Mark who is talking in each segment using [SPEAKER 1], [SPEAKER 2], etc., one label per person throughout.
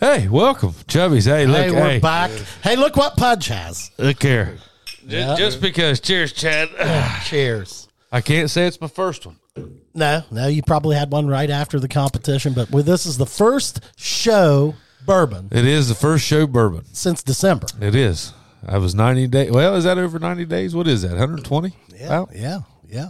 [SPEAKER 1] Hey, welcome, Chubbies. Hey, look,
[SPEAKER 2] hey,
[SPEAKER 1] hey,
[SPEAKER 2] we're back. Hey, look what Pudge has.
[SPEAKER 1] look here. Just, just because, cheers, Chad.
[SPEAKER 2] Cheers.
[SPEAKER 1] I can't say it's my first one.
[SPEAKER 2] No, no, you probably had one right after the competition, but well, this is the first show bourbon
[SPEAKER 1] It is the first show bourbon.
[SPEAKER 2] since December.
[SPEAKER 1] It is. I was ninety days. Well, is that over ninety days? What is that? One hundred twenty.
[SPEAKER 2] Yeah, yeah, yeah.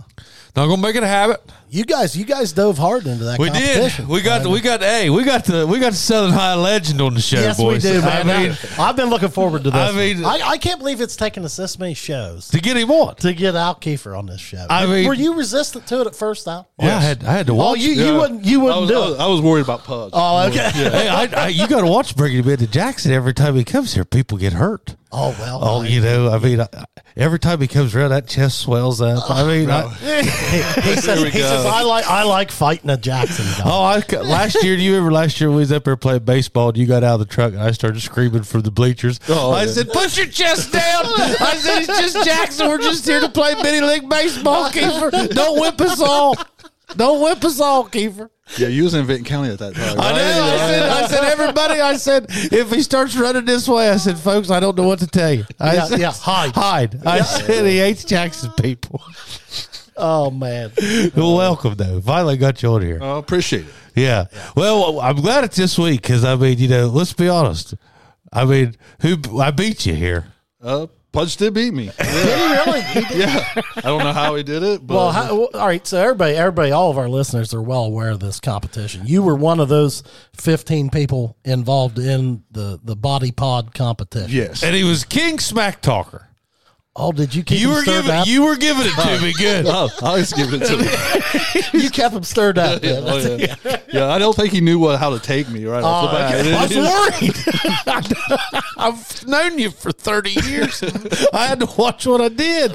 [SPEAKER 1] Not gonna make it a habit.
[SPEAKER 2] You guys, you guys dove hard into that.
[SPEAKER 1] We did.
[SPEAKER 2] competition.
[SPEAKER 1] We got. The, we got. Hey, we got the. We got the Southern High legend on the show,
[SPEAKER 2] Yes,
[SPEAKER 1] boys.
[SPEAKER 2] we do, man.
[SPEAKER 1] I mean,
[SPEAKER 2] have been looking forward to this.
[SPEAKER 1] I
[SPEAKER 2] I
[SPEAKER 1] mean-
[SPEAKER 2] I, I can't believe it's taken us this many shows
[SPEAKER 1] to get him on.
[SPEAKER 2] to get Al Kiefer on this show.
[SPEAKER 1] I mean-
[SPEAKER 2] were you resistant to it at first, Al?
[SPEAKER 1] Yeah, I had. I had to
[SPEAKER 2] Oh,
[SPEAKER 1] watch.
[SPEAKER 2] you,
[SPEAKER 1] uh,
[SPEAKER 2] you wouldn't, you
[SPEAKER 3] I
[SPEAKER 2] wouldn't
[SPEAKER 3] was,
[SPEAKER 2] do
[SPEAKER 3] I was,
[SPEAKER 2] it.
[SPEAKER 3] I was worried about Pudge.
[SPEAKER 2] Oh, okay.
[SPEAKER 1] Hey, I, I, you got to watch Breaking Bad to Jackson. Every time he comes here, people get hurt.
[SPEAKER 2] Oh well.
[SPEAKER 1] Oh, you know, I mean, I, every time he comes around, that chest swells up. I mean, I,
[SPEAKER 2] he, he says, he says I like I like fighting a Jackson. Guy.
[SPEAKER 1] oh, I, ca- last year, do you remember last year we was up there playing baseball and you got out of the truck and I started screaming from the bleachers.
[SPEAKER 3] Oh,
[SPEAKER 1] I
[SPEAKER 3] yeah.
[SPEAKER 1] said, put your chest down. I said, it's just Jackson. We're just here to play mini league baseball, Kiefer. Don't whip us all. Don't whip us all, Kiefer.
[SPEAKER 3] Yeah, you was in Vinton County at that time.
[SPEAKER 1] I know. I said, I said, everybody, I said, if he starts running this way, I said, folks, I don't know what to tell you. I
[SPEAKER 2] Yeah,
[SPEAKER 1] said,
[SPEAKER 2] yeah, hide.
[SPEAKER 1] Hide. I said, he hates Jackson people.
[SPEAKER 2] Oh man.
[SPEAKER 1] Well, welcome, though. Finally got you on here.
[SPEAKER 3] I appreciate it.
[SPEAKER 1] Yeah. Well, I'm glad it's this week because, I mean, you know, let's be honest. I mean, who I beat you here.
[SPEAKER 3] Uh, Pudge did beat me.
[SPEAKER 2] Did he really? He did.
[SPEAKER 3] Yeah, I don't know how he did it, but
[SPEAKER 2] Well, how, well, all right. So everybody, everybody, all of our listeners are well aware of this competition. You were one of those fifteen people involved in the the body pod competition.
[SPEAKER 3] yes,
[SPEAKER 1] And he was King Smack Talker.
[SPEAKER 2] Oh, did you keep
[SPEAKER 1] You
[SPEAKER 2] him
[SPEAKER 1] were
[SPEAKER 2] stirred
[SPEAKER 1] giving
[SPEAKER 2] up?
[SPEAKER 1] you were giving it to me good.
[SPEAKER 3] oh, I was giving it to him.
[SPEAKER 2] You kept him stirred up.
[SPEAKER 3] Yeah, oh, yeah. yeah, I don't think he knew what, how to take me right
[SPEAKER 2] Uh,
[SPEAKER 3] off the bat.
[SPEAKER 1] I was worried. I've known you for 30 years. I had to watch what I did.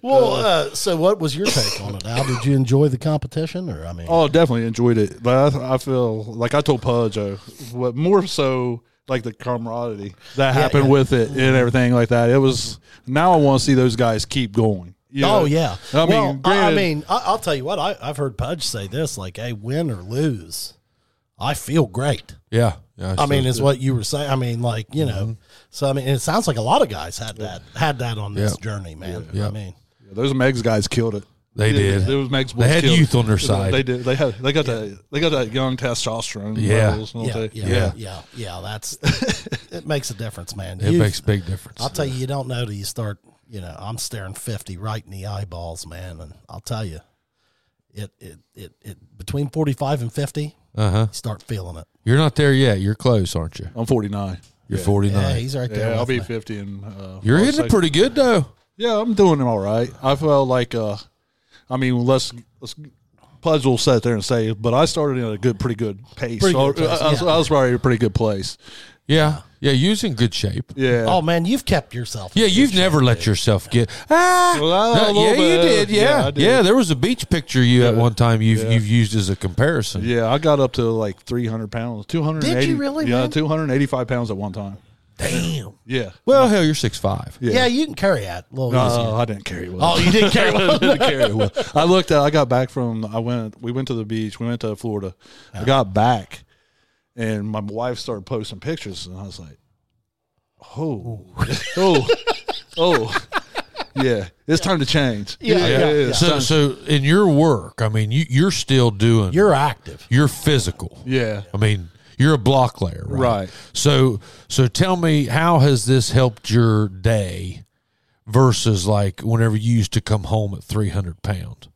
[SPEAKER 2] Well, uh, so what was your take on it, Al? Did you enjoy the competition, or I mean,
[SPEAKER 3] Oh, definitely enjoyed it. But I, I feel like I told Pudge, uh, what more so like the camaraderie that happened with it and everything like that. It was now I want to see those guys keep going. You know?
[SPEAKER 2] Oh yeah.
[SPEAKER 3] I mean,
[SPEAKER 2] well, I- I
[SPEAKER 3] granted-
[SPEAKER 2] mean, I, I'll tell you what. I, I've heard Pudge say this: like, "Hey, win or lose, I feel great."
[SPEAKER 1] Yeah. yeah
[SPEAKER 2] I mean, is what you were saying. I mean, like you
[SPEAKER 1] Mm-hmm.
[SPEAKER 2] know. So I mean, it sounds like a lot of guys had that had that on this
[SPEAKER 1] Yeah.
[SPEAKER 2] journey, man.
[SPEAKER 1] Yeah.
[SPEAKER 2] I mean,
[SPEAKER 3] Those Megs guys killed it.
[SPEAKER 1] They did.
[SPEAKER 3] Those Megs
[SPEAKER 1] They
[SPEAKER 3] boys
[SPEAKER 1] had
[SPEAKER 3] killed
[SPEAKER 1] youth
[SPEAKER 3] it.
[SPEAKER 1] on their side.
[SPEAKER 3] They did. They had. They got that. They got that young testosterone.
[SPEAKER 1] Yeah.
[SPEAKER 3] Levels, don't
[SPEAKER 2] yeah,
[SPEAKER 3] they?
[SPEAKER 2] yeah,
[SPEAKER 1] Yeah.
[SPEAKER 2] yeah, yeah, That's it makes a difference, man.
[SPEAKER 1] it
[SPEAKER 2] You-
[SPEAKER 1] makes a big difference.
[SPEAKER 2] I'll tell you, you don't know till you start. You know, I'm staring fifty right in the eyeballs, man, and I'll tell you, it it it, it between forty five and fifty,
[SPEAKER 1] Uh-huh.
[SPEAKER 2] you start feeling it.
[SPEAKER 1] You're not there yet. You're close, aren't you?
[SPEAKER 3] I'm 49.
[SPEAKER 1] You're
[SPEAKER 2] Yeah,
[SPEAKER 1] 49.
[SPEAKER 2] he's right there.
[SPEAKER 3] Yeah, I'll
[SPEAKER 2] with
[SPEAKER 3] be
[SPEAKER 2] me.
[SPEAKER 3] 50 and. Uh,
[SPEAKER 1] You're
[SPEAKER 3] I'll
[SPEAKER 1] hitting
[SPEAKER 3] say-
[SPEAKER 1] it pretty good, though.
[SPEAKER 3] Yeah, I'm doing all right. I felt like, uh, I mean, let's let's Pudge will sit there and say, but I started in a good, pretty good pace.
[SPEAKER 2] Pretty
[SPEAKER 3] so
[SPEAKER 2] good
[SPEAKER 3] I,
[SPEAKER 2] place,
[SPEAKER 3] I was,
[SPEAKER 2] yeah.
[SPEAKER 3] I was already in a pretty good place.
[SPEAKER 1] Yeah. Yeah. You're in good shape.
[SPEAKER 3] Yeah.
[SPEAKER 2] Oh man, you've kept yourself.
[SPEAKER 1] Yeah, you've never let yourself get ah.
[SPEAKER 3] Well, I- a
[SPEAKER 1] no,
[SPEAKER 3] little
[SPEAKER 1] yeah, you
[SPEAKER 3] bit.
[SPEAKER 1] did. Yeah,
[SPEAKER 3] Yeah,
[SPEAKER 1] yeah,
[SPEAKER 3] I did.
[SPEAKER 1] There was a beach picture you at one time you've
[SPEAKER 3] Yeah.
[SPEAKER 1] you've used as a comparison.
[SPEAKER 3] yeah, I got up to like 300 pounds, 280.
[SPEAKER 2] Did you really,
[SPEAKER 3] Yeah,
[SPEAKER 2] man?
[SPEAKER 3] 285 pounds at one time.
[SPEAKER 2] Damn.
[SPEAKER 3] Yeah.
[SPEAKER 1] Well, hell, you're six five.
[SPEAKER 2] Yeah. you can carry that a little easier.
[SPEAKER 3] Uh, I didn't carry well.
[SPEAKER 2] Oh, you didn't carry
[SPEAKER 3] I
[SPEAKER 2] one.
[SPEAKER 3] didn't carry well. I looked. At, I got back from. I went. We went to the beach. We went to Florida. I got back, and my wife started posting pictures, and I was like, "Oh, oh, oh, yeah, it's time to change."
[SPEAKER 2] Yeah, yeah, yeah.
[SPEAKER 3] it's
[SPEAKER 1] So,
[SPEAKER 3] time-
[SPEAKER 1] so in your work, I mean, you you're still doing.
[SPEAKER 2] You're active.
[SPEAKER 1] you're physical.
[SPEAKER 3] yeah.
[SPEAKER 1] I mean, you're a block layer, right?
[SPEAKER 3] Right.
[SPEAKER 1] So, so tell me, how has this helped your day versus like whenever you used to come home at three hundred pounds?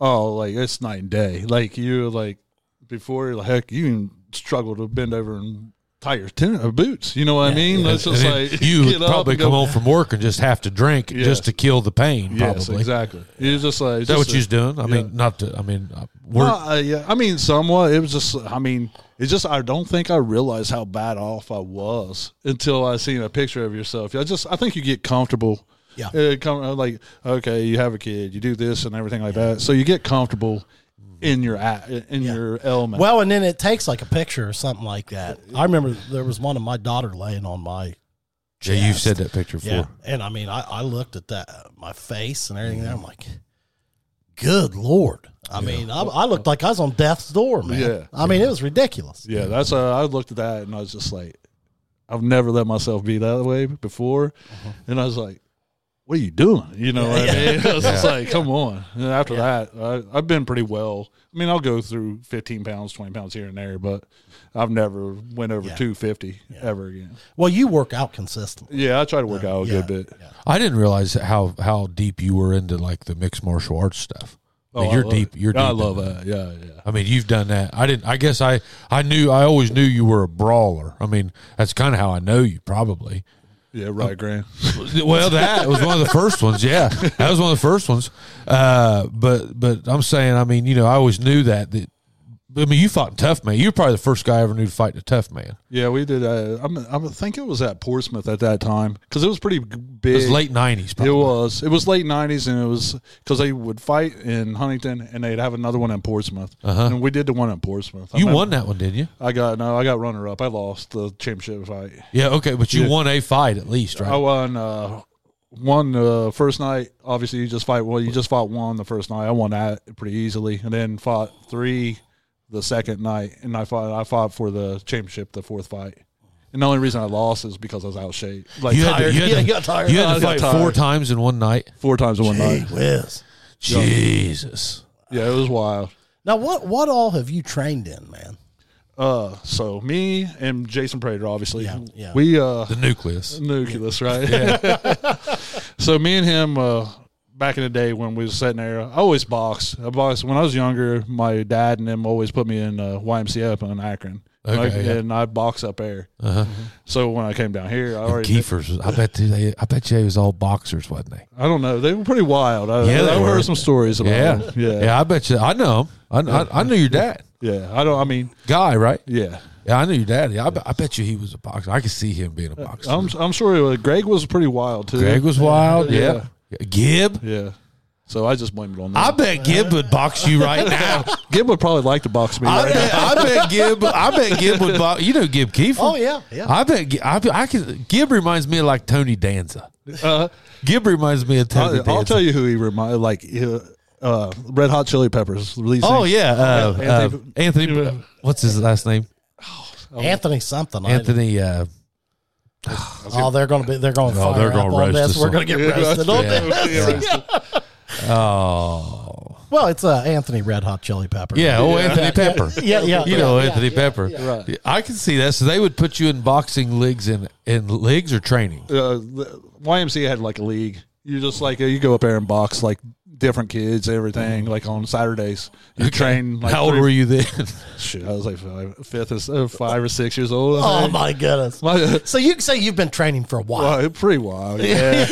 [SPEAKER 3] Oh, like it's night and day. Like you, like before, like heck, you even struggle to bend over and tie your ten- uh, boots. You know what I mean? That's
[SPEAKER 1] And
[SPEAKER 3] just
[SPEAKER 1] then
[SPEAKER 3] like
[SPEAKER 1] you
[SPEAKER 3] get
[SPEAKER 1] would
[SPEAKER 3] up
[SPEAKER 1] probably
[SPEAKER 3] and go-
[SPEAKER 1] come home from work and just have to drink
[SPEAKER 3] Yes.
[SPEAKER 1] just to kill the pain. Probably.
[SPEAKER 3] Yes, exactly. You're just like
[SPEAKER 1] Is that
[SPEAKER 3] just
[SPEAKER 1] what
[SPEAKER 3] a-
[SPEAKER 1] you was doing? I
[SPEAKER 3] yeah.
[SPEAKER 1] mean, not to. I mean, uh, we're,
[SPEAKER 3] Well, uh, yeah, I mean, somewhat. It was just, I mean, it's just, I don't think I realized how bad off I was until I seen a picture of yourself. I just, I think you get comfortable.
[SPEAKER 2] Yeah.
[SPEAKER 3] Uh, com- uh, like, okay, you have a kid, you do this and everything like that. So you get comfortable in your, a- in your element.
[SPEAKER 2] Well, and then it takes like a picture or something like that. I remember there was one of my daughter laying on my
[SPEAKER 1] yeah, you've said that picture before.
[SPEAKER 2] yeah, and I mean, I, I looked at that my face and everything there. I'm like, good lord, I mean, I, I looked like I was on death's door, man.
[SPEAKER 3] Yeah.
[SPEAKER 2] I mean, it was ridiculous.
[SPEAKER 3] Yeah, that's uh, I looked at that and I was just like, I've never let myself be that way before,
[SPEAKER 4] Uh-huh.
[SPEAKER 3] and I was like, what are you doing? You know, what I mean, I was just like, come on. And after that, I, I've been pretty well. I mean, I'll go through fifteen pounds, twenty pounds here and there, but I've never went over two fifty ever again.
[SPEAKER 2] Well, you work out consistently.
[SPEAKER 3] Yeah, I try to
[SPEAKER 4] Uh,
[SPEAKER 3] work out a
[SPEAKER 2] yeah,
[SPEAKER 3] Oh, good bit.
[SPEAKER 4] I didn't realize how how deep you were into like the mixed martial arts stuff. I mean,
[SPEAKER 3] Oh, I
[SPEAKER 4] you're
[SPEAKER 3] love
[SPEAKER 4] deep.
[SPEAKER 3] it.
[SPEAKER 4] You're deep.
[SPEAKER 3] I
[SPEAKER 4] in
[SPEAKER 3] love
[SPEAKER 4] that.
[SPEAKER 3] that. Yeah, yeah.
[SPEAKER 4] I mean, you've done that. I didn't. I guess I. I knew. I always knew you were a brawler. I mean, that's kind of how I know you, probably.
[SPEAKER 3] Yeah, right, Graham.
[SPEAKER 4] Well, that was one of the first ones. Yeah, that was one of the first ones. Uh, but but I'm saying, I mean, you know, I always knew that. That I mean, you fought in tough man. You're probably the first guy I ever knew to fight in a tough man.
[SPEAKER 3] Yeah, we did. Uh, I'm, I'm- I think it was at Portsmouth at that time because it was pretty g- big.
[SPEAKER 4] It was late '90s.
[SPEAKER 3] It
[SPEAKER 4] Probably.
[SPEAKER 3] was. It was late '90s, and it was because they would fight in Huntington, and they'd have another one in Portsmouth, and we did the one in Portsmouth. I
[SPEAKER 4] Uh-huh. You
[SPEAKER 3] remember-
[SPEAKER 4] won that one, didn't you?
[SPEAKER 3] I got no. I got runner up. I lost the championship fight.
[SPEAKER 4] Yeah. Okay, but you
[SPEAKER 3] Yeah.
[SPEAKER 4] won a fight at least, right?
[SPEAKER 3] I won. Uh, won the first night. Obviously, you just fight. Well, you just fought one the first night. I won that pretty easily, and then fought three the second night, and I fought. I fought for the championship, the fourth fight. And the only reason I lost is because I was out of shape. Like
[SPEAKER 4] you had to,
[SPEAKER 2] tired.
[SPEAKER 4] you had
[SPEAKER 2] Yeah,
[SPEAKER 4] to-
[SPEAKER 2] you got tired.
[SPEAKER 4] you had
[SPEAKER 3] I
[SPEAKER 4] to
[SPEAKER 3] got
[SPEAKER 4] fight four
[SPEAKER 3] tired.
[SPEAKER 4] times in one night.
[SPEAKER 3] four times in one
[SPEAKER 2] Gee
[SPEAKER 3] night.
[SPEAKER 2] whiz.
[SPEAKER 4] Jesus.
[SPEAKER 3] Yeah, it was wild.
[SPEAKER 2] Now, what what all have you trained in, man?
[SPEAKER 3] Uh, so me and Jason Prater, obviously,
[SPEAKER 2] Yeah, yeah.
[SPEAKER 3] we uh,
[SPEAKER 4] The nucleus.
[SPEAKER 3] nucleus, right? so me and him, uh, back in the day when we was sitting there, I always boxed. I boxed when I was younger. My dad and them always put me in uh, YMCA up in Akron, and I-
[SPEAKER 4] Okay, yeah.
[SPEAKER 3] and I box up there.
[SPEAKER 4] Uh-huh.
[SPEAKER 3] So when I came down here, I already.
[SPEAKER 4] Kiefer's. was- I bet you they. I bet you they was all boxers, wasn't they?
[SPEAKER 3] I don't know. They were pretty wild. I,
[SPEAKER 4] Yeah, they
[SPEAKER 3] I've
[SPEAKER 4] were.
[SPEAKER 3] heard some stories about
[SPEAKER 4] Yeah.
[SPEAKER 3] them. Yeah.
[SPEAKER 4] I bet you. I know him. I, I, I knew your dad,
[SPEAKER 3] Yeah. I don't. I mean,
[SPEAKER 4] guy, right?
[SPEAKER 3] yeah.
[SPEAKER 4] Yeah, I knew your dad. Yeah, I, bet, I bet you he was a boxer. I could see him being a boxer.
[SPEAKER 3] I'm. I'm sure it was, Greg was pretty wild too.
[SPEAKER 4] Greg was wild. Yeah.
[SPEAKER 3] Yeah.
[SPEAKER 4] Gibb.
[SPEAKER 3] Yeah. So I just blame it on them.
[SPEAKER 4] I bet Gibb would box you right now.
[SPEAKER 3] Gib would probably like to box me.
[SPEAKER 4] I
[SPEAKER 3] Right
[SPEAKER 4] bet, I bet Gibb. I bet Gibb would box. You know Gibb Kiefer.
[SPEAKER 2] Oh, yeah, yeah.
[SPEAKER 4] I bet. Gi- I, I can. Gibb reminds me of like Tony Danza.
[SPEAKER 3] now. Uh,
[SPEAKER 4] Gibb reminds me of Tony.
[SPEAKER 3] I'll,
[SPEAKER 4] Danza.
[SPEAKER 3] I'll tell you who he reminded. Like uh, uh, Red Hot Chili Peppers releasing.
[SPEAKER 4] Oh yeah, uh,
[SPEAKER 3] Anthony-
[SPEAKER 4] uh, Anthony. what's his last name?
[SPEAKER 2] Anthony something. I-
[SPEAKER 4] Anthony. Uh,
[SPEAKER 2] oh, they're going to be. They're going to
[SPEAKER 4] Oh,
[SPEAKER 2] fire
[SPEAKER 4] they're
[SPEAKER 2] up
[SPEAKER 4] gonna
[SPEAKER 2] on
[SPEAKER 4] roast us
[SPEAKER 2] this. We're
[SPEAKER 4] on-
[SPEAKER 2] going to get roasted on this.
[SPEAKER 3] uh,
[SPEAKER 4] oh
[SPEAKER 2] Well, it's uh, Anthony Red Hot Chili Pepper.
[SPEAKER 4] yeah, oh Anthony Pepper.
[SPEAKER 2] yeah, yeah.
[SPEAKER 4] You
[SPEAKER 2] yeah.
[SPEAKER 4] know Anthony Pepper.
[SPEAKER 3] Right.
[SPEAKER 4] I can see that. So they would put you in boxing leagues and in leagues or training.
[SPEAKER 3] Uh, the YMCA had like a league. You just like uh, you go up there and box like different kids, everything. Like on Saturdays, you train. Like
[SPEAKER 4] How old were you then?
[SPEAKER 3] Shoot, I was like five, fifth or s- uh, five or six years old.
[SPEAKER 2] Oh my goodness.
[SPEAKER 3] uh, My-
[SPEAKER 2] So you can say you've been training for a while.
[SPEAKER 3] Well, pretty wild, yeah.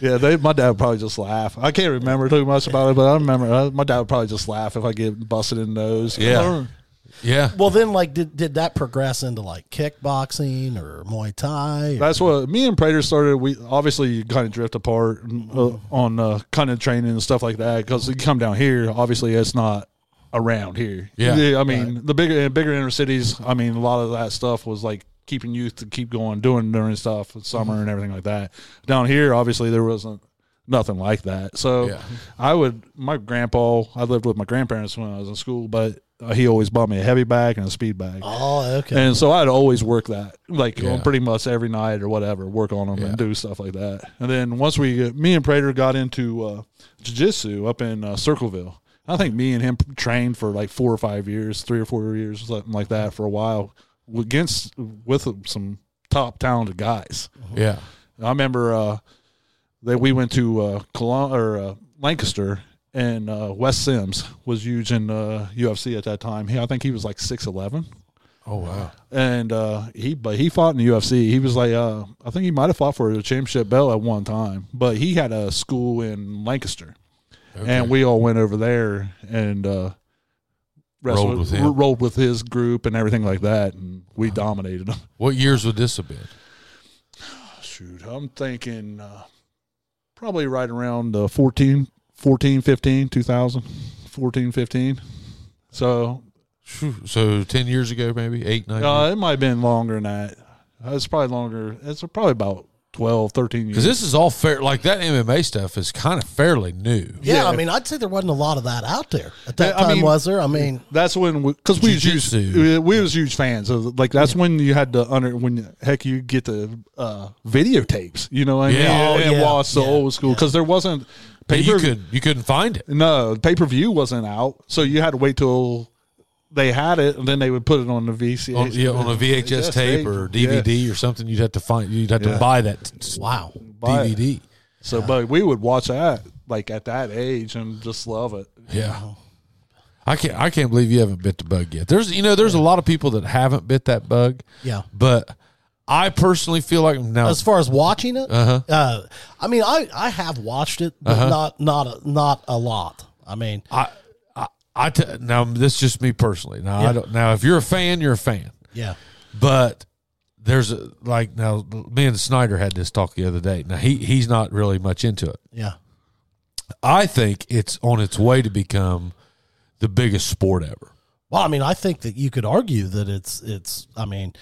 [SPEAKER 3] yeah, they, my dad would probably just laugh. I can't remember too much about it, but I remember uh, my dad would probably just laugh if I get busted in the nose.
[SPEAKER 4] Yeah. yeah.
[SPEAKER 2] Well, then, like, did, did that progress into like kickboxing or Muay Thai? Or,
[SPEAKER 3] That's what me and Prater started. We obviously you kind of drift apart uh,
[SPEAKER 4] Mm-hmm.
[SPEAKER 3] on uh, kind of training and stuff like that because you come down here. Obviously, it's not around here.
[SPEAKER 4] Yeah.
[SPEAKER 3] I mean the bigger and bigger inner cities. I mean a lot of that stuff was like keeping youth to keep going, doing during stuff, summer
[SPEAKER 4] Mm-hmm.
[SPEAKER 3] and everything like that. Down here, obviously there wasn't nothing like that. So
[SPEAKER 4] Yeah.
[SPEAKER 3] I would my grandpa. I lived with my grandparents when I was in school, but uh, he always bought me a heavy bag and a speed bag.
[SPEAKER 2] oh, okay.
[SPEAKER 3] And so I'd always work that, like
[SPEAKER 4] Yeah.
[SPEAKER 3] on pretty much every night or whatever, work on them
[SPEAKER 4] Yeah.
[SPEAKER 3] and do stuff like that. And then once we, uh, me and Prater got into uh, jiu-jitsu up in uh, Circleville. I think me and him trained for like four or five years, three or four years, something like that, for a while against with some top talented guys.
[SPEAKER 4] Yeah.
[SPEAKER 3] I remember uh, that we went to uh, Colon- or uh, Lancaster, and uh, Wes Sims was huge in uh, UFC at that time. He, I think he was like six eleven
[SPEAKER 4] Oh wow.
[SPEAKER 3] and uh, he but he fought in the UFC. He was like uh, I think he might have fought for a championship belt at one time, but he had a school in Lancaster, and we all went over there and uh, wrestled-
[SPEAKER 4] Rolled with him.
[SPEAKER 3] rolled with his group and everything like that, and we dominated him.
[SPEAKER 4] What years would this have been?
[SPEAKER 3] Shoot, I'm thinking uh, probably right around the 14, 14, 15, 2000, 14, 15. So
[SPEAKER 4] Phew, So ten years ago, maybe eight, nine. years?
[SPEAKER 3] Uh, it might have been longer than that. It's probably longer. It's probably about 12, 13 years.
[SPEAKER 4] Because this is all fair. Like that MMA stuff is kind of fairly new.
[SPEAKER 2] Yeah,
[SPEAKER 3] Yeah.
[SPEAKER 2] I mean, I'd say there wasn't a lot of that out there at that
[SPEAKER 3] Yeah, I
[SPEAKER 2] time,
[SPEAKER 3] mean-
[SPEAKER 2] was there? I mean,
[SPEAKER 3] that's when because we, was huge
[SPEAKER 4] Jiu-jitsu.
[SPEAKER 3] we we was huge fans of like that's when you had to under when heck you get the uh, videotapes you know what I mean?
[SPEAKER 4] Yeah.
[SPEAKER 2] Oh,
[SPEAKER 3] and
[SPEAKER 2] yeah.
[SPEAKER 3] watch the
[SPEAKER 2] Yeah.
[SPEAKER 3] old school because there wasn't
[SPEAKER 4] But
[SPEAKER 3] paper
[SPEAKER 4] you could you couldn't find it.
[SPEAKER 3] no pay per view wasn't out so you had to wait till they had it and then they would put it on the VCS
[SPEAKER 4] On, yeah, on a VHS tape or DVD or something, you'd have to find. You'd have to
[SPEAKER 3] Yeah.
[SPEAKER 4] buy that s-
[SPEAKER 2] wow.
[SPEAKER 3] Buy it.
[SPEAKER 4] DVD.
[SPEAKER 3] so but we would watch that like at that age and just love it
[SPEAKER 4] Yeah. I can't. I can't believe you haven't bit the bug yet. There's, you know, there's a lot of people that haven't bit that bug.
[SPEAKER 2] Yeah.
[SPEAKER 4] But I personally feel like now
[SPEAKER 2] As far as watching it,
[SPEAKER 4] uh, Uh-huh.
[SPEAKER 2] uh, I mean, I, I have watched it, but not not a, not a lot. I mean,
[SPEAKER 4] I, I, I t- now this is just me personally. Now I
[SPEAKER 2] Yeah.
[SPEAKER 4] don't. Now if you're a fan, you're a fan.
[SPEAKER 2] yeah,
[SPEAKER 4] But there's a, like now me and Snyder had this talk the other day. Now he he's not really much into it.
[SPEAKER 2] yeah,
[SPEAKER 4] I think it's on its way to become the biggest sport ever.
[SPEAKER 2] Well, I mean, I think that you could argue that it's it's. I mean,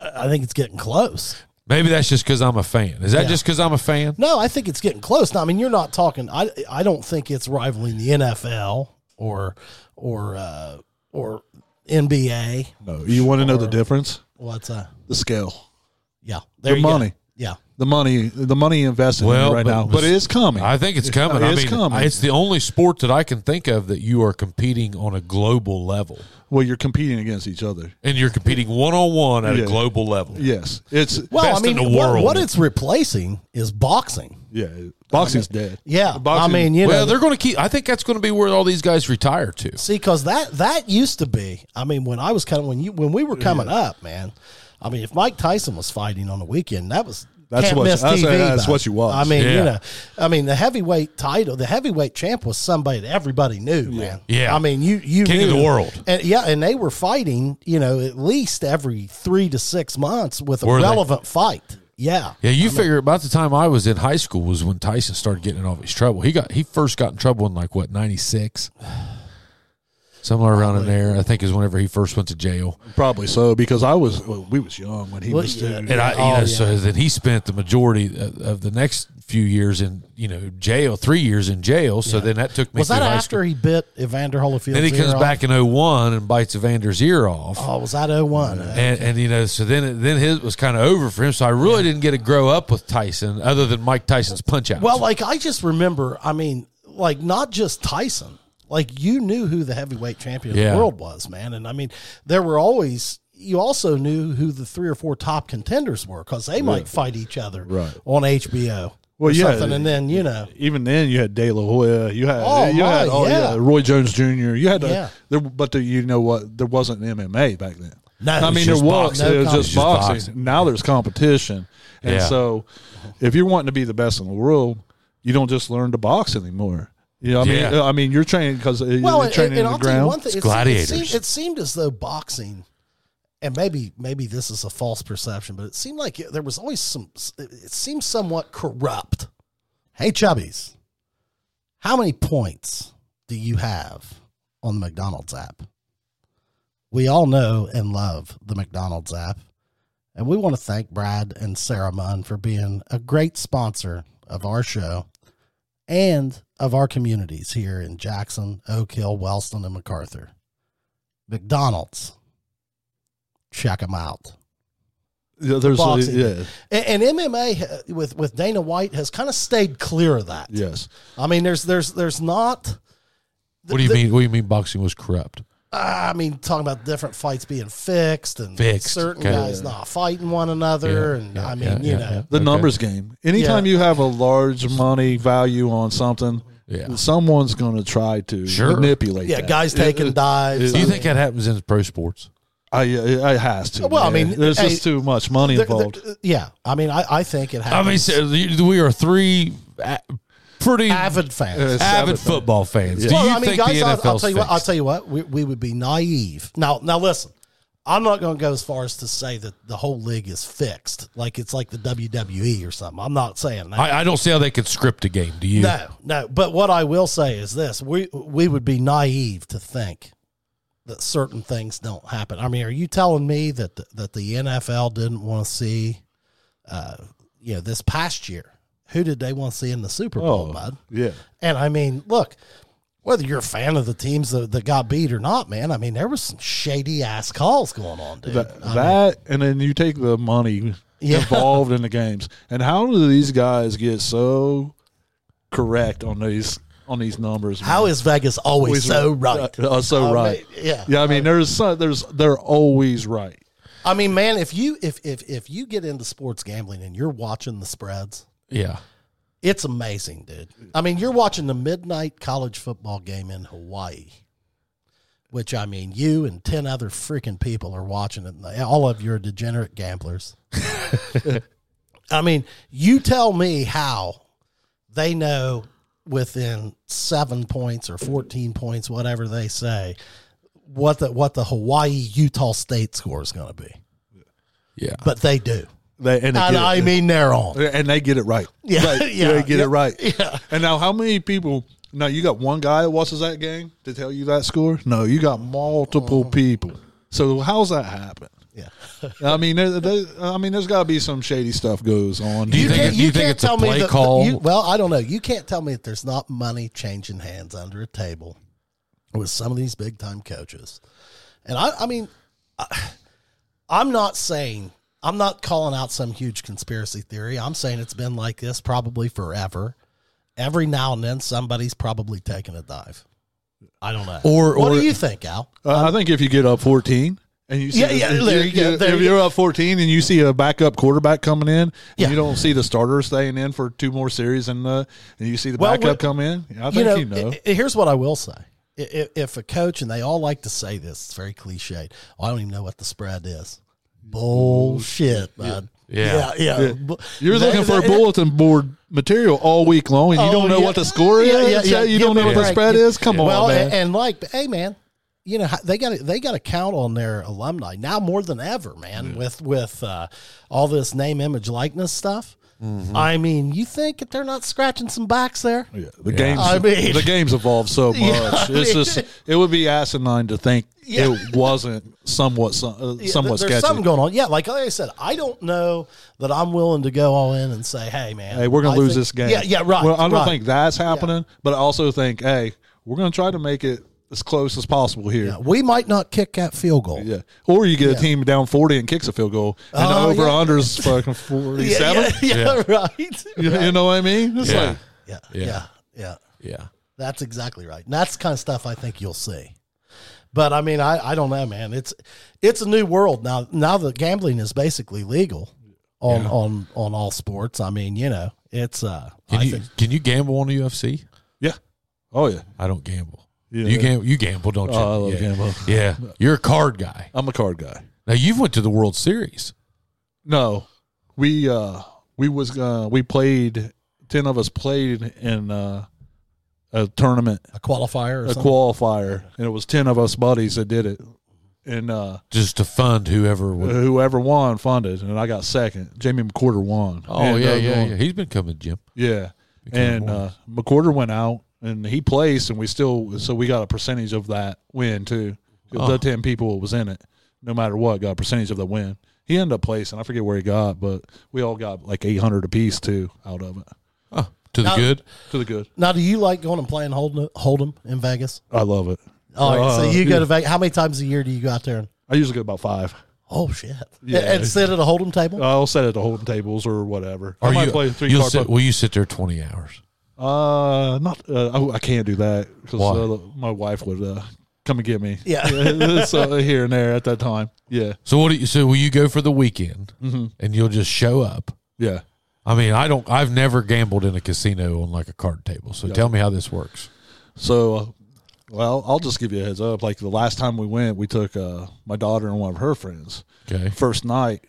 [SPEAKER 2] I I think it's getting close.
[SPEAKER 4] Maybe that's just because I'm a fan. Is that
[SPEAKER 2] Yeah.
[SPEAKER 4] just because I'm a fan?
[SPEAKER 2] No, I think it's getting close. Now, I mean, you're not talking. I I don't think it's rivaling the NFL or or uh, or NBA.
[SPEAKER 3] no you want to know the difference
[SPEAKER 2] What's uh?
[SPEAKER 3] the scale
[SPEAKER 2] Yeah,
[SPEAKER 3] the
[SPEAKER 2] you go.
[SPEAKER 3] money
[SPEAKER 2] Yeah,
[SPEAKER 3] the money the money invested
[SPEAKER 4] Well,
[SPEAKER 3] in right
[SPEAKER 4] but-
[SPEAKER 3] now but it is coming
[SPEAKER 4] I think it's coming. I
[SPEAKER 3] It's
[SPEAKER 4] mean,
[SPEAKER 3] coming.
[SPEAKER 4] it's the only sport that I can think of that you are competing on a global level,
[SPEAKER 3] well you're competing against each other
[SPEAKER 4] and you're competing one on one at
[SPEAKER 3] Yeah.
[SPEAKER 4] a global level.
[SPEAKER 3] yes it's
[SPEAKER 2] Well,
[SPEAKER 4] Best
[SPEAKER 2] I mean,
[SPEAKER 4] in the
[SPEAKER 2] what-
[SPEAKER 4] world.
[SPEAKER 2] What, it's replacing is boxing.
[SPEAKER 3] yeah boxing's dead
[SPEAKER 2] Yeah,
[SPEAKER 3] Boxing-
[SPEAKER 2] I mean, you know,
[SPEAKER 4] well, they're going to keep. I think that's going to be where all these guys retire to.
[SPEAKER 2] see, because that that used to be. I mean, when I was kind of when you when we were coming up, man. I mean, if Mike Tyson was fighting on the weekend, that was
[SPEAKER 3] That's
[SPEAKER 2] can't
[SPEAKER 3] what-
[SPEAKER 2] miss
[SPEAKER 3] that's-
[SPEAKER 2] TV.
[SPEAKER 3] that's
[SPEAKER 2] back.
[SPEAKER 3] what you was.
[SPEAKER 2] I mean,
[SPEAKER 4] Yeah.
[SPEAKER 2] you know, I mean, the heavyweight title, the heavyweight champ was somebody that everybody knew, man.
[SPEAKER 4] Yeah.
[SPEAKER 2] I mean, you you
[SPEAKER 4] King of
[SPEAKER 2] knew.
[SPEAKER 4] the world.
[SPEAKER 2] and yeah, and they were fighting, you know, at least every three to six months with a
[SPEAKER 4] Were they?
[SPEAKER 2] relevant fight. Yeah,
[SPEAKER 4] Yeah, you figure about the time I was in high school was when Tyson started getting in all his trouble. He got he first got in trouble in like what ninety six, somewhere around in there. I think is whenever he first went to jail.
[SPEAKER 3] Probably so because I was well, we was young when he
[SPEAKER 2] Well,
[SPEAKER 3] was
[SPEAKER 2] yeah.
[SPEAKER 3] too.
[SPEAKER 4] And I, you
[SPEAKER 2] Oh,
[SPEAKER 4] know,
[SPEAKER 2] yeah.
[SPEAKER 4] so then he spent the majority of, of the next few years in you know jail, three years in jail. So then that took me.
[SPEAKER 2] was that
[SPEAKER 4] through high
[SPEAKER 2] after
[SPEAKER 4] school.
[SPEAKER 2] he bit Evander Holyfield?
[SPEAKER 4] Then he comes
[SPEAKER 2] Zero?
[SPEAKER 4] back in 01 and bites Evander's ear off.
[SPEAKER 2] Oh, was that 01?
[SPEAKER 4] And, and you know, so then then his was kind of over for him. So I really didn't get to grow up with Tyson, other than Mike Tyson's punch out.
[SPEAKER 2] Well, like I just remember, I mean, like not just Tyson, like you knew who the heavyweight champion of
[SPEAKER 4] Yeah.
[SPEAKER 2] the world was, man. And I mean, there were always you also knew who the three or four top contenders were because they might fight each other
[SPEAKER 3] Right.
[SPEAKER 2] on HBO.
[SPEAKER 3] Well,
[SPEAKER 2] or
[SPEAKER 3] yeah.
[SPEAKER 2] something, and then you know,
[SPEAKER 3] Even then, you had De La Hoya, you had
[SPEAKER 2] Oh,
[SPEAKER 3] you had
[SPEAKER 2] my,
[SPEAKER 3] oh,
[SPEAKER 2] yeah.
[SPEAKER 3] yeah. Roy Jones Jr. You had
[SPEAKER 2] Yeah.
[SPEAKER 3] yeah. there, but there, you know what? There wasn't MMA back then.
[SPEAKER 2] No, it
[SPEAKER 3] I
[SPEAKER 2] was
[SPEAKER 3] mean there
[SPEAKER 2] just
[SPEAKER 3] was
[SPEAKER 2] boxing.
[SPEAKER 3] it was
[SPEAKER 2] No
[SPEAKER 3] just
[SPEAKER 4] competition.
[SPEAKER 3] boxing.
[SPEAKER 4] Just boxing.
[SPEAKER 3] Now there's competition, and
[SPEAKER 4] Yeah.
[SPEAKER 3] so if you're wanting to be the best in the world, you don't just learn to box anymore. You know, what I mean,
[SPEAKER 4] Yeah.
[SPEAKER 3] I mean, you're training because
[SPEAKER 2] well,
[SPEAKER 3] you're
[SPEAKER 2] and,
[SPEAKER 3] training
[SPEAKER 2] and
[SPEAKER 3] in the
[SPEAKER 2] I'll tell you
[SPEAKER 3] ground.
[SPEAKER 2] one thing:
[SPEAKER 4] It's
[SPEAKER 2] it se-
[SPEAKER 4] gladiators.
[SPEAKER 2] It seemed, it seemed as though boxing, and maybe maybe this is a false perception, but it seemed like it- there was always some. It it seemed somewhat corrupt. Hey, Chubbies, how many points do you have on the McDonald's app? We all know and love the McDonald's app, and we want to thank Brad and Sarah Munn for being a great sponsor of our show and of our communities here in Jackson, Oak Hill, Wellston, and MacArthur. McDonald's, check them out.
[SPEAKER 3] Yeah, there's
[SPEAKER 2] boxing.
[SPEAKER 3] yeah,
[SPEAKER 2] And, and MMA uh, with with Dana White has kind of stayed clear of that.
[SPEAKER 3] yes.
[SPEAKER 2] I mean, there's there's there's not.
[SPEAKER 4] what do you
[SPEAKER 2] the-
[SPEAKER 4] mean? What do you mean boxing was corrupt?
[SPEAKER 2] I mean, talking about different fights being fixed and
[SPEAKER 4] Fixed,
[SPEAKER 2] certain
[SPEAKER 4] okay.
[SPEAKER 2] guys not fighting one another,
[SPEAKER 4] Yeah,
[SPEAKER 2] and
[SPEAKER 4] yeah,
[SPEAKER 2] I mean,
[SPEAKER 4] yeah,
[SPEAKER 2] you
[SPEAKER 4] yeah,
[SPEAKER 2] know,
[SPEAKER 4] yeah.
[SPEAKER 3] The
[SPEAKER 4] Okay.
[SPEAKER 3] numbers game. Anytime
[SPEAKER 2] Yeah.
[SPEAKER 3] you have a large money value on something,
[SPEAKER 4] Yeah.
[SPEAKER 3] someone's going to try to
[SPEAKER 4] Sure.
[SPEAKER 3] manipulate.
[SPEAKER 2] yeah,
[SPEAKER 3] that.
[SPEAKER 2] guys taking dives.
[SPEAKER 4] Do you think that happens in pro sports?
[SPEAKER 3] I, it, it has to.
[SPEAKER 2] Well, I
[SPEAKER 3] man.
[SPEAKER 2] mean,
[SPEAKER 3] there's
[SPEAKER 2] hey,
[SPEAKER 3] just too much money
[SPEAKER 2] There- there-
[SPEAKER 3] involved.
[SPEAKER 2] yeah, I mean, I, I think it
[SPEAKER 4] I
[SPEAKER 2] happens.
[SPEAKER 4] mean, so you- we are three a- pretty avid,
[SPEAKER 2] avid fans.
[SPEAKER 3] avid
[SPEAKER 4] football fans. Do
[SPEAKER 2] well,
[SPEAKER 4] you
[SPEAKER 2] I mean,
[SPEAKER 4] think
[SPEAKER 2] guys,
[SPEAKER 4] the
[SPEAKER 2] I'll,
[SPEAKER 4] NFL's
[SPEAKER 2] I'll tell you what. I'll
[SPEAKER 4] fixed?
[SPEAKER 2] tell you what. We, we would be naive. Now, now listen. I'm not going to go as far as to say that the whole league is fixed, like it's like the WWE or something. I'm not saying that.
[SPEAKER 4] I, I don't see how they could script a game. Do you?
[SPEAKER 2] no, no. But what I will say is this: we we would be naive to think that certain things don't happen. I mean, are you telling me that the, that the NFL didn't want to see, uh, you know, this past year, who did they want to see in the Super
[SPEAKER 4] Oh.
[SPEAKER 2] Bowl, bud?
[SPEAKER 3] yeah.
[SPEAKER 2] And I mean, look, whether you're a fan of the teams that, that got beat or not, man, I mean, there was some shady ass calls going on, dude.
[SPEAKER 3] That, that and then you take the money
[SPEAKER 2] Yeah.
[SPEAKER 3] involved in the games. And how do these guys get so correct on these on these numbers? man?
[SPEAKER 2] How is Vegas always,
[SPEAKER 3] Always
[SPEAKER 2] so right?
[SPEAKER 3] Uh, uh, so
[SPEAKER 2] I
[SPEAKER 3] right.
[SPEAKER 2] mean, yeah.
[SPEAKER 3] Yeah. I mean, there's some, there's they're always right.
[SPEAKER 2] I mean, man, if you if if if you get into sports gambling and you're watching the spreads,
[SPEAKER 4] Yeah.
[SPEAKER 2] it's amazing, dude. I mean, you're watching the midnight college football game in Hawaii, which I mean, you and ten other freaking people are watching it. and they- All of you are degenerate gamblers. I mean, you tell me how they know within seven points or fourteen points, whatever they say, what the what the Hawaii Utah State score is going to be.
[SPEAKER 4] Yeah.
[SPEAKER 2] but they do.
[SPEAKER 3] They, and, they
[SPEAKER 2] And
[SPEAKER 3] get it.
[SPEAKER 2] I mean, they're on.
[SPEAKER 3] and they get it right.
[SPEAKER 2] Yeah,
[SPEAKER 3] Right.
[SPEAKER 2] yeah,
[SPEAKER 3] they get
[SPEAKER 2] yeah,
[SPEAKER 3] it right.
[SPEAKER 2] yeah.
[SPEAKER 3] And now, how many people? Now you got one guy that watches that game to tell you that score. No, you got multiple
[SPEAKER 2] Oh.
[SPEAKER 3] people. So how's that happen?
[SPEAKER 2] Yeah.
[SPEAKER 3] I mean, there, there, I mean, there's got to be some shady stuff goes on.
[SPEAKER 4] Do you think-
[SPEAKER 2] can't-
[SPEAKER 4] do you think
[SPEAKER 2] can't
[SPEAKER 4] it's a play
[SPEAKER 2] that,
[SPEAKER 4] call?
[SPEAKER 2] you- well, I don't know. You can't tell me that there's not money changing hands under a table with some of these big time coaches. And I, I mean, I, I'm not saying I'm not calling out some huge conspiracy theory. I'm saying it's been like this probably forever. Every now and then, somebody's probably taking a dive. I don't know.
[SPEAKER 4] Or-
[SPEAKER 2] what
[SPEAKER 4] or-
[SPEAKER 2] do you think, Al?
[SPEAKER 3] Uh, I think if you get up 14 and you see
[SPEAKER 2] Yeah, yeah, there you go, there
[SPEAKER 3] if
[SPEAKER 2] you
[SPEAKER 3] you're up 14 and you see a backup quarterback coming in, and
[SPEAKER 2] Yeah.
[SPEAKER 3] you don't see the starter staying in for two more series, and uh, and you see the
[SPEAKER 2] Well,
[SPEAKER 3] backup
[SPEAKER 2] what-
[SPEAKER 3] come in, I think you
[SPEAKER 2] you know,
[SPEAKER 3] know.
[SPEAKER 2] i- i- here's what I will say. I- i- If a coach, and they all like to say this, it's very cliched. "Oh, I don't even know what the spread is. Bullshit, bud.
[SPEAKER 4] Yeah.
[SPEAKER 2] yeah. yeah. Bu-
[SPEAKER 3] You're
[SPEAKER 2] they-
[SPEAKER 3] looking for
[SPEAKER 2] they-
[SPEAKER 3] bulletin board material all week long, and you
[SPEAKER 2] Oh,
[SPEAKER 3] don't know
[SPEAKER 2] yeah.
[SPEAKER 3] what the score
[SPEAKER 2] Yeah,
[SPEAKER 3] is.
[SPEAKER 2] yeah, yeah.
[SPEAKER 3] You
[SPEAKER 2] Give
[SPEAKER 3] don't
[SPEAKER 2] me
[SPEAKER 3] know
[SPEAKER 2] a
[SPEAKER 3] what the
[SPEAKER 2] break.
[SPEAKER 3] spread is. Come on,
[SPEAKER 2] Well, a-
[SPEAKER 3] man.
[SPEAKER 2] and, like, hey, man, you know how- they got to they got to count on their alumni now more than ever, man. With with uh, all this name, image, likeness stuff.
[SPEAKER 3] Mm-hmm.
[SPEAKER 2] I mean, you think if they're not scratching some backs there?
[SPEAKER 3] Yeah, the games,
[SPEAKER 2] I mean-
[SPEAKER 3] the games evolve so much.
[SPEAKER 2] Yeah, I
[SPEAKER 3] it's
[SPEAKER 2] mean-
[SPEAKER 3] just, it would be asinine to think
[SPEAKER 2] Yeah.
[SPEAKER 3] it wasn't somewhat, some, uh,
[SPEAKER 2] Yeah,
[SPEAKER 3] somewhat
[SPEAKER 2] there-
[SPEAKER 3] sketchy.
[SPEAKER 2] there's something going on. Yeah, like, I said, I don't know that I'm willing to go all in and say, "Hey, man,
[SPEAKER 3] hey, we're going
[SPEAKER 2] I
[SPEAKER 3] to lose
[SPEAKER 2] think-
[SPEAKER 3] this game.
[SPEAKER 2] Yeah, yeah, right.
[SPEAKER 3] Well, I don't
[SPEAKER 2] right.
[SPEAKER 3] think that's happening, but I also think, hey, we're going to try to make it as close as possible here.
[SPEAKER 2] Yeah,
[SPEAKER 3] Yeah.
[SPEAKER 2] we might not kick that field goal.
[SPEAKER 3] Or you get a team down 40 and kicks a field goal, and
[SPEAKER 2] Oh,
[SPEAKER 3] the over
[SPEAKER 2] yeah.
[SPEAKER 3] under is fucking 47.
[SPEAKER 2] yeah, yeah, yeah, right.
[SPEAKER 3] You, you know what I mean? It's
[SPEAKER 4] Yeah.
[SPEAKER 3] like,
[SPEAKER 2] Yeah, yeah,
[SPEAKER 4] Yeah.
[SPEAKER 2] yeah,
[SPEAKER 4] Yeah.
[SPEAKER 2] That's exactly right. And that's the kind of stuff I think you'll see. But I mean, I, I don't know, man. It's it's a new world now. Now that gambling is basically legal on on on all sports. I mean, you know, it's uh,
[SPEAKER 4] Can
[SPEAKER 2] I
[SPEAKER 4] you
[SPEAKER 2] think
[SPEAKER 4] can you gamble on the UFC?
[SPEAKER 3] yeah. Oh, yeah.
[SPEAKER 4] I don't gamble.
[SPEAKER 3] Yeah.
[SPEAKER 4] You gamble. You gamble, don't you?
[SPEAKER 3] Oh, I love
[SPEAKER 4] yeah.
[SPEAKER 3] gambling.
[SPEAKER 4] Yeah. You're a card guy.
[SPEAKER 3] I'm a card guy.
[SPEAKER 4] Now you've went to the World Series.
[SPEAKER 3] No, we uh we was uh we played ten of us played in uh a tournament,
[SPEAKER 2] a qualifier or
[SPEAKER 3] a
[SPEAKER 2] something.
[SPEAKER 3] qualifier, and it was ten of us buddies that did it, and uh
[SPEAKER 4] just to fund whoever would.
[SPEAKER 3] whoever won funded, and I got second. Jamie McCorder won.
[SPEAKER 4] Oh
[SPEAKER 3] And
[SPEAKER 4] yeah,
[SPEAKER 3] Doug
[SPEAKER 4] yeah,
[SPEAKER 3] won.
[SPEAKER 4] yeah. He's been coming, Jim.
[SPEAKER 3] Yeah. And uh, McCorder went out and he placed, and we still, so we got a percentage of that win too. The 10 people that was in it, no matter what, got a percentage of the win. He ended up placing, I forget where he got, but we all got like 800 apiece too out of it.
[SPEAKER 4] Oh, to the
[SPEAKER 2] Now-
[SPEAKER 4] good.
[SPEAKER 3] To the good.
[SPEAKER 2] Now, do you like going and playing hold'em hold'em in Vegas?
[SPEAKER 3] I love it.
[SPEAKER 2] All right, so
[SPEAKER 3] Uh,
[SPEAKER 2] you
[SPEAKER 3] yeah.
[SPEAKER 2] go to Vegas. How many times a year do you go out there? And,
[SPEAKER 3] I usually go about five.
[SPEAKER 2] oh shit!
[SPEAKER 3] Yeah.
[SPEAKER 2] And, and sit at a hold'em table.
[SPEAKER 4] Uh,
[SPEAKER 3] I'll set it to holding tables or whatever. I
[SPEAKER 4] Are
[SPEAKER 3] might
[SPEAKER 4] you?
[SPEAKER 3] play three
[SPEAKER 4] you'll
[SPEAKER 3] card
[SPEAKER 4] sit, will you sit there twenty hours?
[SPEAKER 3] Uh, not. Uh, oh, I can't do that because
[SPEAKER 4] Why?
[SPEAKER 3] uh, my wife would uh, come and get me.
[SPEAKER 2] Yeah.
[SPEAKER 3] so here and there at that time. Yeah,
[SPEAKER 4] So what? Do you, so will you go for the weekend
[SPEAKER 3] Mm-hmm.
[SPEAKER 4] and you'll just show up?
[SPEAKER 3] yeah.
[SPEAKER 4] I mean, I don't. I've never gambled in a casino on like a card table. So tell me how this works.
[SPEAKER 3] So, uh, well, I'll just give you a heads up. Like the last time we went, we took uh, my daughter and one of her friends.
[SPEAKER 4] Okay.
[SPEAKER 3] First night,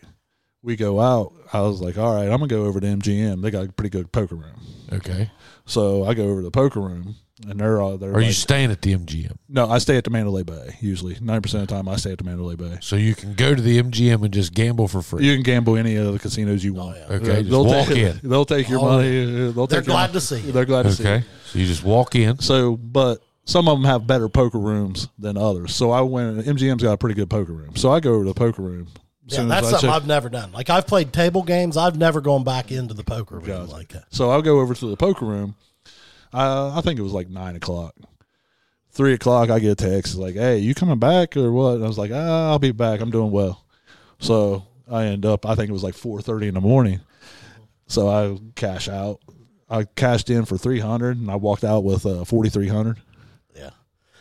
[SPEAKER 3] we go out. I was like, all right, I'm gonna go over to MGM. They got a pretty good poker room.
[SPEAKER 4] Okay.
[SPEAKER 3] So I go over to the poker room, and they're all they're
[SPEAKER 4] Are you
[SPEAKER 3] like-
[SPEAKER 4] staying at the MGM?
[SPEAKER 3] no, I stay at the Mandalay Bay usually. Nine percent of the time, I stay at the Mandalay Bay.
[SPEAKER 4] So you can go to the MGM and just gamble for free.
[SPEAKER 3] You can gamble any of the casinos you want.
[SPEAKER 4] Oh, Okay, just walk
[SPEAKER 3] take,
[SPEAKER 4] in.
[SPEAKER 3] They'll take your
[SPEAKER 2] Oh,
[SPEAKER 3] money. uh, They'll
[SPEAKER 2] They're
[SPEAKER 3] take your
[SPEAKER 2] glad
[SPEAKER 3] money.
[SPEAKER 2] to see you.
[SPEAKER 3] They're glad to see.
[SPEAKER 4] okay.
[SPEAKER 3] you.
[SPEAKER 4] So you just walk in.
[SPEAKER 3] So, but some of them have better poker rooms than others. So I went. MGM's got a pretty good poker room. So I go over to the poker room.
[SPEAKER 2] Yeah,
[SPEAKER 3] soon as
[SPEAKER 2] that's
[SPEAKER 3] I
[SPEAKER 2] something
[SPEAKER 3] check-
[SPEAKER 2] I've never done. Like I've played table games. I've never gone back into the poker room
[SPEAKER 3] Gotcha.
[SPEAKER 2] like that.
[SPEAKER 3] So I'll go over to the poker room. Uh, I think it was like nine o'clock, three o'clock. I get a text like, "Hey, you coming back or what?" And I was like, ah, "I'll be back. I'm doing well." So I end up. I think it was like four thirty in the morning. So I cash out. I cashed in for three hundred, and I walked out with uh, forty three hundred.
[SPEAKER 2] Yeah.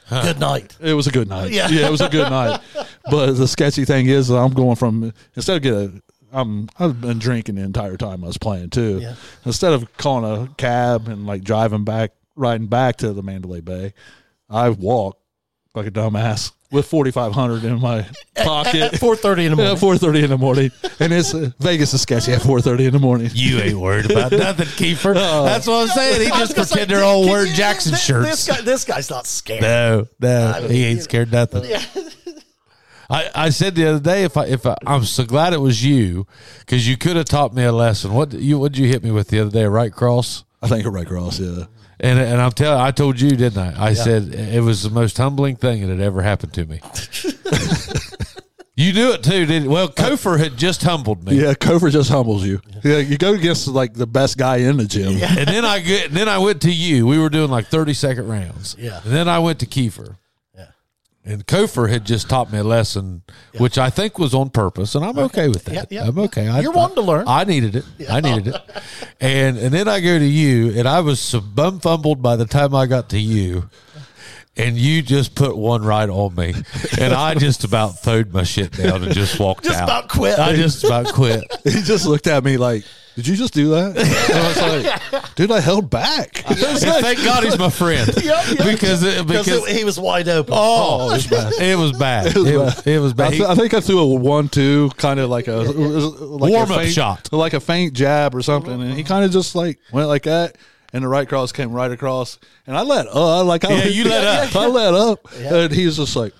[SPEAKER 2] Good night.
[SPEAKER 3] It was a good night.
[SPEAKER 2] Yeah.
[SPEAKER 3] Yeah, it was a good night. But the sketchy thing is, I'm going from instead of get a, I'm I've been drinking the entire time I was playing too.
[SPEAKER 2] Yeah.
[SPEAKER 3] Instead of calling a cab and like driving back, riding back to the Mandalay Bay, I walked like a dumbass with 4,500 in my
[SPEAKER 2] At
[SPEAKER 3] pocket.
[SPEAKER 2] four thirty in the
[SPEAKER 3] At
[SPEAKER 2] morning.
[SPEAKER 3] 4:30 in the morning, and it's uh, Vegas is sketchy at 4:30 in the morning.
[SPEAKER 4] You ain't worried about nothing, Kiefer. That's what I'm saying. He
[SPEAKER 2] I was
[SPEAKER 4] just
[SPEAKER 2] gonna say,
[SPEAKER 4] pretend they're
[SPEAKER 2] can
[SPEAKER 4] all
[SPEAKER 2] you-
[SPEAKER 4] wearing Jackson
[SPEAKER 2] this,
[SPEAKER 4] shirts.
[SPEAKER 2] This, guy, this guy's not scared.
[SPEAKER 4] no, no, he ain't scared nothing. I, I said the other day if I if I, I'm so glad it was you because you could have taught me a lesson. What did you what did you hit me with the other day? Right cross.
[SPEAKER 3] I think Red Cross, yeah.
[SPEAKER 4] And, and I'm telling, I told you, didn't I? I said it was the most humbling thing that had ever happened to me. you knew it too, didn't? Well, Kofor had just humbled me.
[SPEAKER 3] Yeah, Kofor just humbles you. Yeah, you go against like the best guy in the gym.
[SPEAKER 4] and then I get, then I went to you. We were doing like thirty second rounds.
[SPEAKER 2] Yeah.
[SPEAKER 4] And then I went to Kiefer.
[SPEAKER 2] Yeah.
[SPEAKER 4] And Kofer had just taught me a lesson, which I think was on purpose, and I'm okay with that.
[SPEAKER 2] Yeah, yeah,
[SPEAKER 4] I'm
[SPEAKER 2] yeah.
[SPEAKER 4] okay. I,
[SPEAKER 2] You're wanting to learn.
[SPEAKER 4] I needed it. I needed it. And and then I go to you, and I was so bum fumbled by the time I got to you. And you just put one right on me, and I just about throwed my shit down and just walked
[SPEAKER 2] Just
[SPEAKER 4] out.
[SPEAKER 2] about quit.
[SPEAKER 4] I just about quit.
[SPEAKER 3] He just looked at me like, "Did you just do that?" And I was like, "Dude, I held back."
[SPEAKER 4] And thank God he's my friend
[SPEAKER 2] Yep, yep.
[SPEAKER 4] because it,
[SPEAKER 2] because
[SPEAKER 4] because
[SPEAKER 2] it- he was wide open.
[SPEAKER 4] Oh, it was bad. It was bad. It was, it was
[SPEAKER 3] I,
[SPEAKER 4] bad.
[SPEAKER 3] th- I think I threw a one-two, kind of like a like a
[SPEAKER 4] Warm-up
[SPEAKER 3] faint-
[SPEAKER 4] shot.
[SPEAKER 3] like a faint jab or something, and he kind of just like went like that, and the right cross came right across, and I let up, like I
[SPEAKER 4] Yeah, you let up.
[SPEAKER 3] I let up, and he was just like.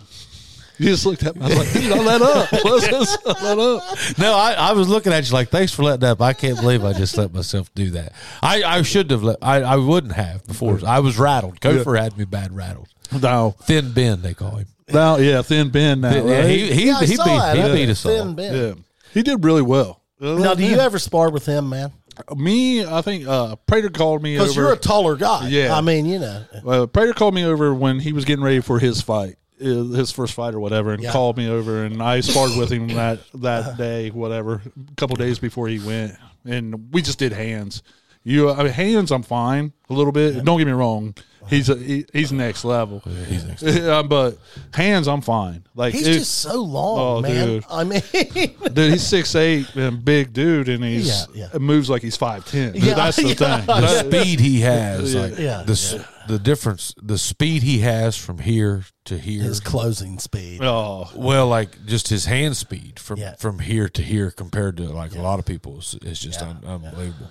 [SPEAKER 3] He just looked at me. I was like, dude, I let up. Let's just let up.
[SPEAKER 4] no, I, I was looking at you like, thanks for letting up. I can't believe I just let myself do that. I, I should have let, I, I wouldn't have before. I was rattled. Kofor had me bad rattled.
[SPEAKER 3] No.
[SPEAKER 4] Thin Ben, they call him.
[SPEAKER 3] Now, yeah, thin Ben now.
[SPEAKER 4] Yeah,
[SPEAKER 3] right?
[SPEAKER 4] he, he,
[SPEAKER 2] Yeah, I
[SPEAKER 4] he,
[SPEAKER 2] saw that.
[SPEAKER 4] beat, he
[SPEAKER 2] That
[SPEAKER 4] beat
[SPEAKER 2] was
[SPEAKER 4] us
[SPEAKER 2] thin
[SPEAKER 4] all.
[SPEAKER 2] bit.
[SPEAKER 3] yeah. He did really well.
[SPEAKER 2] Now, do you ever spar with him, man?
[SPEAKER 3] Me, I think uh, Prater called me
[SPEAKER 2] Because
[SPEAKER 3] over.
[SPEAKER 2] you're a taller guy.
[SPEAKER 3] Yeah.
[SPEAKER 2] I mean, you know.
[SPEAKER 3] Uh, Prater called me over when he was getting ready for his fight, uh, his first fight or whatever, and
[SPEAKER 2] Yeah. Uh-huh.
[SPEAKER 3] called me over, and I sparred with him that that day, whatever, a couple days before he went, and we just did hands. You I mean, hands, I'm fine a little bit. Don't get me wrong,
[SPEAKER 2] Uh-huh.
[SPEAKER 3] he's a, he, he's next level. he's next but hands, I'm fine. Like
[SPEAKER 2] He's
[SPEAKER 3] it-
[SPEAKER 2] just so long,
[SPEAKER 3] Oh,
[SPEAKER 2] man.
[SPEAKER 3] dude.
[SPEAKER 2] I mean,
[SPEAKER 3] dude, he's six eight and big dude, and he's
[SPEAKER 2] Yeah, yeah.
[SPEAKER 3] moves like he's five ten.
[SPEAKER 2] Yeah,
[SPEAKER 3] that's the
[SPEAKER 2] yeah.
[SPEAKER 3] thing.
[SPEAKER 4] The
[SPEAKER 3] That-
[SPEAKER 4] speed he has,
[SPEAKER 3] Yeah.
[SPEAKER 4] like
[SPEAKER 2] Yeah,
[SPEAKER 4] the s- the difference, the speed he has from here to here.
[SPEAKER 2] his closing speed.
[SPEAKER 3] oh,
[SPEAKER 4] Well, like just his hand speed from
[SPEAKER 2] Yeah.
[SPEAKER 4] from here to here compared to like a lot of people is, is just un- unbelievable.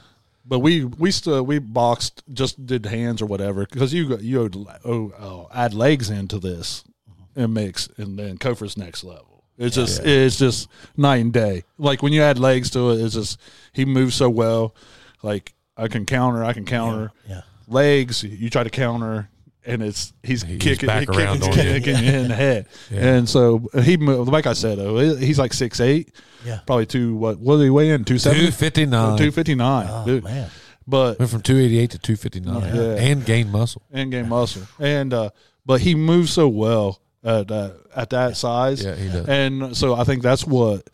[SPEAKER 3] But we we still we boxed just did hands or whatever because you got- you owed, oh, oh, add legs into this
[SPEAKER 4] Mm-hmm.
[SPEAKER 3] and mix and then Kofor's next level. It's just it's just night and day. Like when you add legs to it, it's just he moves so well. Like I can counter, I can counter
[SPEAKER 2] Yeah.
[SPEAKER 3] legs. You try to counter, and it's he's, kicking
[SPEAKER 4] back
[SPEAKER 3] he's
[SPEAKER 4] around
[SPEAKER 3] kicking,
[SPEAKER 4] on you.
[SPEAKER 3] kicking you in the head. And so he moved, like I said, though, he's like six eight,
[SPEAKER 2] Yeah.
[SPEAKER 3] probably two. What what did he weigh in? Two seventy.
[SPEAKER 4] Two Oh, fifty nine.
[SPEAKER 3] Two fifty nine, dude.
[SPEAKER 2] man.
[SPEAKER 3] But
[SPEAKER 4] Went from 288 to 259
[SPEAKER 3] Yeah.
[SPEAKER 4] and gained muscle.
[SPEAKER 3] and gain muscle. And uh, but he moves so well at that at that size.
[SPEAKER 4] Yeah, he does.
[SPEAKER 3] And so I think that's what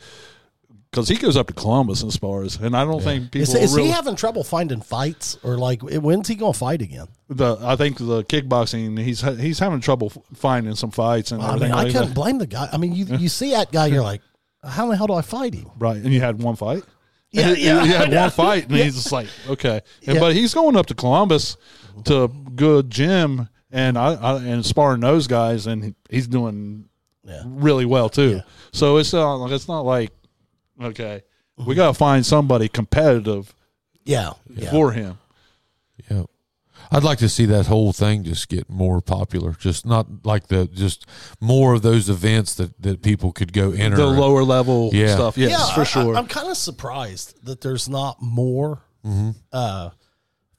[SPEAKER 3] because he goes up to Columbus and spars, and I don't think people
[SPEAKER 2] Is, is
[SPEAKER 3] really.
[SPEAKER 2] he having trouble finding fights, or like when's he gonna fight again?
[SPEAKER 3] the I think the kickboxing he's ha- he's having trouble f- finding some fights and
[SPEAKER 2] I
[SPEAKER 3] everything.
[SPEAKER 2] mean, I
[SPEAKER 3] like
[SPEAKER 2] couldn't
[SPEAKER 3] that.
[SPEAKER 2] blame the guy. I mean, you you see that guy, you're like, how the hell do I fight him?
[SPEAKER 3] Right, and you had one fight.
[SPEAKER 2] Yeah,
[SPEAKER 3] You- you-
[SPEAKER 2] yeah,
[SPEAKER 3] You
[SPEAKER 2] I
[SPEAKER 3] had
[SPEAKER 2] know.
[SPEAKER 3] one fight, and he's just like, okay. And,
[SPEAKER 2] Yeah.
[SPEAKER 3] But he's going up to Columbus to good gym and I, I and sparring those guys, and he- he's doing
[SPEAKER 2] Yeah.
[SPEAKER 3] really well too. So it's not like it's not like okay, we got to find somebody competitive
[SPEAKER 2] Yeah, yeah.
[SPEAKER 3] for him.
[SPEAKER 4] Yeah. I'd like to see that whole thing just get more popular. Just not like the just more of those events that that people could go enter.
[SPEAKER 3] The lower level
[SPEAKER 4] Yeah.
[SPEAKER 3] stuff, yes,
[SPEAKER 2] yeah,
[SPEAKER 3] for
[SPEAKER 2] I-
[SPEAKER 3] sure.
[SPEAKER 4] Mm-hmm.
[SPEAKER 2] I, am kind of surprised that there's not more. Uh,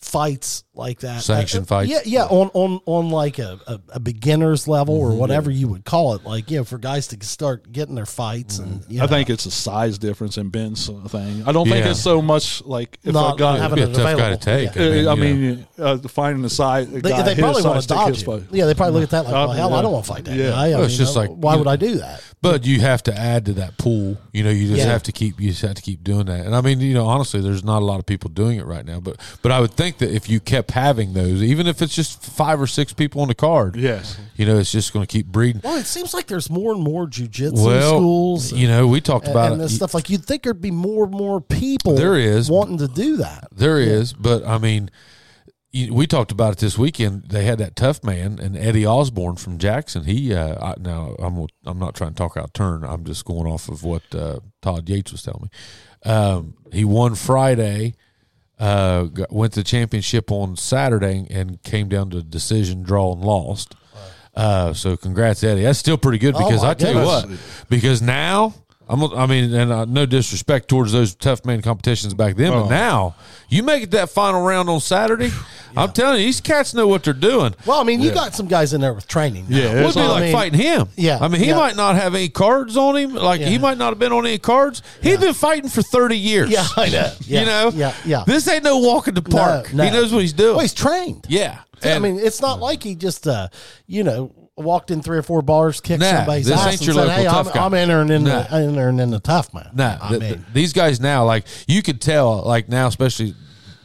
[SPEAKER 2] fights like that, Uh,
[SPEAKER 4] Sanctioned fights.
[SPEAKER 2] Yeah, yeah, on on on like a, a, a beginner's level
[SPEAKER 4] Mm-hmm.
[SPEAKER 2] or whatever you would call it. Like you know, for guys to start getting their fights and you
[SPEAKER 3] Mm-hmm. I
[SPEAKER 2] know,
[SPEAKER 3] think it's a size difference in Ben's thing. I don't think
[SPEAKER 4] Yeah.
[SPEAKER 3] it's so much like if
[SPEAKER 2] Not-
[SPEAKER 3] I got
[SPEAKER 2] not having
[SPEAKER 4] It'd be a
[SPEAKER 2] it
[SPEAKER 4] tough guy to
[SPEAKER 2] available.
[SPEAKER 4] take.
[SPEAKER 3] Uh, I
[SPEAKER 4] you know.
[SPEAKER 3] mean, uh, finding the size. a
[SPEAKER 2] they,
[SPEAKER 3] guy
[SPEAKER 2] they
[SPEAKER 3] his
[SPEAKER 2] probably want
[SPEAKER 3] size
[SPEAKER 2] to
[SPEAKER 3] to
[SPEAKER 2] dodge
[SPEAKER 3] his
[SPEAKER 2] it.
[SPEAKER 3] body.
[SPEAKER 2] Yeah, they probably look at that like,
[SPEAKER 3] Uh,
[SPEAKER 2] well, hell,
[SPEAKER 3] yeah.
[SPEAKER 2] I don't want to fight that
[SPEAKER 3] Yeah.
[SPEAKER 2] guy. I
[SPEAKER 4] Well, it's
[SPEAKER 2] mean,
[SPEAKER 4] just
[SPEAKER 2] uh,
[SPEAKER 4] like-
[SPEAKER 2] why would I do that?
[SPEAKER 4] But you have to add to that pool. You know, you just
[SPEAKER 2] Yeah.
[SPEAKER 4] have to keep you just have to keep doing that. And I mean, you know, honestly, there's not a lot of people doing it right now. But but I would think that if you kept having those, even if it's just five or six people on the card,
[SPEAKER 3] Yes.
[SPEAKER 4] you know, it's just going to keep breeding.
[SPEAKER 2] Well, it seems like there's more and more jujitsu
[SPEAKER 4] Well,
[SPEAKER 2] schools.
[SPEAKER 4] you know, we talked
[SPEAKER 2] and,
[SPEAKER 4] about
[SPEAKER 2] and
[SPEAKER 4] it.
[SPEAKER 2] this stuff. Like you'd think there'd be more and more people.
[SPEAKER 4] There is.
[SPEAKER 2] wanting to do that.
[SPEAKER 4] There is, but I mean, you- we talked about it this weekend. They had that tough man and Eddie Osborne from Jackson. He uh, I, now I'm I'm not trying to talk out of turn. I'm just going off of what uh, Todd Yates was telling me. Um, he won Friday, uh, got, went to the championship on Saturday, and came down to a decision draw and lost. Uh, so congrats, Eddie. That's still pretty good
[SPEAKER 2] Oh,
[SPEAKER 4] because
[SPEAKER 2] my
[SPEAKER 4] I tell
[SPEAKER 2] goodness.
[SPEAKER 4] you what, because now I'm, I mean, and uh, no disrespect towards those tough man competitions back then,
[SPEAKER 2] Oh.
[SPEAKER 4] but now you make it that final round on Saturday. I'm telling you, these cats know what they're doing.
[SPEAKER 2] Well, I mean, you got some guys in there with training. now.
[SPEAKER 3] Yeah,
[SPEAKER 4] It would
[SPEAKER 3] it's
[SPEAKER 4] be
[SPEAKER 3] all-
[SPEAKER 4] like
[SPEAKER 2] I mean-
[SPEAKER 4] fighting him.
[SPEAKER 2] Yeah,
[SPEAKER 4] I mean, he
[SPEAKER 2] yeah.
[SPEAKER 4] might not have any cards on him. Like he
[SPEAKER 2] Yeah.
[SPEAKER 4] might not have been on any cards. He's been fighting for thirty years.
[SPEAKER 2] yeah, I know. Yeah,
[SPEAKER 4] you know.
[SPEAKER 2] yeah, yeah.
[SPEAKER 4] This ain't no walk in the
[SPEAKER 2] No,
[SPEAKER 4] park.
[SPEAKER 2] no.
[SPEAKER 4] He knows what he's doing.
[SPEAKER 2] Well, he's trained.
[SPEAKER 4] yeah.
[SPEAKER 2] I
[SPEAKER 4] And-
[SPEAKER 2] mean, it's not like he just, uh, you know, walked in three or four bars, kicked
[SPEAKER 4] Nah,
[SPEAKER 2] somebody's
[SPEAKER 4] this
[SPEAKER 2] ass,
[SPEAKER 4] ain't
[SPEAKER 2] and
[SPEAKER 4] your
[SPEAKER 2] said,
[SPEAKER 4] local
[SPEAKER 2] "Hey,
[SPEAKER 4] tough
[SPEAKER 2] I'm,
[SPEAKER 4] guy."
[SPEAKER 2] I'm entering in
[SPEAKER 4] Nah.
[SPEAKER 2] the entering in the tough man."
[SPEAKER 4] No,
[SPEAKER 2] I
[SPEAKER 4] th-
[SPEAKER 2] mean,
[SPEAKER 4] th- these guys now, like you could tell, like now, especially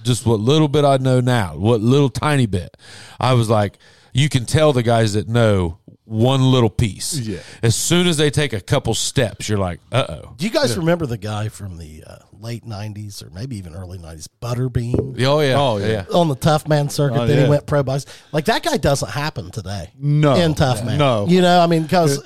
[SPEAKER 4] just what little bit I know now, what little tiny bit, I was like, you can tell the guys that know one little piece.
[SPEAKER 3] Yeah.
[SPEAKER 4] As soon as they take a couple steps, you're like, uh oh.
[SPEAKER 2] do you guys remember the guy from the uh, late '90s or maybe even early '90s, Butterbean?
[SPEAKER 4] Oh yeah.
[SPEAKER 3] Oh, yeah.
[SPEAKER 2] On the tough man circuit,
[SPEAKER 3] Oh,
[SPEAKER 2] then
[SPEAKER 3] yeah.
[SPEAKER 2] he went pro box. Like that guy doesn't happen today.
[SPEAKER 3] No.
[SPEAKER 2] in tough man.
[SPEAKER 3] No.
[SPEAKER 2] you know, I mean, because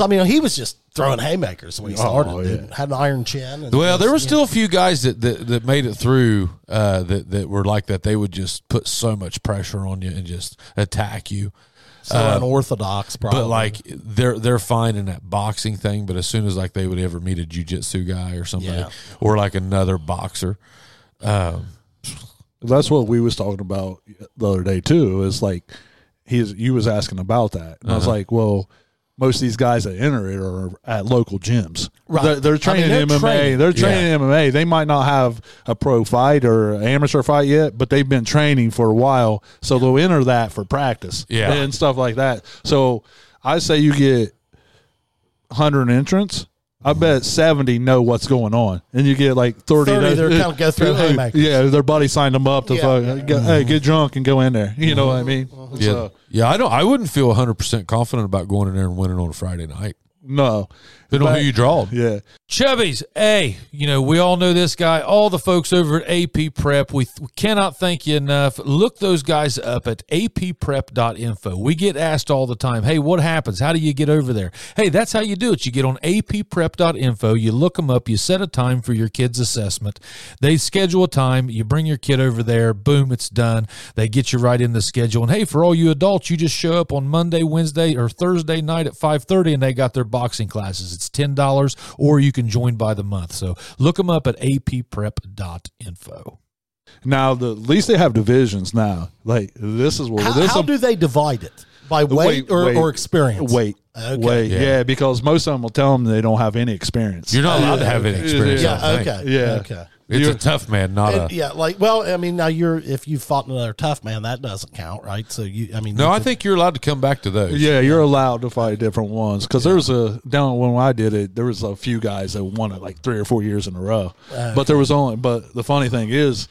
[SPEAKER 2] I mean, he was just throwing haymakers when he started.
[SPEAKER 3] Oh,
[SPEAKER 2] dude. Had an iron chin. And
[SPEAKER 4] Well, there were
[SPEAKER 2] was
[SPEAKER 4] still a few guys that, that, that made it through uh, that that were like that. They would just put so much pressure on you and just attack you.
[SPEAKER 2] so unorthodox, probably.
[SPEAKER 4] But like they're they're fine in that boxing thing, but as soon as like they would ever meet a jujitsu guy or something,
[SPEAKER 2] Yeah.
[SPEAKER 4] or like another boxer,
[SPEAKER 3] That's what we was talking about the other day too. Is like he's you was asking about that, and I was
[SPEAKER 2] Uh-huh.
[SPEAKER 3] like, well, most of these guys that enter it are at local gyms.
[SPEAKER 2] Right.
[SPEAKER 3] They're, they're
[SPEAKER 2] I mean,
[SPEAKER 3] training
[SPEAKER 2] they're
[SPEAKER 3] MMA.
[SPEAKER 2] training.
[SPEAKER 3] They're training
[SPEAKER 4] Yeah.
[SPEAKER 3] MMA. They might not have a pro fight or an amateur fight yet, but they've been training for a while, so they'll enter that for practice,
[SPEAKER 4] Yeah.
[SPEAKER 3] and stuff like that. So I say you get hundred entrants. I bet seventy know what's going on, and you get like thirty.
[SPEAKER 2] 30
[SPEAKER 3] that-
[SPEAKER 2] that kinda go through
[SPEAKER 3] Hey,
[SPEAKER 2] haymakers.
[SPEAKER 3] Yeah, Uh, their buddy signed them up to
[SPEAKER 2] Yeah. Uh-huh.
[SPEAKER 3] fuck. uh, Go, hey, get drunk and go in there. You know what I mean?
[SPEAKER 4] yeah,
[SPEAKER 3] So,
[SPEAKER 4] yeah, I don't, I wouldn't feel hundred percent confident about going in there and winning on a Friday night.
[SPEAKER 3] no.
[SPEAKER 4] Depending on who you draw.
[SPEAKER 3] Yeah.
[SPEAKER 4] Chubby's, hey, you know, we all know this guy. All the folks over at AP Prep, we, th- we cannot thank you enough. Look those guys up at apprep.info. We get asked all the time, hey, what happens? How do you get over there? Hey, that's how you do it. You get on apprep.info, you look them up, you set a time for your kid's assessment. They schedule a time, you bring your kid over there, boom, it's done. They get you right in the schedule. And hey, for all you adults, you just show up on Monday, Wednesday, or Thursday night at 5:30 and they got their boxing classes. It's $10 or you can join by the month. So look them up at apprep.info.
[SPEAKER 3] Now the at least they have divisions now. Like this is what
[SPEAKER 2] How,
[SPEAKER 3] this
[SPEAKER 2] how
[SPEAKER 3] will-
[SPEAKER 2] do they divide it by weight,
[SPEAKER 3] Wait,
[SPEAKER 2] or,
[SPEAKER 3] wait.
[SPEAKER 2] or experience?
[SPEAKER 3] wait.
[SPEAKER 2] Okay.
[SPEAKER 3] Wait, yeah. because most of them will tell them they don't have any experience.
[SPEAKER 4] not allowed to have any
[SPEAKER 3] experience,
[SPEAKER 2] Yeah.
[SPEAKER 4] I don't think. Uh.
[SPEAKER 2] okay.
[SPEAKER 3] Yeah.
[SPEAKER 2] Okay.
[SPEAKER 4] It's a tough man, not
[SPEAKER 2] And, yeah. Like, well, I mean, now you're if you fought another tough man, that doesn't count, right? So you, I mean,
[SPEAKER 4] No,
[SPEAKER 2] you
[SPEAKER 4] I
[SPEAKER 2] could-
[SPEAKER 4] think you're allowed to come back to those.
[SPEAKER 3] Yeah, you're allowed to fight different ones because there was a down when I did it, there was a few guys that won it like three or four years in a row.
[SPEAKER 4] Uh.
[SPEAKER 3] But there was only, but the funny thing is,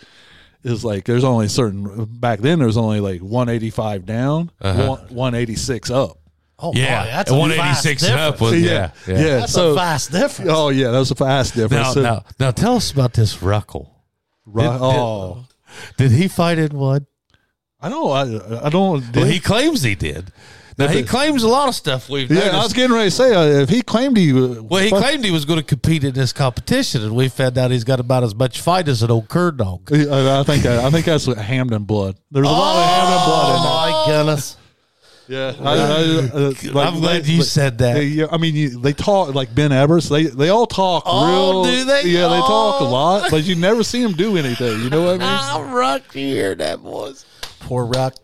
[SPEAKER 3] is like there's only certain back then there was only like 185 down,
[SPEAKER 4] Uh-huh.
[SPEAKER 3] one, 186 up.
[SPEAKER 2] Oh,
[SPEAKER 4] Yeah.
[SPEAKER 2] boy, that's
[SPEAKER 4] And
[SPEAKER 2] a
[SPEAKER 4] 186
[SPEAKER 2] vast
[SPEAKER 4] and up
[SPEAKER 2] difference.
[SPEAKER 4] was yeah.
[SPEAKER 3] yeah.
[SPEAKER 2] That's
[SPEAKER 3] so,
[SPEAKER 2] a vast difference.
[SPEAKER 3] oh yeah, that was a fast difference.
[SPEAKER 4] Now,
[SPEAKER 3] So-
[SPEAKER 4] now, now tell us about this Ruckle.
[SPEAKER 3] Ru- oh,
[SPEAKER 4] Did he fight in one?
[SPEAKER 3] I don't, I, I don't.
[SPEAKER 4] Well, he claims he did. Now he claims a lot of stuff we've
[SPEAKER 3] yeah, I
[SPEAKER 4] noticed.
[SPEAKER 3] was getting ready to say uh, if he claimed he,
[SPEAKER 4] Well, he claimed he was going to compete in this competition, and we found out he's got about as much fight as an old cur dog.
[SPEAKER 3] I think I think that's Hamden blood. There's a lot of Hamden blood in there.
[SPEAKER 2] my Oh, goodness.
[SPEAKER 3] Yeah, I, I- uh, like-
[SPEAKER 4] I'm glad you
[SPEAKER 3] like-
[SPEAKER 4] said that.
[SPEAKER 3] They, yeah, I mean, you, they talk like Ben Evers. They they all talk real.
[SPEAKER 4] Oh, do they?
[SPEAKER 3] Yeah, they talk a
[SPEAKER 4] Oh.
[SPEAKER 3] lot, but you never see them do anything. You know what I mean?
[SPEAKER 4] Ruck, you hear that, boys?
[SPEAKER 2] Poor Ruck. Get-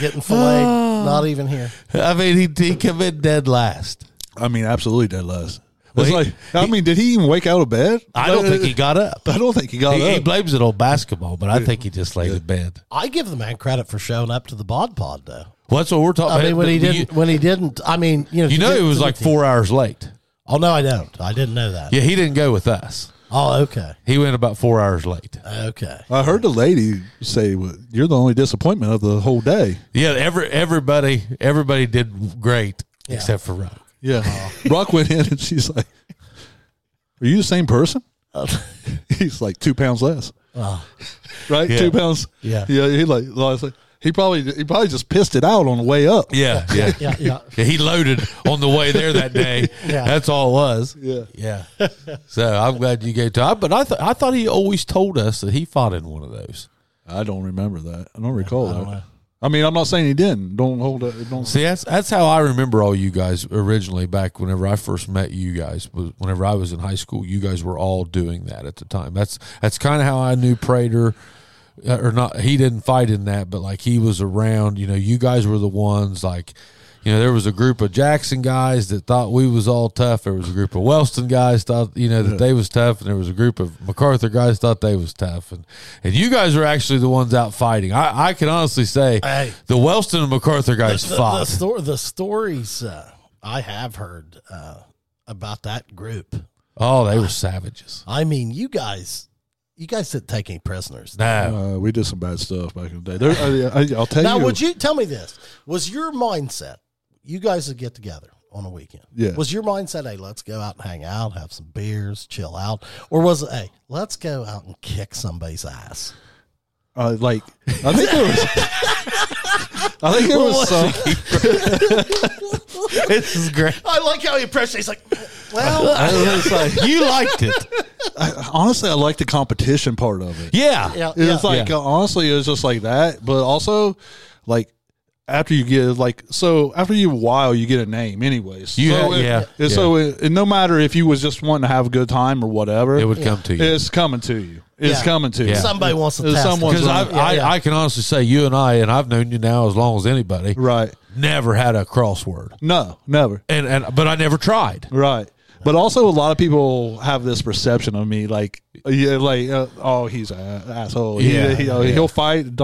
[SPEAKER 2] Getting filleted. Not even here.
[SPEAKER 4] I mean, he, he come in dead last.
[SPEAKER 3] I mean, absolutely dead last.
[SPEAKER 4] Well,
[SPEAKER 3] It's
[SPEAKER 4] he-
[SPEAKER 3] like, I mean, did he even wake out of bed?
[SPEAKER 4] I don't think he got up.
[SPEAKER 3] I don't think he got
[SPEAKER 4] He, he
[SPEAKER 3] up.
[SPEAKER 4] blames it on basketball, but I think he just laid in bed.
[SPEAKER 2] I give the man credit for showing up to the bod pod though.
[SPEAKER 4] Well, that's what we're talking
[SPEAKER 2] I mean,
[SPEAKER 4] about.
[SPEAKER 2] when he
[SPEAKER 4] But
[SPEAKER 2] didn't,
[SPEAKER 4] you-
[SPEAKER 2] when he didn't, I mean, you know,
[SPEAKER 4] You
[SPEAKER 2] to
[SPEAKER 4] know,
[SPEAKER 2] get
[SPEAKER 4] it was
[SPEAKER 2] to
[SPEAKER 4] like
[SPEAKER 2] the-
[SPEAKER 4] four hours late.
[SPEAKER 2] Oh no, I don't. I didn't know that.
[SPEAKER 4] Yeah, he didn't go with us.
[SPEAKER 2] Oh, okay,
[SPEAKER 4] He went about four hours late.
[SPEAKER 2] okay.
[SPEAKER 3] I heard the lady say, well, "You're the only disappointment of the whole day."
[SPEAKER 4] Yeah, every everybody everybody did great except for Rock.
[SPEAKER 3] Yeah,
[SPEAKER 2] Oh.
[SPEAKER 3] Rock went in and she's like, "Are you the same person?" He's like two pounds less.
[SPEAKER 2] Oh,
[SPEAKER 3] right?
[SPEAKER 4] Yeah.
[SPEAKER 3] Two pounds.
[SPEAKER 2] Yeah.
[SPEAKER 3] yeah. He like like, he probably he probably just pissed it out on the way up.
[SPEAKER 4] Yeah, yeah.
[SPEAKER 2] yeah, yeah.
[SPEAKER 4] Yeah, he loaded on the way there that day.
[SPEAKER 2] Yeah.
[SPEAKER 4] That's all it was.
[SPEAKER 3] Yeah.
[SPEAKER 4] Yeah. So I'm glad you gave time. But I, th- I thought he always told us that he fought in one of those.
[SPEAKER 3] I don't remember that. I don't recall
[SPEAKER 2] I don't
[SPEAKER 3] that.
[SPEAKER 2] know.
[SPEAKER 3] I mean, I'm not saying he didn't. Don't hold it. Don't.
[SPEAKER 4] See, that's, that's how I remember all you guys originally back whenever I first met you guys. was Whenever I was in high school, you guys were all doing that at the time. That's that's kind of how I knew Prater. uh, Or not, he didn't fight in that, but like he was around. You know, you guys were the ones like, you know, there was a group of Jackson guys that thought we was all tough. There was a group of Wellston guys thought you know that they was tough, and there was a group of MacArthur guys thought they was tough, and and you guys were actually the ones out fighting. I, I can honestly say
[SPEAKER 2] Hey.
[SPEAKER 4] the Wellston and MacArthur guys
[SPEAKER 2] The,
[SPEAKER 4] fought.
[SPEAKER 2] the, sto- the stories uh, I have heard uh, about that group.
[SPEAKER 4] Oh, they were savages.
[SPEAKER 2] I mean, you guys, you guys didn't take any prisoners.
[SPEAKER 4] No.
[SPEAKER 3] Uh, we did some bad stuff back in the day. There, uh, I, I, I'll tell
[SPEAKER 2] Now,
[SPEAKER 3] you.
[SPEAKER 2] would you tell me this? Was your mindset? You guys would get together on a weekend.
[SPEAKER 3] Yeah.
[SPEAKER 2] Was your mindset, hey, let's go out and hang out, have some beers, chill out, or was it, hey, let's go out and kick somebody's ass?
[SPEAKER 3] uh, like, I think there was. I think there was some.
[SPEAKER 4] this is great.
[SPEAKER 2] I like how he approached. it. He's like, well,
[SPEAKER 3] I was like,
[SPEAKER 4] You liked it.
[SPEAKER 3] I, honestly, I like the competition part of it.
[SPEAKER 4] Yeah.
[SPEAKER 2] yeah,
[SPEAKER 3] It
[SPEAKER 2] yeah.
[SPEAKER 3] was like
[SPEAKER 4] Yeah.
[SPEAKER 3] uh, honestly, it was just like that. But also, like after you get like so after you while you get a name anyways.
[SPEAKER 4] You
[SPEAKER 3] so
[SPEAKER 4] ha- yeah,
[SPEAKER 3] it- So it, it- no matter if you was just wanting to have a good time or whatever,
[SPEAKER 4] It would come to you.
[SPEAKER 3] It's coming to you. It's
[SPEAKER 2] Yeah.
[SPEAKER 3] coming to you.
[SPEAKER 4] Yeah.
[SPEAKER 2] somebody wants to
[SPEAKER 3] It was
[SPEAKER 2] test.
[SPEAKER 3] someone-
[SPEAKER 2] us.
[SPEAKER 4] Because I, I,
[SPEAKER 2] yeah.
[SPEAKER 4] I can honestly say you and I, and I've known you now as long as anybody,
[SPEAKER 3] Right.
[SPEAKER 4] never had a crossword.
[SPEAKER 3] No, never.
[SPEAKER 4] And, and But I never tried.
[SPEAKER 3] Right. But also, a lot of people have this perception of me, like, yeah, like, uh, oh, he's an asshole.
[SPEAKER 4] Yeah,
[SPEAKER 3] Yeah, he, will
[SPEAKER 4] yeah.
[SPEAKER 3] fight. Dude,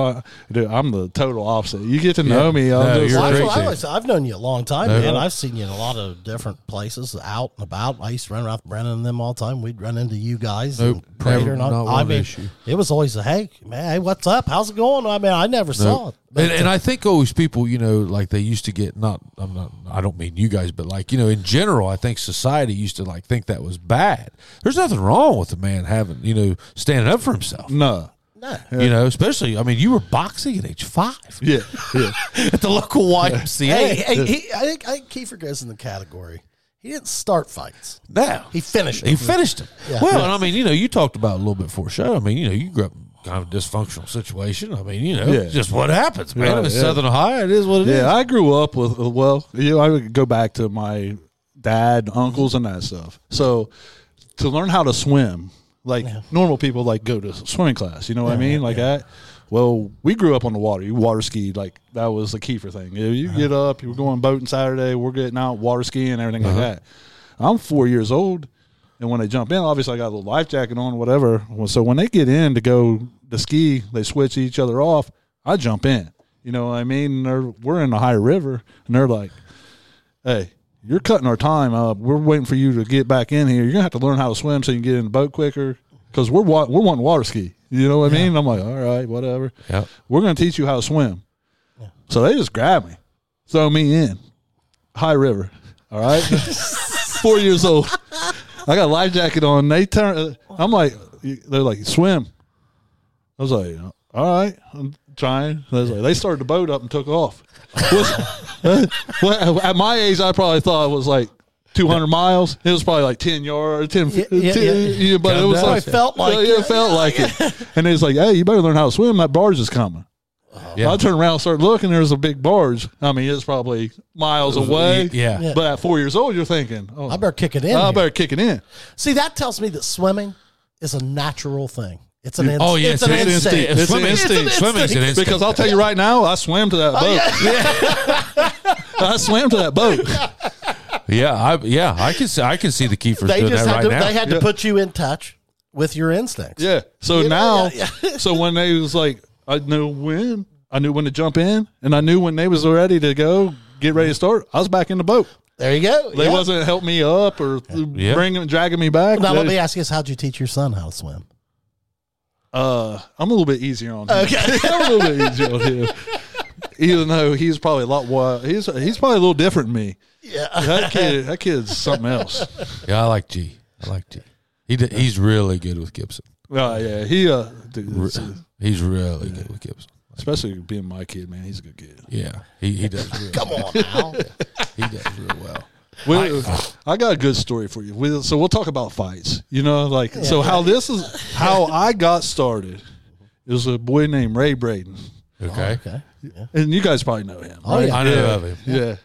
[SPEAKER 3] I'm the total opposite. You get to know
[SPEAKER 4] Yeah.
[SPEAKER 3] me. I'm
[SPEAKER 4] No,
[SPEAKER 3] just
[SPEAKER 4] you're
[SPEAKER 2] Well, that's
[SPEAKER 3] like-
[SPEAKER 4] great
[SPEAKER 2] what I
[SPEAKER 4] dude.
[SPEAKER 2] always say. I've known you a long time,
[SPEAKER 4] No.
[SPEAKER 2] man. I've seen you in a lot of different places, out and about. I used to run around with Brennan and them all the time. We'd run into you guys,
[SPEAKER 4] Nope,
[SPEAKER 2] and Prater, and
[SPEAKER 4] never-
[SPEAKER 2] all.
[SPEAKER 4] not
[SPEAKER 2] I
[SPEAKER 4] one
[SPEAKER 2] mean,
[SPEAKER 4] issue.
[SPEAKER 2] it was always a hey, man, hey, what's up? How's it going? I mean, I never saw it. But
[SPEAKER 4] and, and I think always people, you know, like they used to get not. I'm not. I don't mean you guys, but like you know, in general, I think society used to like think that was bad. There's nothing wrong with a man having, you know, standing up for himself.
[SPEAKER 3] no.
[SPEAKER 2] no,
[SPEAKER 4] You know, especially. I mean, you were boxing at age five
[SPEAKER 3] Yeah. Yeah.
[SPEAKER 4] at the local YMCA.
[SPEAKER 2] hey, hey, he, I think I think Kiefer goes in the category. He didn't start fights.
[SPEAKER 4] No,
[SPEAKER 2] He finished
[SPEAKER 4] He
[SPEAKER 2] them.
[SPEAKER 4] finished him.
[SPEAKER 2] Yeah.
[SPEAKER 4] Well, and I mean, you know, you talked about it a little bit before show. I mean, you know, you grew up in kind of a dysfunctional situation. I mean, you know,
[SPEAKER 3] Yeah.
[SPEAKER 4] just what happens, man.
[SPEAKER 3] Right,
[SPEAKER 4] in
[SPEAKER 3] yeah.
[SPEAKER 4] Southern Ohio, it is what it is.
[SPEAKER 3] Yeah, I grew up with well, you know, I would go back to my dad, uncles, and that stuff. So to learn how to swim, like normal people, like go to swimming class. You know what I mean, like that. Well, we grew up on the water. You water skied like that was the key for thing. You, you get up, you were going boating Saturday. We're getting out water skiing and everything like that. I'm four years old, and when they jump in, obviously I got a little life jacket on, whatever. Well, So when they get in to go to ski, they switch each other off. I jump in. You know what I mean? They're, we're in the high river, and they're like, "Hey, you're cutting our time up. We're waiting for you to get back in here. You're gonna have to learn how to swim so you can get in the boat quicker because we're wa- we're wanting water ski. You know what I mean? I'm like, all right, whatever.
[SPEAKER 4] Yep.
[SPEAKER 3] We're gonna teach you how to swim. So they just grab me, throw me in high river. All right, four years old. I got a life jacket on. They turn. uh, I'm like, they're like, swim. I was like, all right, I'm trying. They, was like, they started the boat up and took off. Was- well, at my age, I probably thought it was like 200 miles. It was probably like 10 yards, 10,
[SPEAKER 2] Yeah, yeah,
[SPEAKER 3] 10
[SPEAKER 2] yeah.
[SPEAKER 3] yeah, but it
[SPEAKER 4] Kinda
[SPEAKER 3] was
[SPEAKER 4] does.
[SPEAKER 3] like,
[SPEAKER 2] Probably felt like it.
[SPEAKER 3] yeah, it felt like it. And he's like, hey, you better learn how to swim. That barge is coming.
[SPEAKER 4] Yeah.
[SPEAKER 3] I turned around and started looking. There's a big barge. I mean, it's probably miles away.
[SPEAKER 4] Yeah.
[SPEAKER 2] Yeah.
[SPEAKER 3] But at four years old, you're thinking, oh,
[SPEAKER 2] I better kick it in.
[SPEAKER 3] I
[SPEAKER 2] here.
[SPEAKER 3] better kick it in.
[SPEAKER 2] See, that tells me that swimming is a natural thing. It's an
[SPEAKER 4] Oh yeah,
[SPEAKER 2] it's, an
[SPEAKER 3] it's
[SPEAKER 2] instinct.
[SPEAKER 3] instinct. It's
[SPEAKER 4] Swimming,
[SPEAKER 3] an instinct.
[SPEAKER 4] swimming's an instinct.
[SPEAKER 3] Because I'll tell you right now, I swam to that boat.
[SPEAKER 2] Oh,
[SPEAKER 3] I swam to that boat.
[SPEAKER 4] yeah, I, yeah, I can see, I can see the Keepers
[SPEAKER 2] They
[SPEAKER 4] doing
[SPEAKER 2] just
[SPEAKER 4] that
[SPEAKER 2] had to
[SPEAKER 4] right now.
[SPEAKER 2] they had to
[SPEAKER 3] Yeah.
[SPEAKER 2] put you in touch with your instincts.
[SPEAKER 3] Yeah. So
[SPEAKER 2] You know,
[SPEAKER 3] now,
[SPEAKER 2] yeah,
[SPEAKER 3] so when they was like, I knew when, I knew when to jump in, and I knew when they was ready to go, get ready to start. I was back in the boat.
[SPEAKER 2] There you go.
[SPEAKER 3] They
[SPEAKER 2] Yeah.
[SPEAKER 3] wasn't helping me up or
[SPEAKER 4] Yeah.
[SPEAKER 3] bringing, dragging me back.
[SPEAKER 2] Now let
[SPEAKER 3] They-
[SPEAKER 2] me ask you this: How'd you teach your son how to swim?
[SPEAKER 3] Uh, I'm a little bit easier on him.
[SPEAKER 2] Okay.
[SPEAKER 3] I'm a little bit easier on him. Even though he's probably a lot wild, he's he's probably a little different than me.
[SPEAKER 2] Yeah,
[SPEAKER 3] That kid, that kid's something else.
[SPEAKER 4] Yeah, I like G. I like G. He did, he's really good with Gibson.
[SPEAKER 3] Oh yeah, he uh, dude,
[SPEAKER 4] Re-
[SPEAKER 3] it's, uh,
[SPEAKER 4] He's really good with Gibson.
[SPEAKER 3] especially being my kid, man, he's a good kid.
[SPEAKER 4] Yeah, he he does. Real,
[SPEAKER 2] come on now.
[SPEAKER 4] he does real well.
[SPEAKER 3] We, I got a good story for you. We, so we'll talk about fights. You know, like so how this is how I got started. It was a boy named Ray Braden,
[SPEAKER 4] Okay,
[SPEAKER 2] okay. Yeah.
[SPEAKER 3] and you guys probably know him.
[SPEAKER 2] Oh, yeah.
[SPEAKER 4] I know of him.
[SPEAKER 3] Yeah.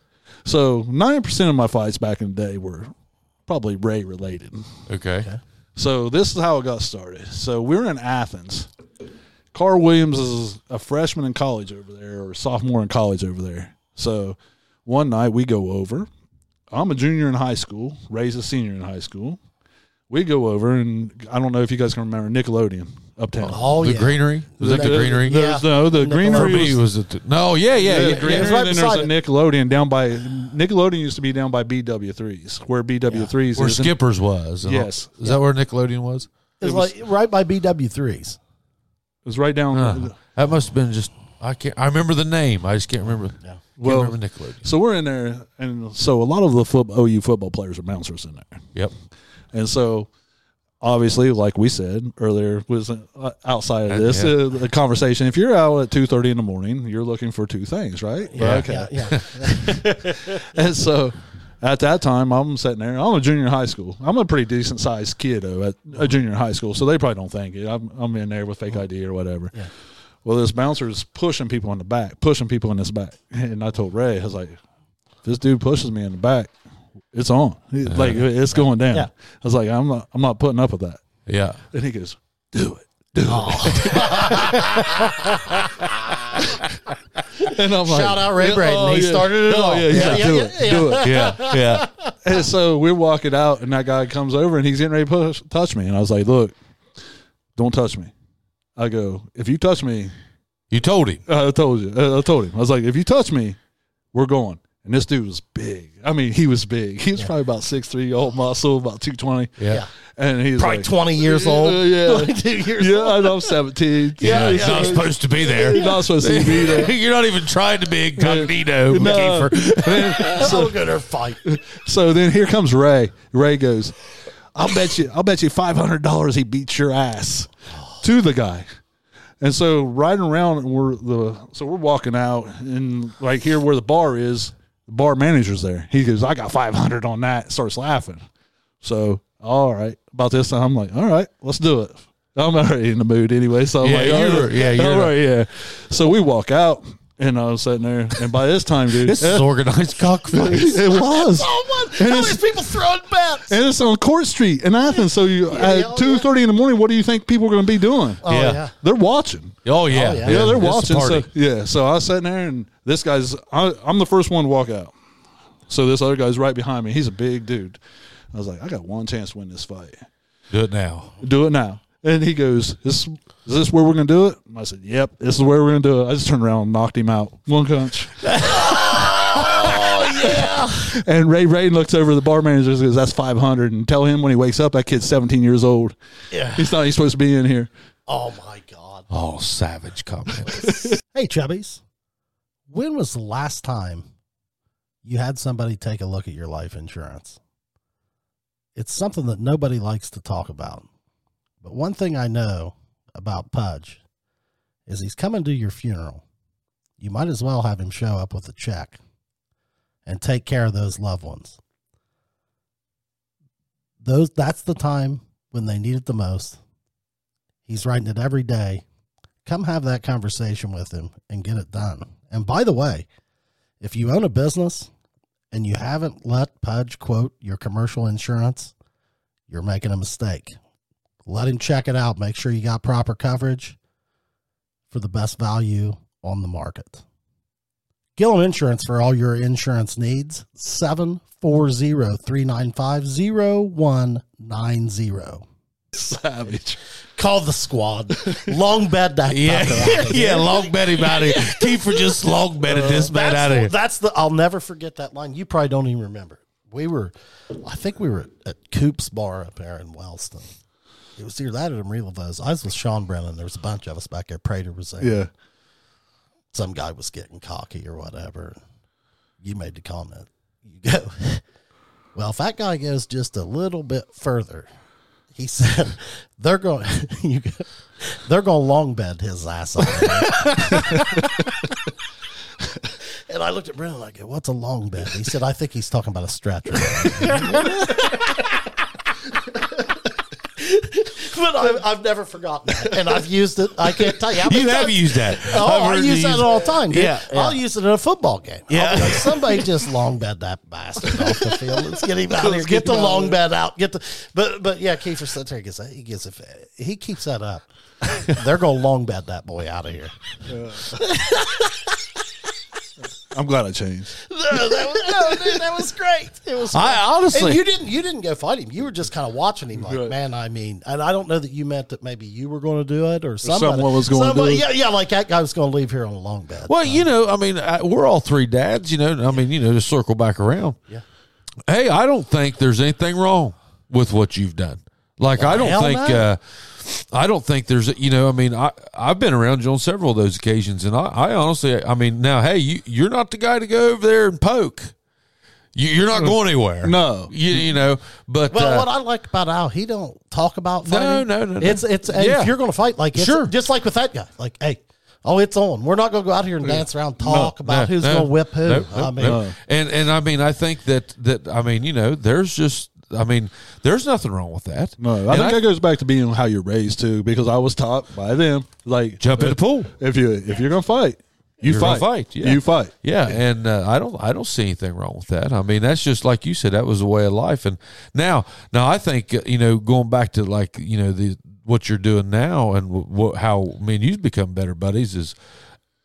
[SPEAKER 3] So nine percent of my fights back in the day were probably Ray related.
[SPEAKER 4] Okay.
[SPEAKER 3] So this is how it got started. So we were in Athens. Carl Williams is a freshman in college over there, or sophomore in college over there. So one night we go over. I'm a junior in high school. Ray's a senior in high school. We go over, and I don't know if you guys can remember Nickelodeon uptown.
[SPEAKER 2] Oh
[SPEAKER 4] The
[SPEAKER 2] yeah.
[SPEAKER 4] greenery was that the greenery?
[SPEAKER 3] There
[SPEAKER 2] Yeah.
[SPEAKER 3] was no the
[SPEAKER 4] For
[SPEAKER 3] greenery.
[SPEAKER 4] me,
[SPEAKER 3] was-
[SPEAKER 4] was it? The, no, yeah, yeah,
[SPEAKER 3] yeah,
[SPEAKER 4] yeah.
[SPEAKER 3] the green
[SPEAKER 4] yeah.
[SPEAKER 2] it's right
[SPEAKER 3] and there's a
[SPEAKER 2] beside
[SPEAKER 3] Nickelodeon down by Nickelodeon used to be down by BW3s, where BW3s
[SPEAKER 4] Where
[SPEAKER 3] is in-
[SPEAKER 4] Skippers was. and all-
[SPEAKER 3] Yes.
[SPEAKER 4] Is that where Nickelodeon was?
[SPEAKER 2] It's
[SPEAKER 3] It was-
[SPEAKER 2] like right by BW threes.
[SPEAKER 3] is right down.
[SPEAKER 4] Uh, that must have been just. I can't. I remember the name. I just can't remember. Yeah.
[SPEAKER 3] Well-
[SPEAKER 4] remember Nickelodeon.
[SPEAKER 3] So we're in there, and so a lot of the foot, OU football players are bouncers in there,
[SPEAKER 4] Yep.
[SPEAKER 3] and so obviously, like we said earlier, was uh, outside of this
[SPEAKER 4] Yeah.
[SPEAKER 3] uh, the conversation. If you're out at two thirty in the morning, you're looking for two things, right?
[SPEAKER 4] Yeah.
[SPEAKER 3] Okay.
[SPEAKER 2] Uh, Yeah, yeah.
[SPEAKER 3] And so at that time, I'm sitting there. I'm a junior in high school. I'm a pretty decent sized kid though, at
[SPEAKER 2] Uh-huh.
[SPEAKER 3] a junior in high school, so they probably don't think it. I'm, I'm in there with fake ID or whatever.
[SPEAKER 2] Yeah.
[SPEAKER 3] Well, this bouncer is pushing people in the back, pushing people in his back, and I told Ray, I was like, if "This dude pushes me in the back. It's on. He- Like it's going down."
[SPEAKER 2] Uh-huh. Yeah.
[SPEAKER 3] I was like, "I'm not. I'm not putting up with that."
[SPEAKER 4] Yeah.
[SPEAKER 3] And he goes, "Do it, do it." and I'm like,
[SPEAKER 2] Shout out Ray Braden. He started it
[SPEAKER 3] oh,
[SPEAKER 2] all.
[SPEAKER 3] Yeah, he's
[SPEAKER 2] Yeah,
[SPEAKER 3] like,
[SPEAKER 2] yeah,
[SPEAKER 3] do
[SPEAKER 2] yeah,
[SPEAKER 3] it,
[SPEAKER 2] yeah.
[SPEAKER 3] do it.
[SPEAKER 4] Yeah. Yeah.
[SPEAKER 3] And so we're walking out, and that guy comes over, and he's getting ready to push, touch me, and I was like, "Look, don't touch me." I go, "If you touch me,
[SPEAKER 4] You told him.
[SPEAKER 3] I told you. I I told him. I was like, if you touch me, we're going. And this dude was big. I mean, he was big. He was probably about six three, old muscle, about two twenty.
[SPEAKER 4] Yeah.
[SPEAKER 2] Yeah.
[SPEAKER 3] And he's
[SPEAKER 2] Probably
[SPEAKER 3] like,
[SPEAKER 2] twenty years old.
[SPEAKER 3] Yeah.
[SPEAKER 2] 22 years old.
[SPEAKER 3] Yeah, and I'm seventeen.
[SPEAKER 4] Yeah. You're
[SPEAKER 3] so-
[SPEAKER 4] not supposed to be there.
[SPEAKER 3] you're not supposed to be there.
[SPEAKER 4] You're not even trying to be incognito,
[SPEAKER 3] No.
[SPEAKER 4] Kiefer.
[SPEAKER 2] So good her fight.
[SPEAKER 3] So then here comes Ray. Ray goes, I'll bet you, I'll bet you five hundred dollars he beats your ass to the guy. And so riding around we're the so we're walking out and like here where the bar is, the bar manager's there. He goes, I got five hundred on that, starts laughing. So all right. About this time I'm like, all right, let's do it. I'm already in the mood anyway. So I'm
[SPEAKER 4] Yeah,
[SPEAKER 3] like,
[SPEAKER 4] you
[SPEAKER 3] all
[SPEAKER 4] were-
[SPEAKER 3] right,
[SPEAKER 4] yeah, you
[SPEAKER 3] all
[SPEAKER 4] were-
[SPEAKER 3] right, yeah. So we walk out and I was sitting there and by this time, dude,
[SPEAKER 4] This is organized cockfight.
[SPEAKER 3] it was.
[SPEAKER 2] Oh my!
[SPEAKER 3] And
[SPEAKER 2] All
[SPEAKER 3] it's-
[SPEAKER 2] these people throwing bets.
[SPEAKER 3] And it's on Court Street in Athens. So you
[SPEAKER 2] yeah,
[SPEAKER 3] at two thirty in the morning, what do you think people are going to be doing?
[SPEAKER 2] Oh
[SPEAKER 4] Yeah.
[SPEAKER 2] yeah.
[SPEAKER 3] They're watching.
[SPEAKER 4] Oh yeah,
[SPEAKER 2] Oh, yeah.
[SPEAKER 3] Yeah, they're
[SPEAKER 4] This is a
[SPEAKER 3] watching. So,
[SPEAKER 4] party.
[SPEAKER 3] yeah. So I was sitting there, and this guy's. I, I'm the first one to walk out. So this other guy's right behind me. He's a big dude. I was like, I got one chance to win this fight.
[SPEAKER 4] Do it now.
[SPEAKER 3] Do it now. And he goes, "This is this where we're going to do it?" And I said, "Yep, this is where we're going to do it." I just turned around and knocked him out. One punch.
[SPEAKER 2] Oh,
[SPEAKER 3] And Ray Rain looks over the bar manager and goes, That's 500. And tell him when he wakes up, that kid's 17 years old.
[SPEAKER 2] Yeah.
[SPEAKER 3] He's not even supposed to be in here.
[SPEAKER 2] Oh my god.
[SPEAKER 4] Oh, savage comment.
[SPEAKER 2] Hey Chubbies, when was the last time you had somebody take a look at your life insurance? It's something that nobody likes to talk about. But one thing I know about Pudge is he's coming to your funeral. You might as well have him show up with a check and take care of those loved ones. Those that's the time when they need it the most. He's writing it every day come have that conversation with him and get it done. And by the way, if you own a business and you haven't let Pudge quote your commercial insurance, you're making a mistake. Let him check it out. Make sure you got proper coverage for the best value on the market. Gillum Insurance for all your insurance needs, 740 395 0190
[SPEAKER 3] Savage.
[SPEAKER 2] call the squad. Long bed that
[SPEAKER 4] Yeah, yeah, long Betty out of here. Kiefer just long bedded this
[SPEAKER 2] Uh,
[SPEAKER 4] man
[SPEAKER 2] That's,
[SPEAKER 4] out of here.
[SPEAKER 2] that's the I'll never forget that line. You probably don't even remember. it. We were I think we were at, at Coop's bar up there in Wellston. It was either that or Marila's. I was with Sean Brennan. There was a bunch of us back there. Prater was there.
[SPEAKER 3] Yeah.
[SPEAKER 2] Some guy was getting cocky or whatever. You made the comment. You go, well, if that guy goes just a little bit further, he said they're going. You go, they're going to long bed his ass off. and I looked at Brennan like, "What's a long bed?" He said, "I think he's talking about a stretcher." but I've, I've never forgotten that, and I've used it. I can't tell you. how many
[SPEAKER 4] You have
[SPEAKER 2] times-
[SPEAKER 4] used that.
[SPEAKER 2] Oh,
[SPEAKER 4] I've
[SPEAKER 2] I
[SPEAKER 4] heard you
[SPEAKER 2] use that
[SPEAKER 4] it.
[SPEAKER 2] all the time. Dude.
[SPEAKER 4] Yeah,
[SPEAKER 2] I'll use it in a football game. I'll
[SPEAKER 4] Yeah.
[SPEAKER 2] be like, somebody just long bed that bastard off the field. Let's get him out of here. Get,
[SPEAKER 3] get
[SPEAKER 2] the
[SPEAKER 3] him out of
[SPEAKER 2] long
[SPEAKER 3] here.
[SPEAKER 2] bed out. Get the but but yeah, Kiefer sits there. He gets he gets if he keeps that up, they're gonna long bed that boy out of here.
[SPEAKER 3] I'm glad I changed.
[SPEAKER 2] No, that was, no, dude, that was great. It was.
[SPEAKER 4] I
[SPEAKER 2] great.
[SPEAKER 4] honestly-
[SPEAKER 2] and you didn't you didn't go fight him. You were just kind of watching him, like
[SPEAKER 3] Right.
[SPEAKER 2] man. I mean, and I don't know that you meant that maybe you were going to do it or somebody,
[SPEAKER 3] someone was gonna do
[SPEAKER 2] somebody-
[SPEAKER 3] it.
[SPEAKER 2] Yeah, yeah, like that guy was going to leave here on a long bed.
[SPEAKER 4] Well, you know, I mean, I, we're all three dads. You know, I mean, you know, to circle back around.
[SPEAKER 2] Yeah.
[SPEAKER 4] Hey, I don't think there's anything wrong with what you've done. Like, I don't
[SPEAKER 2] hell
[SPEAKER 4] think,
[SPEAKER 2] no.
[SPEAKER 4] uh, I don't think there's, you know, I mean, I I've been around you on several of those occasions, and I, I honestly, I mean, now, hey, you you're not the guy to go over there and poke. You, you're not going anywhere.
[SPEAKER 3] No.
[SPEAKER 4] you, you know, but
[SPEAKER 2] Mm. Well,
[SPEAKER 4] uh,
[SPEAKER 2] what I like about Al, he don't talk about
[SPEAKER 4] No,
[SPEAKER 2] fighting.
[SPEAKER 4] no, no, no.
[SPEAKER 2] It's it's hey,
[SPEAKER 4] Yeah.
[SPEAKER 2] if you're gonna fight, like it's,
[SPEAKER 4] Sure.
[SPEAKER 2] just like with that guy, like hey, oh, it's on. We're not gonna go out here and dance around, talk about
[SPEAKER 4] No,
[SPEAKER 2] who's
[SPEAKER 4] no,
[SPEAKER 2] gonna whip who.
[SPEAKER 4] no, no,
[SPEAKER 2] I mean,
[SPEAKER 4] no.
[SPEAKER 3] Oh.
[SPEAKER 4] and and I mean, I think that that I mean, you know, there's just, I mean, there's nothing wrong with that.
[SPEAKER 3] No, I
[SPEAKER 4] And
[SPEAKER 3] think that goes back to being how you're raised too, because I was taught by them like
[SPEAKER 4] jump in the pool.
[SPEAKER 3] if you if you're gonna fight, you
[SPEAKER 4] You're gonna
[SPEAKER 3] fight,
[SPEAKER 4] fight, yeah.
[SPEAKER 3] you fight.
[SPEAKER 4] Yeah, and uh, I don't I don't see anything wrong with that. I mean, that's just like you said, that was a way of life. And now, now I think uh, you know, going back to like you know the what you're doing now and what, how me and you've become better buddies is.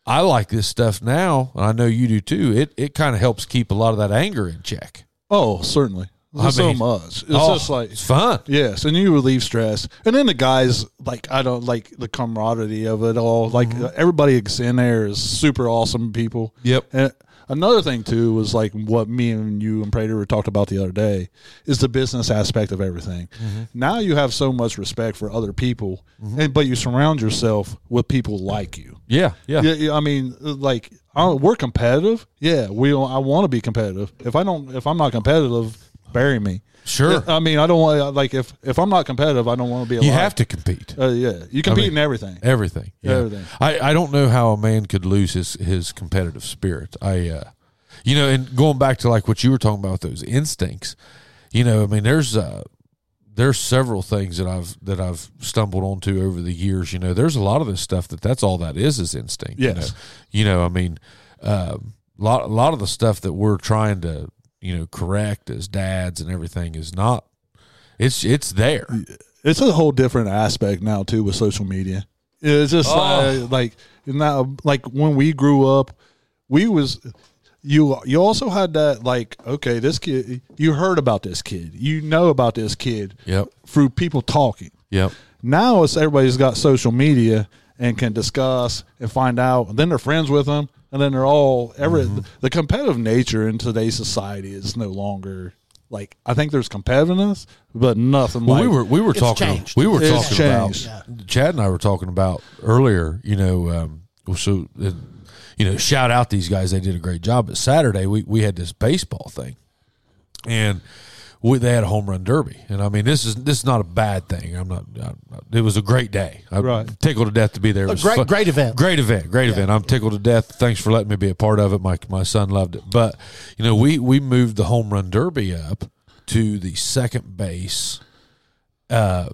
[SPEAKER 4] I like this stuff now, and I know you do too. It it kind of helps keep a lot of that anger in check.
[SPEAKER 3] Oh, certainly,
[SPEAKER 4] I
[SPEAKER 3] so
[SPEAKER 4] mean-
[SPEAKER 3] much. It's
[SPEAKER 4] Oh,
[SPEAKER 3] just like
[SPEAKER 4] it's fun.
[SPEAKER 3] Yes, and you relieve stress, and then the guys like I don't like the camaraderie of it all. Like uh, everybody that's in there is super awesome people.
[SPEAKER 4] Yep.
[SPEAKER 3] And another thing too was like what me and you and Prater were talked about the other day is the business aspect of everything. Now you have so much respect for other people, and but you surround yourself with people like you.
[SPEAKER 4] Yeah, yeah,
[SPEAKER 3] Yeah, yeah, I mean, like I, we're competitive. Yeah, we. I want to be competitive. If I don't, if I'm not competitive, bury me.
[SPEAKER 4] Sure.
[SPEAKER 3] Yeah, I mean, I don't want like if if I'm not competitive, I don't want to be. Alive.
[SPEAKER 4] you have to compete.
[SPEAKER 3] Uh, yeah, you compete
[SPEAKER 4] mean-
[SPEAKER 3] in everything.
[SPEAKER 4] Everything. Yeah.
[SPEAKER 3] Everything.
[SPEAKER 4] I, I don't know how a man could lose his his competitive spirit. I uh you know, and going back to like what you were talking about those instincts, you know, I mean there's uh there's several things that I've that I've stumbled onto over the years, you know. There's a lot of this stuff that that's all that is is instinct. you
[SPEAKER 3] Yes.
[SPEAKER 4] know. You know, I mean, um, lot a lot of the stuff that we're trying to, you know, correct as dads and everything is not it's it's there.
[SPEAKER 3] It's a whole different aspect now too with social media. It's just
[SPEAKER 4] Oh.
[SPEAKER 3] like, like now, like when we grew up, we was you. You also had that like okay, this kid. You heard about this kid. You know about this kid.
[SPEAKER 4] Yep.
[SPEAKER 3] Through people talking.
[SPEAKER 4] Yep.
[SPEAKER 3] Now it's everybody's got social media and can discuss and find out. And then they're friends with them, and then they're all every
[SPEAKER 4] Mm-hmm.
[SPEAKER 3] the competitive nature in today's society is no longer like I think there's competitiveness, but nothing
[SPEAKER 4] Well,
[SPEAKER 3] like
[SPEAKER 4] we were we were
[SPEAKER 2] It's
[SPEAKER 4] talking
[SPEAKER 2] changed.
[SPEAKER 4] we were
[SPEAKER 3] It's
[SPEAKER 4] talking
[SPEAKER 3] changed.
[SPEAKER 4] about Chad and I were talking about earlier. You know, um, so uh, you know, shout out these guys; they did a great job. But Saturday we we had this baseball thing, and we, they had a home run derby. And I mean, this is this is not a bad thing. I'm not. I'm not- it was a great day. I'm
[SPEAKER 3] Right.
[SPEAKER 4] tickled to death to be there. It was
[SPEAKER 2] great-
[SPEAKER 4] fun.
[SPEAKER 2] great event.
[SPEAKER 4] Great event. Great event. I'm tickled to death. Thanks for letting me be a part of it. My my son loved it. But you know, we we moved the home run derby up to the second base wh-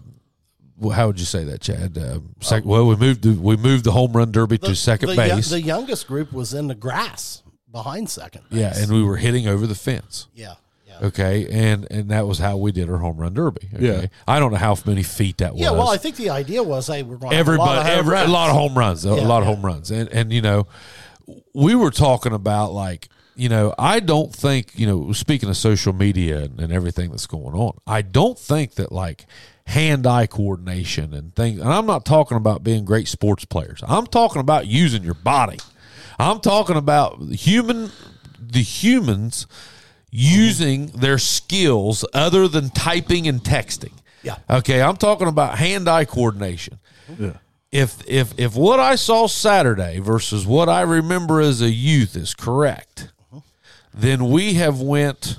[SPEAKER 4] how would you say that, Chad? Uh, sec- well, we moved the, we moved the home run derby to second
[SPEAKER 2] the, yo-
[SPEAKER 4] base.
[SPEAKER 2] the youngest group was in the grass behind second. Base.
[SPEAKER 4] yeah, and we were hitting over the fence.
[SPEAKER 2] yeah, yeah.
[SPEAKER 4] Okay, and and that was how we did our home run derby. Okay?
[SPEAKER 3] Yeah.
[SPEAKER 4] I don't know how many feet that was.
[SPEAKER 2] Yeah, well, I think the idea was, hey, we're going
[SPEAKER 4] everybody,
[SPEAKER 2] to
[SPEAKER 4] every, a lot of home runs, a
[SPEAKER 2] Yeah,
[SPEAKER 4] lot of
[SPEAKER 2] yeah.
[SPEAKER 4] home runs, and and you know, we were talking about like you know, I don't think you know, speaking of social media and, and everything that's going on, I don't think that like hand-eye coordination and things, and I'm not talking about being great sports players. I'm talking about using your body. I'm talking about human, the humans using their skills other than typing and texting.
[SPEAKER 2] Yeah.
[SPEAKER 4] Okay, I'm talking about hand-eye coordination if if if what I saw Saturday versus what I remember as a youth is correct, then we have went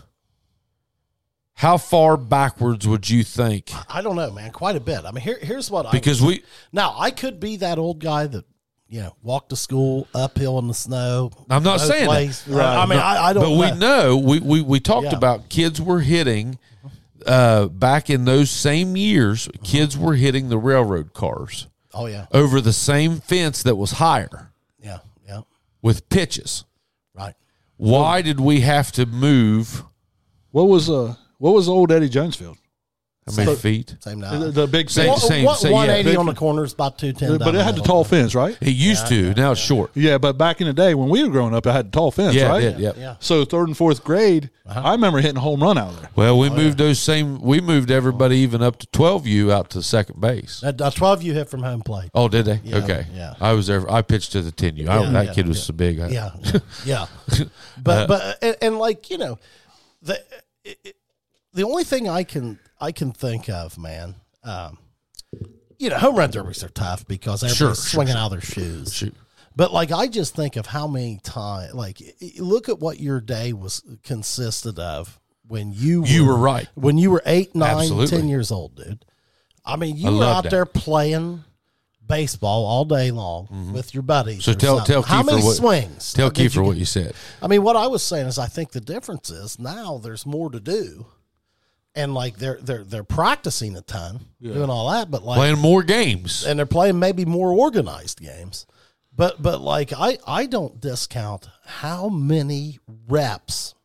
[SPEAKER 4] how far backwards would you think?
[SPEAKER 2] I don't know, man. Quite a bit. I mean, here, here's what I
[SPEAKER 4] Because we
[SPEAKER 2] now I could be that old guy that you know walked to school uphill in the snow.
[SPEAKER 4] I'm not
[SPEAKER 2] no
[SPEAKER 4] saying that.
[SPEAKER 2] place. I, I mean, I, I don't.
[SPEAKER 4] but we know we we, we talked
[SPEAKER 2] Yeah.
[SPEAKER 4] about kids were hitting uh, back in those same years, kids were hitting the railroad cars
[SPEAKER 2] Oh yeah,
[SPEAKER 4] over the same fence that was higher
[SPEAKER 2] yeah, yeah.
[SPEAKER 4] with pitches.
[SPEAKER 2] Right.
[SPEAKER 4] Why did we have to move
[SPEAKER 3] What was uh what was old Eddie Jonesfield?
[SPEAKER 4] how many
[SPEAKER 2] So-
[SPEAKER 4] feet?
[SPEAKER 2] Same
[SPEAKER 3] The,
[SPEAKER 2] now.
[SPEAKER 3] the big
[SPEAKER 4] Same-
[SPEAKER 3] fence.
[SPEAKER 4] same-
[SPEAKER 2] What,
[SPEAKER 4] same- yeah.
[SPEAKER 2] 180 on the corners, about 210.
[SPEAKER 3] but it had the tall fence, right?
[SPEAKER 4] It used to. now it's short.
[SPEAKER 3] Yeah, but back in the day when we were growing up, it had the tall fence,
[SPEAKER 4] Yeah, it
[SPEAKER 3] right?
[SPEAKER 4] did, yep.
[SPEAKER 2] Yeah. Uh-huh.
[SPEAKER 3] So third and fourth grade, I remember hitting a home run out of there.
[SPEAKER 4] Well, we moved those same. We moved everybody even up to twelve U out to second base.
[SPEAKER 2] That, that 12 you hit from home plate.
[SPEAKER 4] Oh, did they?
[SPEAKER 2] Yeah,
[SPEAKER 4] okay.
[SPEAKER 2] yeah.
[SPEAKER 4] I was there. I pitched to the ten U. I
[SPEAKER 2] Yeah,
[SPEAKER 4] that
[SPEAKER 2] yeah,
[SPEAKER 4] kid was so big. I,
[SPEAKER 2] Yeah, yeah.
[SPEAKER 4] Uh,
[SPEAKER 2] But but and, and like you know, the it- it- the only thing I can I can think of, man. Um, you know, home run derbies are tough because everybody's
[SPEAKER 4] Sure, sure,
[SPEAKER 2] swinging out of their shoes. But like, I just think of how many times. Like, y- y- look at what your day was consisted of when you
[SPEAKER 4] You were right.
[SPEAKER 2] when you were eight, nine, ten
[SPEAKER 4] Absolutely.
[SPEAKER 2] years old, dude. I mean, you
[SPEAKER 4] I
[SPEAKER 2] were
[SPEAKER 4] love
[SPEAKER 2] out
[SPEAKER 4] that.
[SPEAKER 2] there playing baseball all day long with your buddies.
[SPEAKER 4] Mm-hmm. So
[SPEAKER 2] or
[SPEAKER 4] tell-
[SPEAKER 2] something.
[SPEAKER 4] tell
[SPEAKER 2] how
[SPEAKER 4] Kiefer
[SPEAKER 2] many
[SPEAKER 4] what-
[SPEAKER 2] swings?
[SPEAKER 4] Tell
[SPEAKER 2] did
[SPEAKER 4] Kiefer
[SPEAKER 2] you
[SPEAKER 4] what you said.
[SPEAKER 2] I mean, what I was saying is, I think the difference is now there's more to do, and like they're they're they're practicing a ton, doing all that, but like,
[SPEAKER 4] Playing more games.
[SPEAKER 2] and they're playing maybe more organized games, but but like I I don't discount how many reps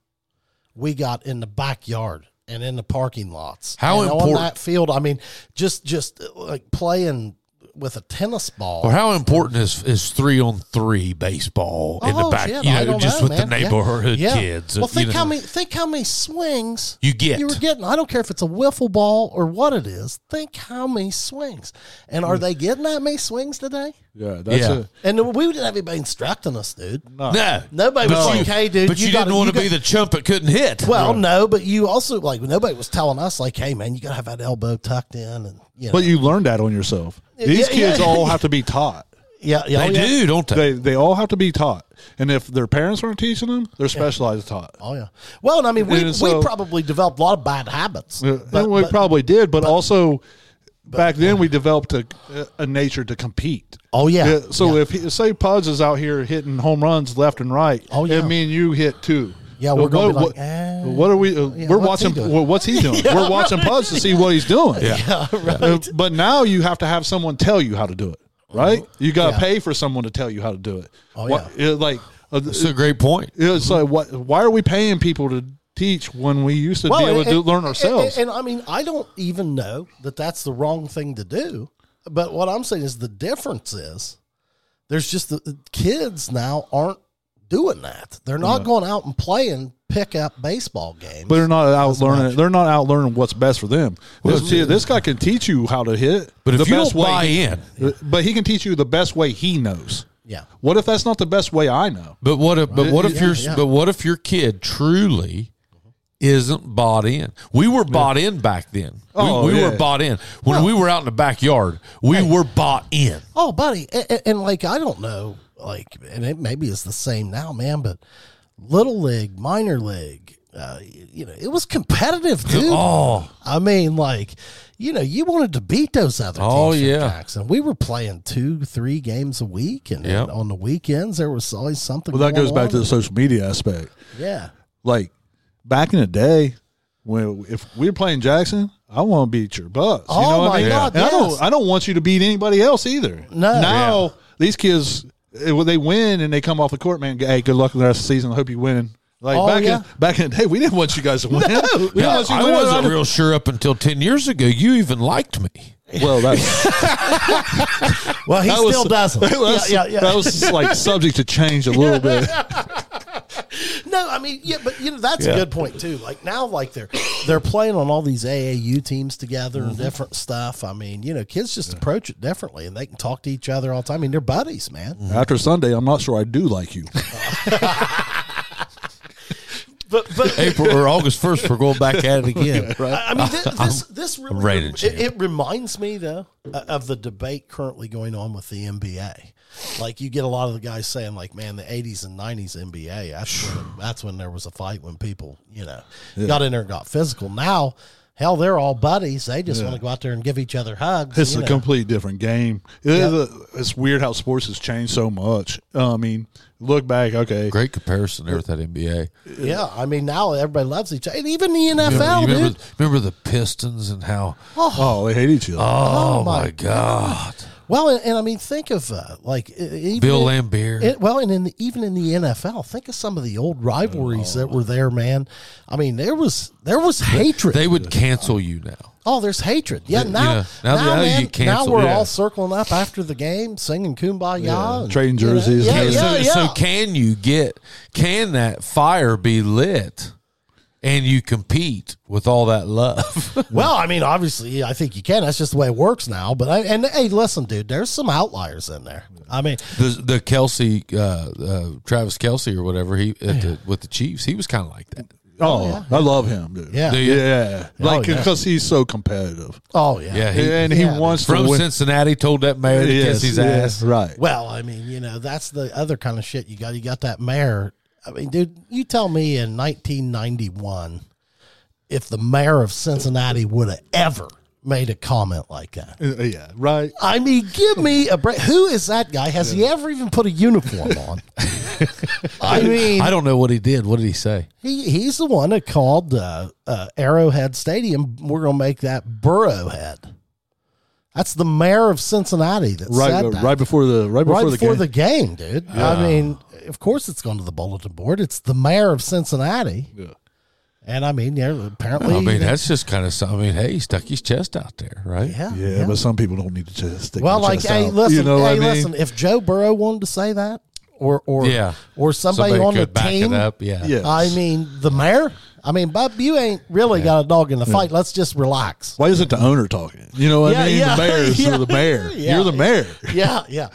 [SPEAKER 2] we got in the backyard and in the parking lots.
[SPEAKER 4] How
[SPEAKER 2] and on
[SPEAKER 4] important-
[SPEAKER 2] that field? I mean, just just uh, like playing with a tennis ball.
[SPEAKER 4] Or how important is is three on three baseball in the
[SPEAKER 2] Oh,
[SPEAKER 4] back?
[SPEAKER 2] shit,
[SPEAKER 4] you
[SPEAKER 2] I
[SPEAKER 4] know,
[SPEAKER 2] don't
[SPEAKER 4] just
[SPEAKER 2] know,
[SPEAKER 4] with the
[SPEAKER 2] man. Yeah.
[SPEAKER 4] neighborhood
[SPEAKER 2] Yeah.
[SPEAKER 4] kids.
[SPEAKER 2] Well,
[SPEAKER 4] you
[SPEAKER 2] think
[SPEAKER 4] know.
[SPEAKER 2] how many think how many swings
[SPEAKER 4] You get.
[SPEAKER 2] you were getting. I don't care if it's a wiffle ball or what it is. Think how many swings, and
[SPEAKER 4] Hmm.
[SPEAKER 2] are they getting that many swings today?
[SPEAKER 3] Yeah, that's
[SPEAKER 4] Yeah.
[SPEAKER 3] it.
[SPEAKER 2] And we didn't have anybody instructing us, dude.
[SPEAKER 4] No,
[SPEAKER 2] Nobody was
[SPEAKER 4] But
[SPEAKER 2] like,
[SPEAKER 4] you-
[SPEAKER 2] "Hey, dude,
[SPEAKER 4] But you,
[SPEAKER 2] you
[SPEAKER 4] didn't
[SPEAKER 2] gotta-
[SPEAKER 4] want
[SPEAKER 2] you
[SPEAKER 4] to be the chump that couldn't hit.
[SPEAKER 2] Well, no, but you also like nobody was telling us like, "Hey, man, you gotta have that elbow tucked in," and you know,
[SPEAKER 3] But you learn that on yourself.
[SPEAKER 2] yeah,
[SPEAKER 3] These kids
[SPEAKER 2] yeah.
[SPEAKER 3] all have to be taught.
[SPEAKER 2] yeah, yeah,
[SPEAKER 4] they
[SPEAKER 2] oh, yeah.
[SPEAKER 4] do, don't
[SPEAKER 3] They
[SPEAKER 4] they?
[SPEAKER 3] they all have to be taught. And if their parents aren't teaching them, they're specialized taught.
[SPEAKER 2] Oh yeah. Well, and I mean, we,
[SPEAKER 3] And so-
[SPEAKER 2] we probably developed a lot of bad habits.
[SPEAKER 3] Uh, and we probably did, but, also back then we developed a, a nature to compete. Uh,
[SPEAKER 2] Oh, yeah.
[SPEAKER 3] so
[SPEAKER 2] Yeah.
[SPEAKER 3] if he, say Puds is out here hitting home runs left and right,
[SPEAKER 2] Oh, yeah.
[SPEAKER 3] and me and you hit two. Uh,
[SPEAKER 2] Yeah, we're gonna be
[SPEAKER 3] what,
[SPEAKER 2] like, eh,
[SPEAKER 3] what, what are we? Uh,
[SPEAKER 2] yeah,
[SPEAKER 3] we're
[SPEAKER 2] what's he
[SPEAKER 3] watching.
[SPEAKER 2] doing?
[SPEAKER 3] well, what's he doing? we're watching Puds to see what he's doing. Yeah, right. but now you have to have someone tell you how to do it. Right? You got to
[SPEAKER 2] Uh-huh. Yeah.
[SPEAKER 3] pay for someone to tell you how to do it.
[SPEAKER 2] Oh,
[SPEAKER 3] What- it, like uh,
[SPEAKER 4] It's a great point.
[SPEAKER 3] it's like what? Why are we paying people to teach when we used to be able to do, learn ourselves?
[SPEAKER 2] And, and I mean, I don't even know that that's the wrong thing to do. But what I'm saying is the difference is there's just the, the kids now aren't doing that. They're not going out and playing pickup baseball games.
[SPEAKER 3] But they're not out learning. They're not out learning what's best for them. This, see, this guy can teach you how to hit,
[SPEAKER 4] But if
[SPEAKER 3] the
[SPEAKER 4] you
[SPEAKER 3] best
[SPEAKER 4] don't
[SPEAKER 3] way
[SPEAKER 4] buy
[SPEAKER 3] he- Uh,
[SPEAKER 4] in,
[SPEAKER 3] but he can teach you the best way he knows.
[SPEAKER 2] yeah.
[SPEAKER 3] What if that's not the best way I know?
[SPEAKER 4] But what if but what if
[SPEAKER 2] Yeah,
[SPEAKER 4] your
[SPEAKER 2] yeah.
[SPEAKER 4] but what if your kid truly isn't bought in? We were bought in back then.
[SPEAKER 3] Oh,
[SPEAKER 4] we we
[SPEAKER 3] yeah.
[SPEAKER 4] were bought in. When we were out in the backyard, we were bought in.
[SPEAKER 2] Oh, buddy, and, and, like I don't know, like, and it maybe is the same now, man. But little league, minor league, uh, you know, it was competitive, dude.
[SPEAKER 4] Oh.
[SPEAKER 2] I mean, like, you know, you wanted to beat those other teams.
[SPEAKER 4] Oh,
[SPEAKER 2] in
[SPEAKER 4] yeah.
[SPEAKER 2] Jackson. We were playing two, three games a week, and,
[SPEAKER 4] Yep.
[SPEAKER 2] and on the weekends there was always something.
[SPEAKER 3] Well, that
[SPEAKER 2] going
[SPEAKER 3] goes back
[SPEAKER 2] on.
[SPEAKER 3] to the social media aspect.
[SPEAKER 2] yeah.
[SPEAKER 3] Like back in the day, when if we were playing Jackson, I want to beat your butts. You
[SPEAKER 2] Oh
[SPEAKER 3] know what
[SPEAKER 2] my
[SPEAKER 3] I mean?
[SPEAKER 2] God,
[SPEAKER 3] And
[SPEAKER 2] yes.
[SPEAKER 3] I don't. I don't want you to beat anybody else either.
[SPEAKER 2] No.
[SPEAKER 3] Now these kids, eh, when they win and they come off the court, man. Hey, good luck with the rest of the season. I hope you win. Like
[SPEAKER 2] Oh,
[SPEAKER 3] back
[SPEAKER 2] yeah.
[SPEAKER 3] in back in the day, we didn't want you guys to win. we didn't want you
[SPEAKER 4] I
[SPEAKER 3] to win.
[SPEAKER 4] wasn't real sure up until ten years ago. You even liked me.
[SPEAKER 3] Well, that's
[SPEAKER 2] Well, he
[SPEAKER 3] That
[SPEAKER 2] still
[SPEAKER 3] was-
[SPEAKER 2] doesn't.
[SPEAKER 3] That was,
[SPEAKER 2] yeah, yeah, yeah.
[SPEAKER 3] That was like subject to change a little bit.
[SPEAKER 2] No, I mean, yeah, but you know that's a good point too. Like now, like they're they're playing on all these AAU teams together and different stuff. I mean, you know, kids just approach it differently, and they can talk to each other all the time. I mean, they're buddies, man.
[SPEAKER 3] After Sunday, I'm not sure I do like you.
[SPEAKER 2] But but
[SPEAKER 4] April or August first, we're going back at it again.
[SPEAKER 2] I I mean, thi- this this really
[SPEAKER 4] rated
[SPEAKER 2] it,
[SPEAKER 4] G.
[SPEAKER 2] it reminds me though uh, of the debate currently going on with the NBA. Like you get a lot of the guys saying, like, man, the '80s and '90s NBA. That's when, that's when there was a fight when people, you know, got in there and got physical. Now, hell, they're all buddies. They just want to go out there and give each other hugs.
[SPEAKER 3] It's
[SPEAKER 2] you
[SPEAKER 3] a
[SPEAKER 2] know.
[SPEAKER 3] complete different game. It is a, it's weird how sports has changed so much. Uh, I mean, look back. Okay,
[SPEAKER 4] Great comparison there with that NBA.
[SPEAKER 2] yeah. I mean, now everybody loves each other, and even the NFL,
[SPEAKER 4] you remember,
[SPEAKER 2] dude.
[SPEAKER 4] remember the Pistons and how? Oh,
[SPEAKER 3] oh, they hate each other.
[SPEAKER 4] my,
[SPEAKER 2] Oh, my
[SPEAKER 4] God,
[SPEAKER 2] Well, and, and I mean, think of uh, like e- even
[SPEAKER 4] Bill
[SPEAKER 2] in-
[SPEAKER 4] Lambier.
[SPEAKER 2] It, well, and in the, even in the NFL, think of some of the old rivalries that were there, man. I mean, there was there was hatred.
[SPEAKER 4] they would cancel you now.
[SPEAKER 2] oh, there's hatred. Yeah,
[SPEAKER 4] Yeah,
[SPEAKER 2] now
[SPEAKER 4] yeah.
[SPEAKER 2] now,
[SPEAKER 4] Now- now you
[SPEAKER 2] man, now
[SPEAKER 4] cancel,
[SPEAKER 2] we're
[SPEAKER 4] yeah.
[SPEAKER 2] all circling up after the game, singing "Kumbaya," and,
[SPEAKER 3] Trading
[SPEAKER 2] you know,
[SPEAKER 3] jerseys
[SPEAKER 2] Yeah,
[SPEAKER 3] and
[SPEAKER 2] yeah,
[SPEAKER 4] so,
[SPEAKER 2] yeah.
[SPEAKER 4] so can you get? Can that fire be lit? And you compete with all that love.
[SPEAKER 2] well, I mean, obviously, I think you can. That's just the way it works now. But I, and hey, listen, dude, there's some outliers in there. I mean,
[SPEAKER 4] the the Kelsey, uh, uh, Travis Kelsey or whatever he at the, with the Chiefs, he was kind of like that.
[SPEAKER 3] Oh, I love him, dude.
[SPEAKER 2] Yeah. Do
[SPEAKER 4] you?
[SPEAKER 3] yeah. Like
[SPEAKER 2] yeah.
[SPEAKER 3] because he's so competitive,
[SPEAKER 2] oh yeah,
[SPEAKER 4] Yeah, he,
[SPEAKER 3] and
[SPEAKER 2] Yeah.
[SPEAKER 3] he wants
[SPEAKER 4] from
[SPEAKER 3] to win.
[SPEAKER 4] Cincinnati told that mayor to
[SPEAKER 3] Yes,
[SPEAKER 4] kiss his
[SPEAKER 3] yes,
[SPEAKER 4] ass.
[SPEAKER 3] right?
[SPEAKER 2] Well, I mean, you know, that's the other kind of shit you got. You got that mayor. I mean, dude, you tell me in 1991 if the mayor of Cincinnati would have ever made a comment like that.
[SPEAKER 3] Uh, Yeah, right.
[SPEAKER 2] I mean, give me a break. Who is that guy? Has he ever even put a uniform on? I mean,
[SPEAKER 4] I don't know what he did. What did he say?
[SPEAKER 2] he, he's the one that called uh, uh, Arrowhead Stadium. We're going to make that Burrowhead. That's the mayor of Cincinnati that
[SPEAKER 3] Right,
[SPEAKER 2] said that
[SPEAKER 3] right before the right before,
[SPEAKER 2] right
[SPEAKER 3] the,
[SPEAKER 2] before
[SPEAKER 3] game.
[SPEAKER 2] the game, dude. I mean, of course it's going to the bulletin board. It's the mayor of Cincinnati,
[SPEAKER 3] Yeah.
[SPEAKER 2] and I mean, yeah, apparently,
[SPEAKER 4] I mean, that's just kind of. I mean, hey, he stuck his chest out there, right?
[SPEAKER 2] yeah,
[SPEAKER 3] yeah, but some people don't need to just stick
[SPEAKER 2] well,
[SPEAKER 3] their
[SPEAKER 2] like,
[SPEAKER 3] chest
[SPEAKER 2] hey,
[SPEAKER 3] out.
[SPEAKER 2] listen,
[SPEAKER 3] you know
[SPEAKER 2] hey,
[SPEAKER 3] what I mean?
[SPEAKER 2] listen. If Joe Burrow wanted to say that, or or
[SPEAKER 4] Yeah.
[SPEAKER 2] or somebody, on the
[SPEAKER 4] could back
[SPEAKER 2] team,
[SPEAKER 4] it up. Yeah.
[SPEAKER 3] Yes.
[SPEAKER 2] I mean, the mayor. I mean, Bub, you ain't really got a dog in the fight. Let's just relax.
[SPEAKER 3] Why isn't the owner talking? You know what
[SPEAKER 2] Yeah,
[SPEAKER 3] I mean?
[SPEAKER 2] yeah,
[SPEAKER 3] the mayor's
[SPEAKER 2] yeah,
[SPEAKER 3] the mayor.
[SPEAKER 2] yeah.
[SPEAKER 3] You're the mayor.
[SPEAKER 2] yeah, yeah.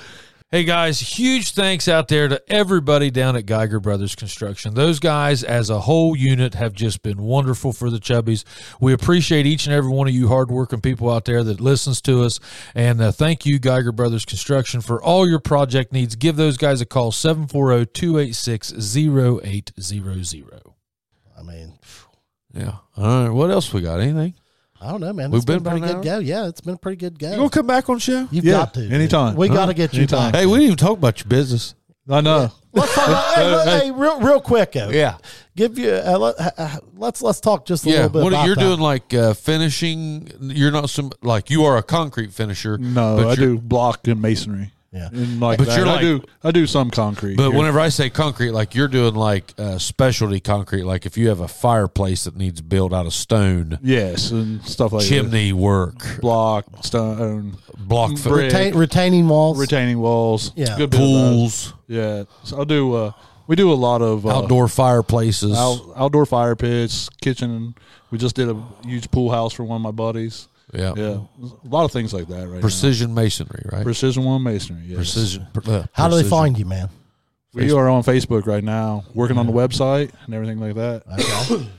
[SPEAKER 1] Hey guys, huge thanks out there to everybody down at Geiger Brothers Construction. Those guys, as a whole unit, have just been wonderful for the Chubbies. We appreciate each and every one of you hardworking people out there that listens to us. And uh, thank you, Geiger Brothers Construction, for all your project needs. Give those guys a call, 740 286 0800.
[SPEAKER 2] I mean,
[SPEAKER 4] Yeah. All right. What else we got? Anything?
[SPEAKER 2] I don't know, man.
[SPEAKER 4] We've
[SPEAKER 2] It's been,
[SPEAKER 4] been
[SPEAKER 2] a
[SPEAKER 4] about
[SPEAKER 2] pretty good go.
[SPEAKER 4] an
[SPEAKER 2] Yeah, it's been a pretty good
[SPEAKER 4] You gonna
[SPEAKER 2] go.
[SPEAKER 4] come back on show?
[SPEAKER 2] You've
[SPEAKER 3] Yeah,
[SPEAKER 2] got to dude.
[SPEAKER 3] anytime.
[SPEAKER 2] We
[SPEAKER 3] Huh?
[SPEAKER 2] got to get you
[SPEAKER 3] Anytime.
[SPEAKER 2] back.
[SPEAKER 4] Hey, we didn't even talk about your business.
[SPEAKER 3] I know.
[SPEAKER 2] Let's talk about, hey, let- hey, real, real quick. Though.
[SPEAKER 4] Yeah.
[SPEAKER 2] Give you. Uh, let, uh, let's let's talk just a
[SPEAKER 4] Yeah.
[SPEAKER 2] little bit.
[SPEAKER 4] What
[SPEAKER 2] about
[SPEAKER 4] you're
[SPEAKER 2] that.
[SPEAKER 4] doing? Like uh, finishing? You're not some like you are a concrete finisher.
[SPEAKER 3] No,
[SPEAKER 4] but
[SPEAKER 3] I
[SPEAKER 4] you're-
[SPEAKER 3] do block and masonry.
[SPEAKER 2] Yeah.
[SPEAKER 3] and like
[SPEAKER 4] But
[SPEAKER 3] that.
[SPEAKER 4] you're
[SPEAKER 3] I
[SPEAKER 4] like-
[SPEAKER 3] do I do some concrete.
[SPEAKER 4] But
[SPEAKER 3] here.
[SPEAKER 4] whenever I say concrete, like you're doing like uh, specialty concrete, like if you have a fireplace that needs built out of stone,
[SPEAKER 3] yes, and stuff like
[SPEAKER 4] chimney work,
[SPEAKER 3] that. block, stone,
[SPEAKER 4] block fi-
[SPEAKER 3] Brick.
[SPEAKER 2] Retain, retaining walls.
[SPEAKER 3] retaining walls.
[SPEAKER 2] Yeah.
[SPEAKER 3] good bit of those.
[SPEAKER 4] pools,
[SPEAKER 3] Yeah, so I'll do. Uh, we do a lot of uh,
[SPEAKER 4] outdoor fireplaces.
[SPEAKER 3] out, outdoor fire pits, kitchen. We just did a huge pool house for one of my buddies.
[SPEAKER 4] yeah.
[SPEAKER 3] Yeah, a lot of things like that. Right,
[SPEAKER 4] precision masonry,
[SPEAKER 3] now.
[SPEAKER 4] right?
[SPEAKER 3] precision one masonry. Yes.
[SPEAKER 4] precision. pr- uh,
[SPEAKER 2] How do they
[SPEAKER 4] precision.
[SPEAKER 2] find you, man?
[SPEAKER 3] We are on Facebook right now, working on the website and everything like that.
[SPEAKER 4] Is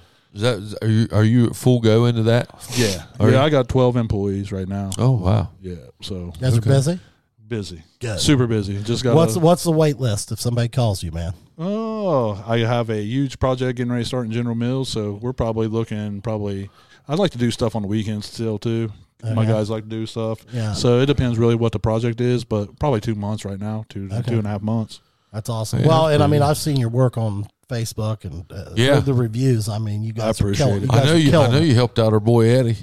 [SPEAKER 4] that, is- are you are you at full go into that?
[SPEAKER 3] Yeah,
[SPEAKER 4] Are
[SPEAKER 3] yeah.
[SPEAKER 4] you-
[SPEAKER 3] I got twelve employees right now.
[SPEAKER 4] Oh wow.
[SPEAKER 3] Yeah, so
[SPEAKER 2] You guys are busy.
[SPEAKER 3] busy,
[SPEAKER 2] Good.
[SPEAKER 3] super busy. Just
[SPEAKER 4] Uh,
[SPEAKER 3] got
[SPEAKER 2] What's what's the wait list if somebody calls you, man?
[SPEAKER 3] Oh, I have a huge project getting ready to start in General Mills, so we're probably looking probably. I'd like to do stuff on the weekends still too. My
[SPEAKER 2] Okay.
[SPEAKER 3] guys like to do stuff.
[SPEAKER 2] Yeah.
[SPEAKER 3] So it depends really what the project is, but probably two months right now, two two and a half months.
[SPEAKER 2] That's awesome. well, and I mean, I've seen your work on Facebook and uh,
[SPEAKER 4] Yeah.
[SPEAKER 2] the reviews. I mean, you guys are
[SPEAKER 3] appreciate
[SPEAKER 2] killing. You
[SPEAKER 3] it.
[SPEAKER 4] I
[SPEAKER 2] guys
[SPEAKER 4] know
[SPEAKER 2] are
[SPEAKER 4] you. I
[SPEAKER 2] killing
[SPEAKER 4] know
[SPEAKER 2] it.
[SPEAKER 4] you helped out our boy Eddie.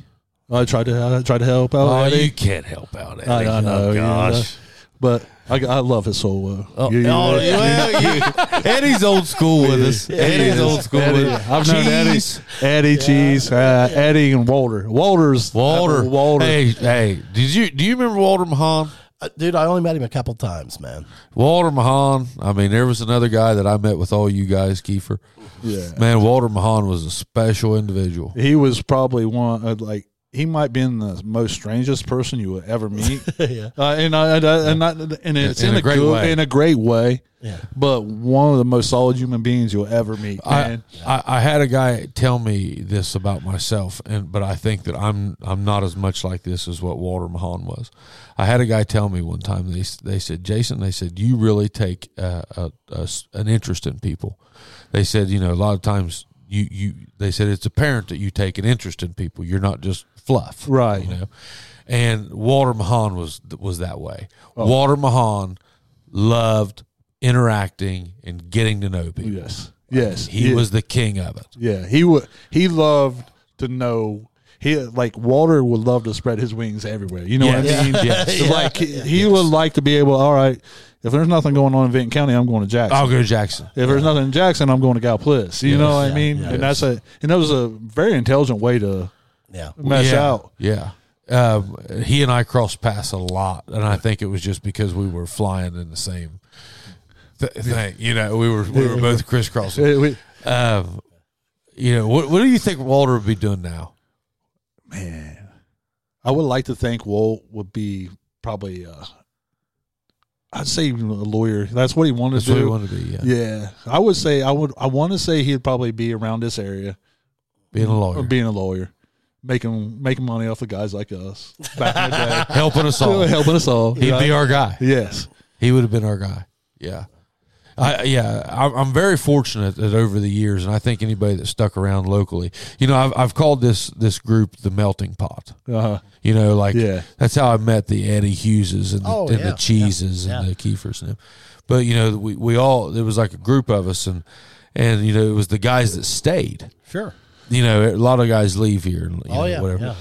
[SPEAKER 3] I tried to I tried to help out.
[SPEAKER 1] Oh,
[SPEAKER 3] Eddie.
[SPEAKER 1] you can't help out. Eddie.
[SPEAKER 3] I, I know,
[SPEAKER 1] Oh,
[SPEAKER 3] you know,
[SPEAKER 1] gosh.
[SPEAKER 3] but I, I love his solo.
[SPEAKER 1] Oh,
[SPEAKER 3] You- you-
[SPEAKER 1] oh, well, you- Eddie's old school with us. Eddie's old school
[SPEAKER 3] Eddie.
[SPEAKER 1] with us.
[SPEAKER 3] I've known Eddie,
[SPEAKER 1] Cheese.
[SPEAKER 3] Eddie Cheese, uh, Eddie, and Walter. Walter's uh,
[SPEAKER 4] Oh, Walter.
[SPEAKER 3] Walter.
[SPEAKER 4] Hey, hey. Did you do you remember Walter Mahan?
[SPEAKER 2] Uh, dude, I only met him a couple times, man.
[SPEAKER 4] Walter Mahan. I mean, there was another guy that I met with all you guys, Kiefer.
[SPEAKER 3] Yeah,
[SPEAKER 4] Man, Walter Mahan was a special individual.
[SPEAKER 3] he was probably one uh, like he might be in the most strangest person you will ever meet.
[SPEAKER 2] yeah,
[SPEAKER 3] Uh, and I, and, I, and, I, and it's in, a, great good,
[SPEAKER 4] way.
[SPEAKER 3] in a great way,
[SPEAKER 2] yeah.
[SPEAKER 3] but one of the most solid human beings you'll ever meet.
[SPEAKER 4] I,
[SPEAKER 3] man.
[SPEAKER 4] I, I had a guy tell me this about myself, and but I think that I'm I'm not as much like this as what Walter Mahan was. I had a guy tell me one time they s- they said Jason they said you really take uh, a, a s- an interest in people. They said you know a lot of times you you they said it's apparent that you take an interest in people. You're not just fluff,
[SPEAKER 3] Right.
[SPEAKER 4] You know, and Walter Mahan was was that way.
[SPEAKER 3] Oh.
[SPEAKER 4] Walter Mahan loved interacting and getting to know people.
[SPEAKER 3] yes, yes,
[SPEAKER 4] He
[SPEAKER 3] yeah.
[SPEAKER 4] was the king of it.
[SPEAKER 3] Yeah, he would. He loved to know. He like Walter would love to spread his wings everywhere. You know what I
[SPEAKER 4] Yes.
[SPEAKER 3] mean?
[SPEAKER 4] Yes.
[SPEAKER 3] So, Like he, he would like to be able. All right, if there's nothing going on in Benton County, I'm going to Jackson.
[SPEAKER 4] I'll go to Jackson.
[SPEAKER 3] If there's nothing in Jackson, I'm going to Galplis. You know what I mean? And that's a and that was a very intelligent way to
[SPEAKER 2] yeah.
[SPEAKER 3] mesh
[SPEAKER 4] yeah.
[SPEAKER 3] out.
[SPEAKER 4] Yeah. Um, he and I crossed paths a lot, and I think it was just because we were flying in the same th- thing. You know, we were we were both crisscrossing.
[SPEAKER 3] It- we-
[SPEAKER 4] Um, you know, what, what do you think Walter would be doing now?
[SPEAKER 3] man, I would like to think Walt would be probably. Uh, I'd say a lawyer. That's what he wanted
[SPEAKER 4] That's
[SPEAKER 3] to
[SPEAKER 4] what
[SPEAKER 3] do.
[SPEAKER 4] he wanted to be. Yeah,
[SPEAKER 3] Yeah, I would say I would. I want to say he'd probably be around this area,
[SPEAKER 4] being a
[SPEAKER 3] or
[SPEAKER 4] lawyer,
[SPEAKER 3] being a lawyer, making making money off of guys like us back in the day,
[SPEAKER 4] helping us all.
[SPEAKER 3] helping us all.
[SPEAKER 4] He'd be
[SPEAKER 3] right?
[SPEAKER 4] our guy.
[SPEAKER 3] yes,
[SPEAKER 4] He would have been our guy. Yeah. I, yeah, I'm I'm very fortunate that over the years, and I think anybody that stuck around locally, you know, I've, I've called this this group the melting pot.
[SPEAKER 3] uh-huh.
[SPEAKER 4] You know, like
[SPEAKER 3] yeah,
[SPEAKER 4] that's how I met the Eddie Hugheses and the,
[SPEAKER 2] Oh,
[SPEAKER 4] and
[SPEAKER 2] yeah,
[SPEAKER 4] the Cheeses
[SPEAKER 2] yeah,
[SPEAKER 4] and the Kiefers and them. But you know, we, we all there was like a group of us, and and you know, it was the guys that stayed.
[SPEAKER 2] Sure.
[SPEAKER 4] You know, a lot of guys leave here. And, you
[SPEAKER 2] Oh
[SPEAKER 4] know,
[SPEAKER 2] yeah.
[SPEAKER 4] whatever
[SPEAKER 2] yeah,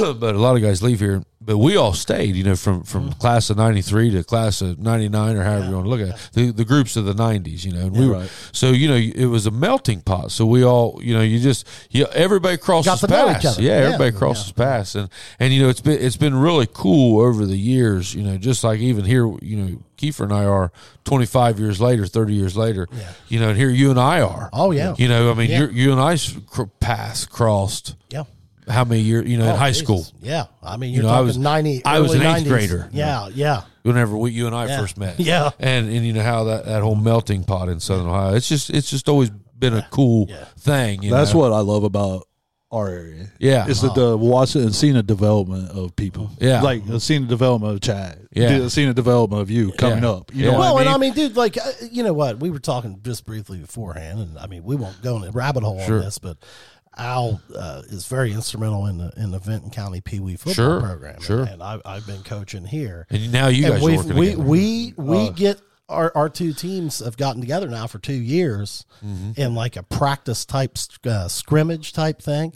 [SPEAKER 2] yeah.
[SPEAKER 4] but a lot of guys leave here. But we all stayed, you know, from, from
[SPEAKER 2] Mm-hmm.
[SPEAKER 4] class of '93 to class of '99 or however you want to look at it. The, the groups of the '90s, you know, and we were
[SPEAKER 3] right.
[SPEAKER 4] so you know it was a melting pot. So we all, you know, you just you, everybody crosses
[SPEAKER 2] to know each
[SPEAKER 4] paths.
[SPEAKER 2] other.
[SPEAKER 4] Yeah,
[SPEAKER 2] Yeah.
[SPEAKER 4] everybody crosses paths, and and you know it's been it's been really cool over the years. You know, just like even here, you know, Kiefer and I are 25 years later, 30 years later.
[SPEAKER 2] Yeah.
[SPEAKER 4] You know, and here you and I are.
[SPEAKER 2] Oh, yeah.
[SPEAKER 4] You know, I mean,
[SPEAKER 2] Yeah.
[SPEAKER 4] you're, you and I's cr- paths crossed.
[SPEAKER 2] Yeah.
[SPEAKER 4] How many years? You know, in
[SPEAKER 2] Oh,
[SPEAKER 4] high
[SPEAKER 2] Jesus.
[SPEAKER 4] school.
[SPEAKER 2] Yeah. I mean, you're
[SPEAKER 4] know, I
[SPEAKER 2] talking
[SPEAKER 4] was-
[SPEAKER 2] 90.
[SPEAKER 4] I was
[SPEAKER 2] early
[SPEAKER 4] an eighth
[SPEAKER 2] 90s.
[SPEAKER 4] grader.
[SPEAKER 2] Yeah. Yeah.
[SPEAKER 4] whenever we, you and I
[SPEAKER 2] Yeah.
[SPEAKER 4] first met.
[SPEAKER 2] Yeah.
[SPEAKER 4] And and you know how that, that whole melting pot in Southern Ohio. It's just it's just always been a cool
[SPEAKER 2] Yeah.
[SPEAKER 4] thing. You
[SPEAKER 3] that's
[SPEAKER 4] know?
[SPEAKER 3] what I love about our area.
[SPEAKER 4] Yeah.
[SPEAKER 3] is that the watching and seeing the development of people.
[SPEAKER 4] Yeah.
[SPEAKER 3] like seeing the development of Chad.
[SPEAKER 4] Yeah.
[SPEAKER 3] The- seeing the development of you coming
[SPEAKER 4] Yeah.
[SPEAKER 3] up. You
[SPEAKER 4] Yeah.
[SPEAKER 3] know
[SPEAKER 2] well,
[SPEAKER 3] what
[SPEAKER 2] and
[SPEAKER 3] I
[SPEAKER 2] I
[SPEAKER 3] mean?
[SPEAKER 2] mean, dude, like, uh, you know what? We were talking just briefly beforehand, and I mean, we won't go in a rabbit hole
[SPEAKER 4] Sure.
[SPEAKER 2] on this, but Al uh, is very instrumental in the in the Benton County Pee Wee football
[SPEAKER 4] Sure,
[SPEAKER 2] program.
[SPEAKER 4] sure.
[SPEAKER 2] And, I, I've been coaching here.
[SPEAKER 4] And now you guys
[SPEAKER 2] and
[SPEAKER 4] are
[SPEAKER 2] we've,
[SPEAKER 4] working
[SPEAKER 2] we,
[SPEAKER 4] together.
[SPEAKER 2] we we get our, our two teams have gotten together now for two years
[SPEAKER 4] Mm-hmm.
[SPEAKER 2] in like a practice type sc- uh, scrimmage type thing,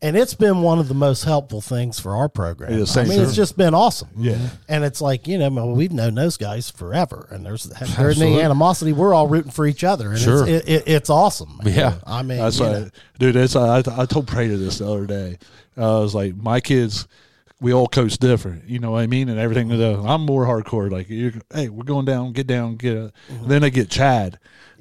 [SPEAKER 2] and it's been one of the most helpful things for our program.
[SPEAKER 3] Yeah,
[SPEAKER 2] I
[SPEAKER 3] same
[SPEAKER 2] mean,
[SPEAKER 3] here.
[SPEAKER 2] it's just been awesome.
[SPEAKER 3] Yeah.
[SPEAKER 2] and it's like you know well, we've known those guys forever, and there's there isn't
[SPEAKER 4] Absolutely.
[SPEAKER 2] any animosity. We're all rooting for each other, and
[SPEAKER 4] Sure.
[SPEAKER 2] it's, it, it, it's awesome. man.
[SPEAKER 4] Yeah.
[SPEAKER 2] I mean,
[SPEAKER 3] That's
[SPEAKER 2] you
[SPEAKER 3] right,
[SPEAKER 2] know,
[SPEAKER 3] dude. That's I, I told Prater this the other day. I was like, my kids, we all coach different. You know what I mean? And everything. that, uh, I'm more hardcore. Like, you're, hey, we're going down. Get down. Get. Up.
[SPEAKER 2] Mm-hmm.
[SPEAKER 3] Then they get Chad.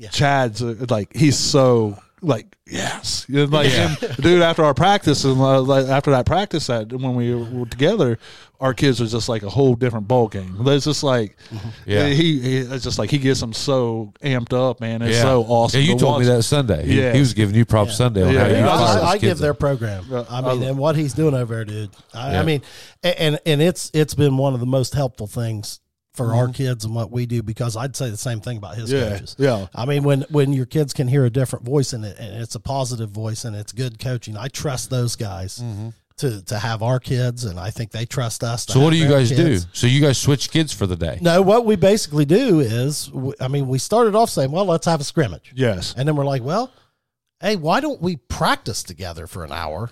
[SPEAKER 3] Chad's uh, like he's so like yes, You know, like and, dude. After our practice and uh, like, after that practice that when we were together, our kids are just like a whole different ball game. It's just like
[SPEAKER 4] Mm-hmm. Yeah.
[SPEAKER 3] he, he it's just like he gets them so amped up, man. It's
[SPEAKER 4] Yeah.
[SPEAKER 3] so awesome.
[SPEAKER 4] Yeah, you
[SPEAKER 3] to
[SPEAKER 4] told me
[SPEAKER 3] watch.
[SPEAKER 4] that Sunday. He,
[SPEAKER 3] Yeah.
[SPEAKER 4] he was giving you props Sunday on
[SPEAKER 3] Yeah.
[SPEAKER 4] how you
[SPEAKER 3] Yeah.
[SPEAKER 4] fired
[SPEAKER 2] I,
[SPEAKER 4] those
[SPEAKER 2] I give
[SPEAKER 4] kids
[SPEAKER 2] their
[SPEAKER 4] up.
[SPEAKER 2] program. I mean,
[SPEAKER 3] I-
[SPEAKER 2] and what he's doing over there, dude. I,
[SPEAKER 4] Yeah.
[SPEAKER 2] I mean, a- and and it's it's been one of the most helpful things for our
[SPEAKER 4] Mm-hmm.
[SPEAKER 2] kids and what we do because I'd say the same thing about his
[SPEAKER 3] Yeah,
[SPEAKER 2] coaches.
[SPEAKER 3] yeah.
[SPEAKER 2] I mean, when when your kids can hear a different voice and, it, and it's a positive voice and it's good coaching, I trust those guys. To, to have our kids and I think they trust us. to
[SPEAKER 4] Mm-hmm. So
[SPEAKER 2] have
[SPEAKER 4] what do you
[SPEAKER 2] their
[SPEAKER 4] guys do?
[SPEAKER 2] kids.
[SPEAKER 4] So you guys switch kids for the day.
[SPEAKER 2] No, what we basically do is, w- I mean, we started off saying, well, let's have a scrimmage.
[SPEAKER 3] Yes.
[SPEAKER 2] And then we're like, well, hey, why don't we practice together for an hour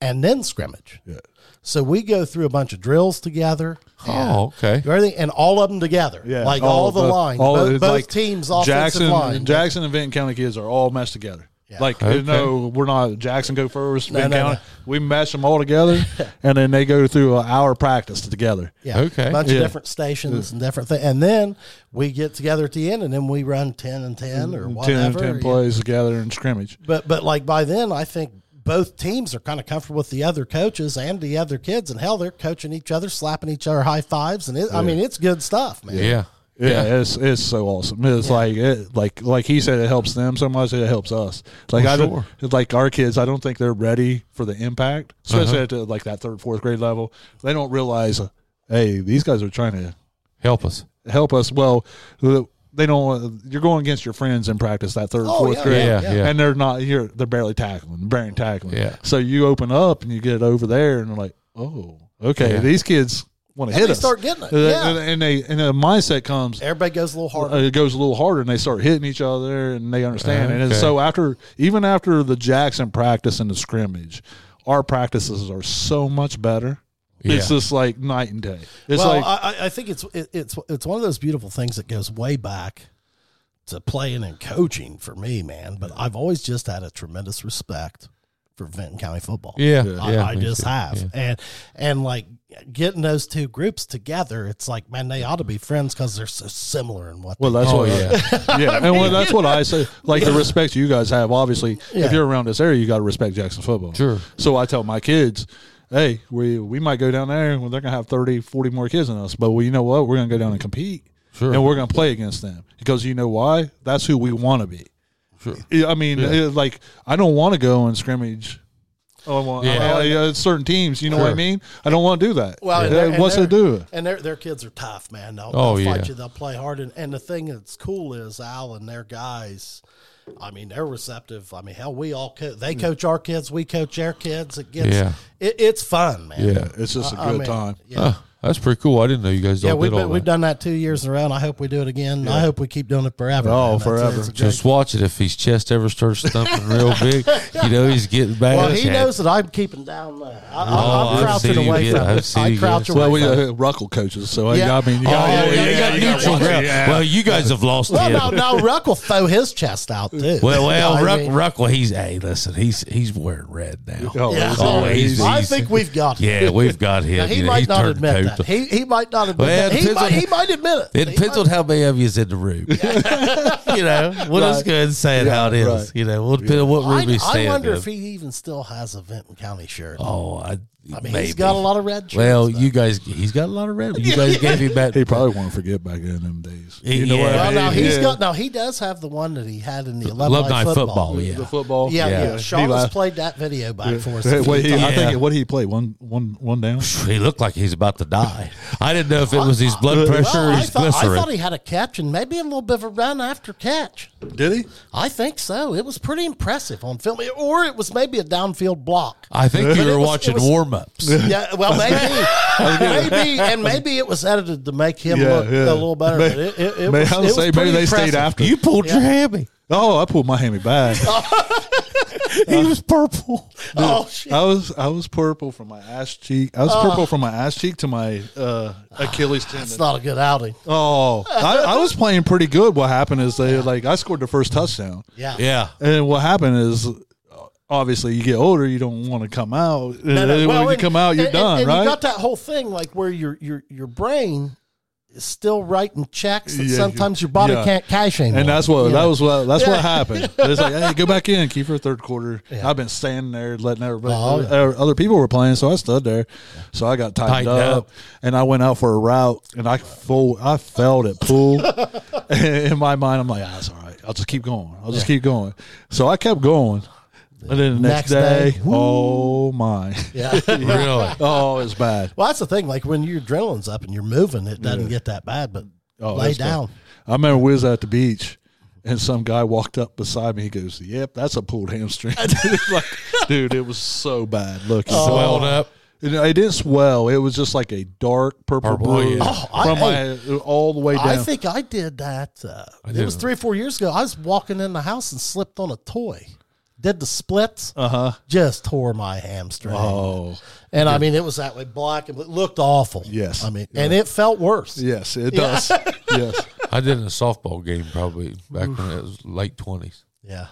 [SPEAKER 2] and then scrimmage.
[SPEAKER 3] Yeah.
[SPEAKER 2] So we go through a bunch of drills together.
[SPEAKER 4] Oh, okay.
[SPEAKER 2] Everything and all of them together.
[SPEAKER 3] Yeah,
[SPEAKER 2] Like all, the lines.
[SPEAKER 3] all-
[SPEAKER 2] both
[SPEAKER 3] it's
[SPEAKER 2] both
[SPEAKER 3] like
[SPEAKER 2] teams offensive
[SPEAKER 3] Jackson,
[SPEAKER 2] line.
[SPEAKER 3] Jackson and Benton County kids are all meshed together.
[SPEAKER 2] Yeah.
[SPEAKER 3] Like
[SPEAKER 4] Okay.
[SPEAKER 3] you know, we're not Jackson go first, Benton
[SPEAKER 2] no,
[SPEAKER 3] County. We mesh them all together, and then they go through an hour practice together.
[SPEAKER 2] Yeah. A
[SPEAKER 4] Okay.
[SPEAKER 2] bunch
[SPEAKER 3] Yeah.
[SPEAKER 2] of different stations and different things. And then we get together at the end and then we run 10 and 10 or
[SPEAKER 3] Ten and
[SPEAKER 2] whatever.
[SPEAKER 3] ten
[SPEAKER 2] you
[SPEAKER 3] plays together in scrimmage.
[SPEAKER 2] But but like by then, I think both teams are kind of comfortable with the other coaches and the other kids, and hell, they're coaching each other, slapping each other high fives, and it, I mean, it's good stuff, man.
[SPEAKER 4] Yeah.
[SPEAKER 3] Yeah, it's it's so awesome. It's like it, like like he said, it helps them so much. It helps us. Like
[SPEAKER 4] Well,
[SPEAKER 3] I don't
[SPEAKER 4] sure.
[SPEAKER 3] like our kids. I don't think they're ready for the impact, especially at the, like that third fourth grade level. They don't realize, uh, hey, these guys are trying to
[SPEAKER 4] Help us.
[SPEAKER 3] help us. Well, they don't. You're going against your friends in practice that third,
[SPEAKER 2] Oh,
[SPEAKER 3] fourth
[SPEAKER 2] yeah,
[SPEAKER 3] grade,
[SPEAKER 4] yeah, yeah.
[SPEAKER 3] and they're not. You're they're barely tackling, barely tackling.
[SPEAKER 4] Yeah.
[SPEAKER 3] So you open up and you get over there, and they're like, oh, okay,
[SPEAKER 4] Yeah.
[SPEAKER 3] these kids want to
[SPEAKER 2] And
[SPEAKER 3] hit
[SPEAKER 2] they
[SPEAKER 3] us.
[SPEAKER 2] start getting it,
[SPEAKER 3] And-
[SPEAKER 2] yeah.
[SPEAKER 3] and, and they and the mindset comes.
[SPEAKER 2] Everybody goes a little harder.
[SPEAKER 3] uh, It goes a little harder, and they start hitting each other, and they understand. And
[SPEAKER 4] Okay.
[SPEAKER 3] it's- so after, even after the Jackson practice and the scrimmage, our practices are so much better. It's
[SPEAKER 4] Yeah.
[SPEAKER 3] just like night and day. It's
[SPEAKER 2] well,
[SPEAKER 3] like
[SPEAKER 2] I I, I think it's it, it's it's one of those beautiful things that goes way back to playing and coaching for me, man. But I've always just had a tremendous respect for Benton County football.
[SPEAKER 4] Yeah.
[SPEAKER 2] I,
[SPEAKER 4] yeah,
[SPEAKER 2] I
[SPEAKER 4] me
[SPEAKER 2] just
[SPEAKER 4] too.
[SPEAKER 2] have. And and like getting those two groups together, it's like man, they ought to be friends because they're so similar in what.
[SPEAKER 3] Well,
[SPEAKER 2] they
[SPEAKER 3] that's
[SPEAKER 4] Oh
[SPEAKER 3] what
[SPEAKER 4] yeah.
[SPEAKER 3] yeah, and well, that's what I say. Like the respect you guys have, obviously,
[SPEAKER 2] Yeah.
[SPEAKER 3] if you're around this area, you got to respect Jackson football.
[SPEAKER 4] Sure.
[SPEAKER 3] So I tell my kids, hey, we we might go down there, and they're gonna have 30, 40 more kids than us, but well, you know what? We're gonna go down and compete,
[SPEAKER 4] Sure.
[SPEAKER 3] and we're gonna play against them because you know why? That's who we want to be.
[SPEAKER 4] Sure.
[SPEAKER 3] I mean, it- like I don't want to go and scrimmage. Oh, well,
[SPEAKER 4] Yeah.
[SPEAKER 3] I- I- uh, certain teams. You know what I
[SPEAKER 4] Sure.
[SPEAKER 3] mean? I don't want to do that.
[SPEAKER 2] Well, and
[SPEAKER 3] Uh,
[SPEAKER 2] they're- and
[SPEAKER 3] what's
[SPEAKER 2] they're-
[SPEAKER 3] it do?
[SPEAKER 2] And their their kids are tough, man. They'll,
[SPEAKER 4] Oh,
[SPEAKER 2] they'll
[SPEAKER 4] yeah.
[SPEAKER 2] fight you. They'll play hard. And, and the thing that's cool is Al and their guys. I mean, they're receptive. I mean, hell, we all co- they coach our kids. We coach their kids. It gets
[SPEAKER 4] Mm. Yeah.
[SPEAKER 2] it, it's fun, man.
[SPEAKER 4] Yeah.
[SPEAKER 3] It's just a good
[SPEAKER 2] I mean,
[SPEAKER 3] time.
[SPEAKER 2] Yeah.
[SPEAKER 4] Huh, that's pretty cool. I didn't know you guys
[SPEAKER 2] yeah,
[SPEAKER 4] all
[SPEAKER 2] we've,
[SPEAKER 4] did all
[SPEAKER 2] been, we've
[SPEAKER 4] that.
[SPEAKER 2] done that two years in a row, and I hope we do it again. I hope we keep doing it forever.
[SPEAKER 3] Oh,
[SPEAKER 2] man. That's-
[SPEAKER 3] forever.
[SPEAKER 2] that's a great-
[SPEAKER 4] Just watch it. If his chest ever starts thumping real big, you know he's getting bad.
[SPEAKER 2] Well, he knows that I'm keeping down. Uh, I,
[SPEAKER 4] Oh,
[SPEAKER 2] I'm
[SPEAKER 4] I've seen
[SPEAKER 2] crouching
[SPEAKER 4] you
[SPEAKER 2] away
[SPEAKER 4] get-
[SPEAKER 2] from
[SPEAKER 4] I've
[SPEAKER 2] it.
[SPEAKER 4] seen
[SPEAKER 2] I
[SPEAKER 4] you
[SPEAKER 2] crouch
[SPEAKER 4] get-
[SPEAKER 2] away
[SPEAKER 3] Well, we
[SPEAKER 2] from it.
[SPEAKER 3] uh, Ruckle coaches, so
[SPEAKER 2] Yeah.
[SPEAKER 3] I mean, you
[SPEAKER 4] Oh,
[SPEAKER 3] gotta-
[SPEAKER 4] yeah,
[SPEAKER 2] yeah,
[SPEAKER 4] you
[SPEAKER 2] yeah,
[SPEAKER 4] got
[SPEAKER 2] you got
[SPEAKER 4] neutral
[SPEAKER 2] one.
[SPEAKER 4] ground.
[SPEAKER 3] Yeah.
[SPEAKER 4] Well, you guys have lost him.
[SPEAKER 2] Well, no, no, Ruck will throw his chest out too.
[SPEAKER 4] Well, well,
[SPEAKER 2] I
[SPEAKER 4] Ruck,
[SPEAKER 2] mean,
[SPEAKER 4] Ruck, well, he's hey, listen, he's he's wearing red now.
[SPEAKER 3] Oh,
[SPEAKER 2] Yeah.
[SPEAKER 3] he's-
[SPEAKER 4] Oh, he's-
[SPEAKER 2] I think we've got him.
[SPEAKER 4] Yeah, we've got him.
[SPEAKER 2] Now, he
[SPEAKER 4] You know,
[SPEAKER 2] might
[SPEAKER 4] he's
[SPEAKER 2] not
[SPEAKER 4] turned
[SPEAKER 2] admit that.
[SPEAKER 4] coat.
[SPEAKER 2] He he might not admit
[SPEAKER 4] Well, it
[SPEAKER 2] that. He
[SPEAKER 4] depends
[SPEAKER 2] might,
[SPEAKER 4] on-
[SPEAKER 2] he might admit it.
[SPEAKER 4] It depends on how many of you's in the room. you know, we'll just go ahead and say it how it is.
[SPEAKER 3] right.
[SPEAKER 4] You know, we'll depend on what room
[SPEAKER 2] I,
[SPEAKER 4] he's
[SPEAKER 2] I
[SPEAKER 4] staying
[SPEAKER 2] wonder
[SPEAKER 4] in.
[SPEAKER 2] if he even still has a Benton County shirt.
[SPEAKER 4] oh, I,
[SPEAKER 2] I mean,
[SPEAKER 4] maybe.
[SPEAKER 2] he's got a lot of red shirts.
[SPEAKER 4] Well,
[SPEAKER 2] though.
[SPEAKER 4] you guys, he's got a lot of red. You guys gave him back.
[SPEAKER 3] He probably won't forget back in them days.
[SPEAKER 4] You know what I
[SPEAKER 2] Well,
[SPEAKER 4] mean?
[SPEAKER 2] now he's
[SPEAKER 3] Yeah.
[SPEAKER 2] got. Now he does have the one that he had in the alumni,
[SPEAKER 4] Alumni
[SPEAKER 2] football.
[SPEAKER 4] football, yeah.
[SPEAKER 3] The football.
[SPEAKER 2] Yeah, yeah.
[SPEAKER 3] He
[SPEAKER 2] Sean has
[SPEAKER 3] laughed.
[SPEAKER 2] played that video back for us.
[SPEAKER 3] Hey, what he- I
[SPEAKER 4] Yeah.
[SPEAKER 3] think what he played one one one down.
[SPEAKER 4] He looked like he's about to die. I didn't know if it was his blood pressure
[SPEAKER 2] Well,
[SPEAKER 4] or
[SPEAKER 2] I,
[SPEAKER 4] his
[SPEAKER 2] thought, I
[SPEAKER 4] glycerin.
[SPEAKER 2] thought he had a catch and maybe a little bit of a run after catch.
[SPEAKER 3] Did he?
[SPEAKER 2] I think so. It was pretty impressive on film, or it was maybe a downfield block.
[SPEAKER 4] I think you
[SPEAKER 2] it
[SPEAKER 4] were
[SPEAKER 2] was-
[SPEAKER 4] watching
[SPEAKER 2] it was-
[SPEAKER 4] warm ups.
[SPEAKER 2] Yeah, well, maybe, maybe, and maybe it was edited to make him
[SPEAKER 3] Yeah,
[SPEAKER 2] look
[SPEAKER 3] yeah.
[SPEAKER 2] a little better.
[SPEAKER 3] May-
[SPEAKER 2] but it, it, it
[SPEAKER 3] may
[SPEAKER 2] was,
[SPEAKER 3] I
[SPEAKER 2] it was
[SPEAKER 3] say, maybe
[SPEAKER 2] pretty
[SPEAKER 3] they stayed
[SPEAKER 2] impressive.
[SPEAKER 3] after.
[SPEAKER 4] You pulled your hammy.
[SPEAKER 3] Oh, I pulled my hammy back.
[SPEAKER 4] He
[SPEAKER 2] Uh,
[SPEAKER 4] was purple.
[SPEAKER 2] Oh shit!
[SPEAKER 3] I was I was purple from my ass cheek. I was
[SPEAKER 2] Oh.
[SPEAKER 3] purple from my ass cheek to my uh, Achilles
[SPEAKER 2] It's
[SPEAKER 3] tendon.
[SPEAKER 2] Ah, not a good outing.
[SPEAKER 3] oh, I, I was playing pretty good. What happened is they like I scored the first touchdown.
[SPEAKER 2] Yeah.
[SPEAKER 4] Yeah.
[SPEAKER 3] And what happened is, obviously, you get older, you don't want to come out.
[SPEAKER 2] No, no, well,
[SPEAKER 3] when you
[SPEAKER 2] and-
[SPEAKER 3] come out, you're
[SPEAKER 2] and-
[SPEAKER 3] done,
[SPEAKER 2] and, and
[SPEAKER 3] right?
[SPEAKER 2] You got that whole thing like where your your your brain is still writing checks that
[SPEAKER 3] Yeah, you-
[SPEAKER 2] sometimes your body
[SPEAKER 3] yeah.
[SPEAKER 2] can't cash anymore.
[SPEAKER 3] and that's what
[SPEAKER 2] you
[SPEAKER 3] that
[SPEAKER 2] know.
[SPEAKER 3] was what that's
[SPEAKER 2] Yeah.
[SPEAKER 3] what happened. It's like, hey, go back in, keep her third quarter. I've been standing there, letting everybody.
[SPEAKER 2] Oh,
[SPEAKER 3] uh, other people were playing, so I stood there. So I got tightened,
[SPEAKER 4] Tightened
[SPEAKER 3] up,
[SPEAKER 4] up.
[SPEAKER 3] and I went out for a route, and I full, I felt it pull. And in my mind, I'm like, ah, it's all right. I'll just keep going. I'll just keep going. So I kept going, and then the
[SPEAKER 2] Next
[SPEAKER 3] next,
[SPEAKER 2] day,
[SPEAKER 3] day, oh my,
[SPEAKER 2] Yeah.
[SPEAKER 4] Really?
[SPEAKER 3] oh, it's bad.
[SPEAKER 2] Well, that's the thing. Like when your adrenaline's up and you're moving, it doesn't get that bad. But
[SPEAKER 3] Oh,
[SPEAKER 2] lay
[SPEAKER 3] that's bad.
[SPEAKER 2] down.
[SPEAKER 3] I remember we was at the beach, and some guy walked up beside me. He goes, "Yep, that's a pulled hamstring." like, dude, it was so bad looking.
[SPEAKER 2] Oh.
[SPEAKER 4] Swelled up.
[SPEAKER 3] You know, It didn't swell. It was just like a dark purple,
[SPEAKER 4] Purple,
[SPEAKER 3] blue
[SPEAKER 4] yeah.
[SPEAKER 2] Oh, I-
[SPEAKER 3] from my all the way down.
[SPEAKER 2] I think I did that. Uh, it was
[SPEAKER 4] did.
[SPEAKER 2] three or four years ago. I was walking in the house and slipped on a toy. did the splits,
[SPEAKER 3] Uh huh.
[SPEAKER 2] just tore my hamstring.
[SPEAKER 3] Oh
[SPEAKER 2] And I mean, it was that way black and it looked awful.
[SPEAKER 3] Yes.
[SPEAKER 2] I mean, and it felt worse.
[SPEAKER 3] yes, it does. yes.
[SPEAKER 4] I did it in a softball game probably back when it was late twenties.
[SPEAKER 2] Yeah.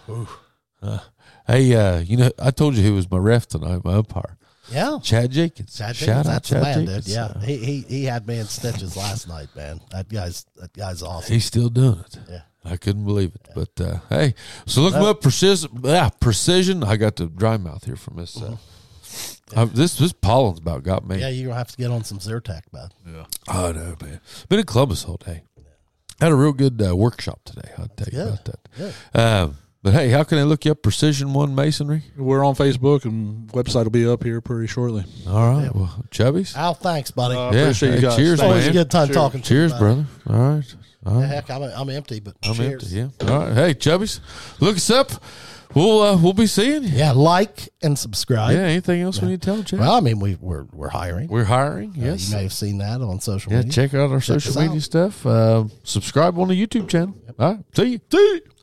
[SPEAKER 4] Hey, uh, you know, I told you who was my ref tonight, my umpire,
[SPEAKER 2] Yeah.
[SPEAKER 4] Chad Jenkins.
[SPEAKER 2] Chad Jenkins,
[SPEAKER 4] Shout out
[SPEAKER 2] that's
[SPEAKER 4] Chad
[SPEAKER 2] the man,
[SPEAKER 4] Jenkins.
[SPEAKER 2] dude. Yeah, he, he he had me in stitches last night, man. That guy's that guy's awesome.
[SPEAKER 4] He's still doing it.
[SPEAKER 2] Yeah.
[SPEAKER 4] I couldn't believe it. But uh, hey, so look him up. Precision. Yeah, precision. I got the dry mouth here from this. Uh,
[SPEAKER 3] Mm-hmm.
[SPEAKER 4] I- this this pollen's about got me.
[SPEAKER 2] Yeah, you're gonna have to get on some Zyrtec, bud.
[SPEAKER 4] I know, man. Been in Columbus all day. Had a real good uh, workshop today. I'll tell you
[SPEAKER 2] good.
[SPEAKER 4] about that. Um, but hey, how can I look you up? Precision One Masonry.
[SPEAKER 3] We're on Facebook and website will be up here pretty shortly.
[SPEAKER 4] All right. Well, Chubbies.
[SPEAKER 2] Al, thanks, buddy.
[SPEAKER 3] I appreciate you guys.
[SPEAKER 4] Uh, Cheers,
[SPEAKER 3] Thank
[SPEAKER 2] Always a
[SPEAKER 4] man.
[SPEAKER 2] good time
[SPEAKER 3] Cheers.
[SPEAKER 2] talking to
[SPEAKER 4] Cheers,
[SPEAKER 2] you.
[SPEAKER 4] brother. All right. All right.
[SPEAKER 2] Heck, I'm, I'm empty, but
[SPEAKER 4] I'm
[SPEAKER 2] cheers.
[SPEAKER 4] empty. Yeah. All right. Hey, Chubbies, look us up. We'll uh, we'll be seeing you.
[SPEAKER 2] Yeah, like and subscribe.
[SPEAKER 4] Yeah. Anything else we need to tell Chad?
[SPEAKER 2] Well, I mean, we we're we're hiring.
[SPEAKER 4] We're hiring. Yes.
[SPEAKER 2] You may have seen that on social
[SPEAKER 4] Uh, Yeah,
[SPEAKER 2] media.
[SPEAKER 4] check out our
[SPEAKER 2] Check
[SPEAKER 4] social
[SPEAKER 2] us
[SPEAKER 4] media
[SPEAKER 2] out.
[SPEAKER 4] stuff. Uh, subscribe on the YouTube channel. All right. See you. See you.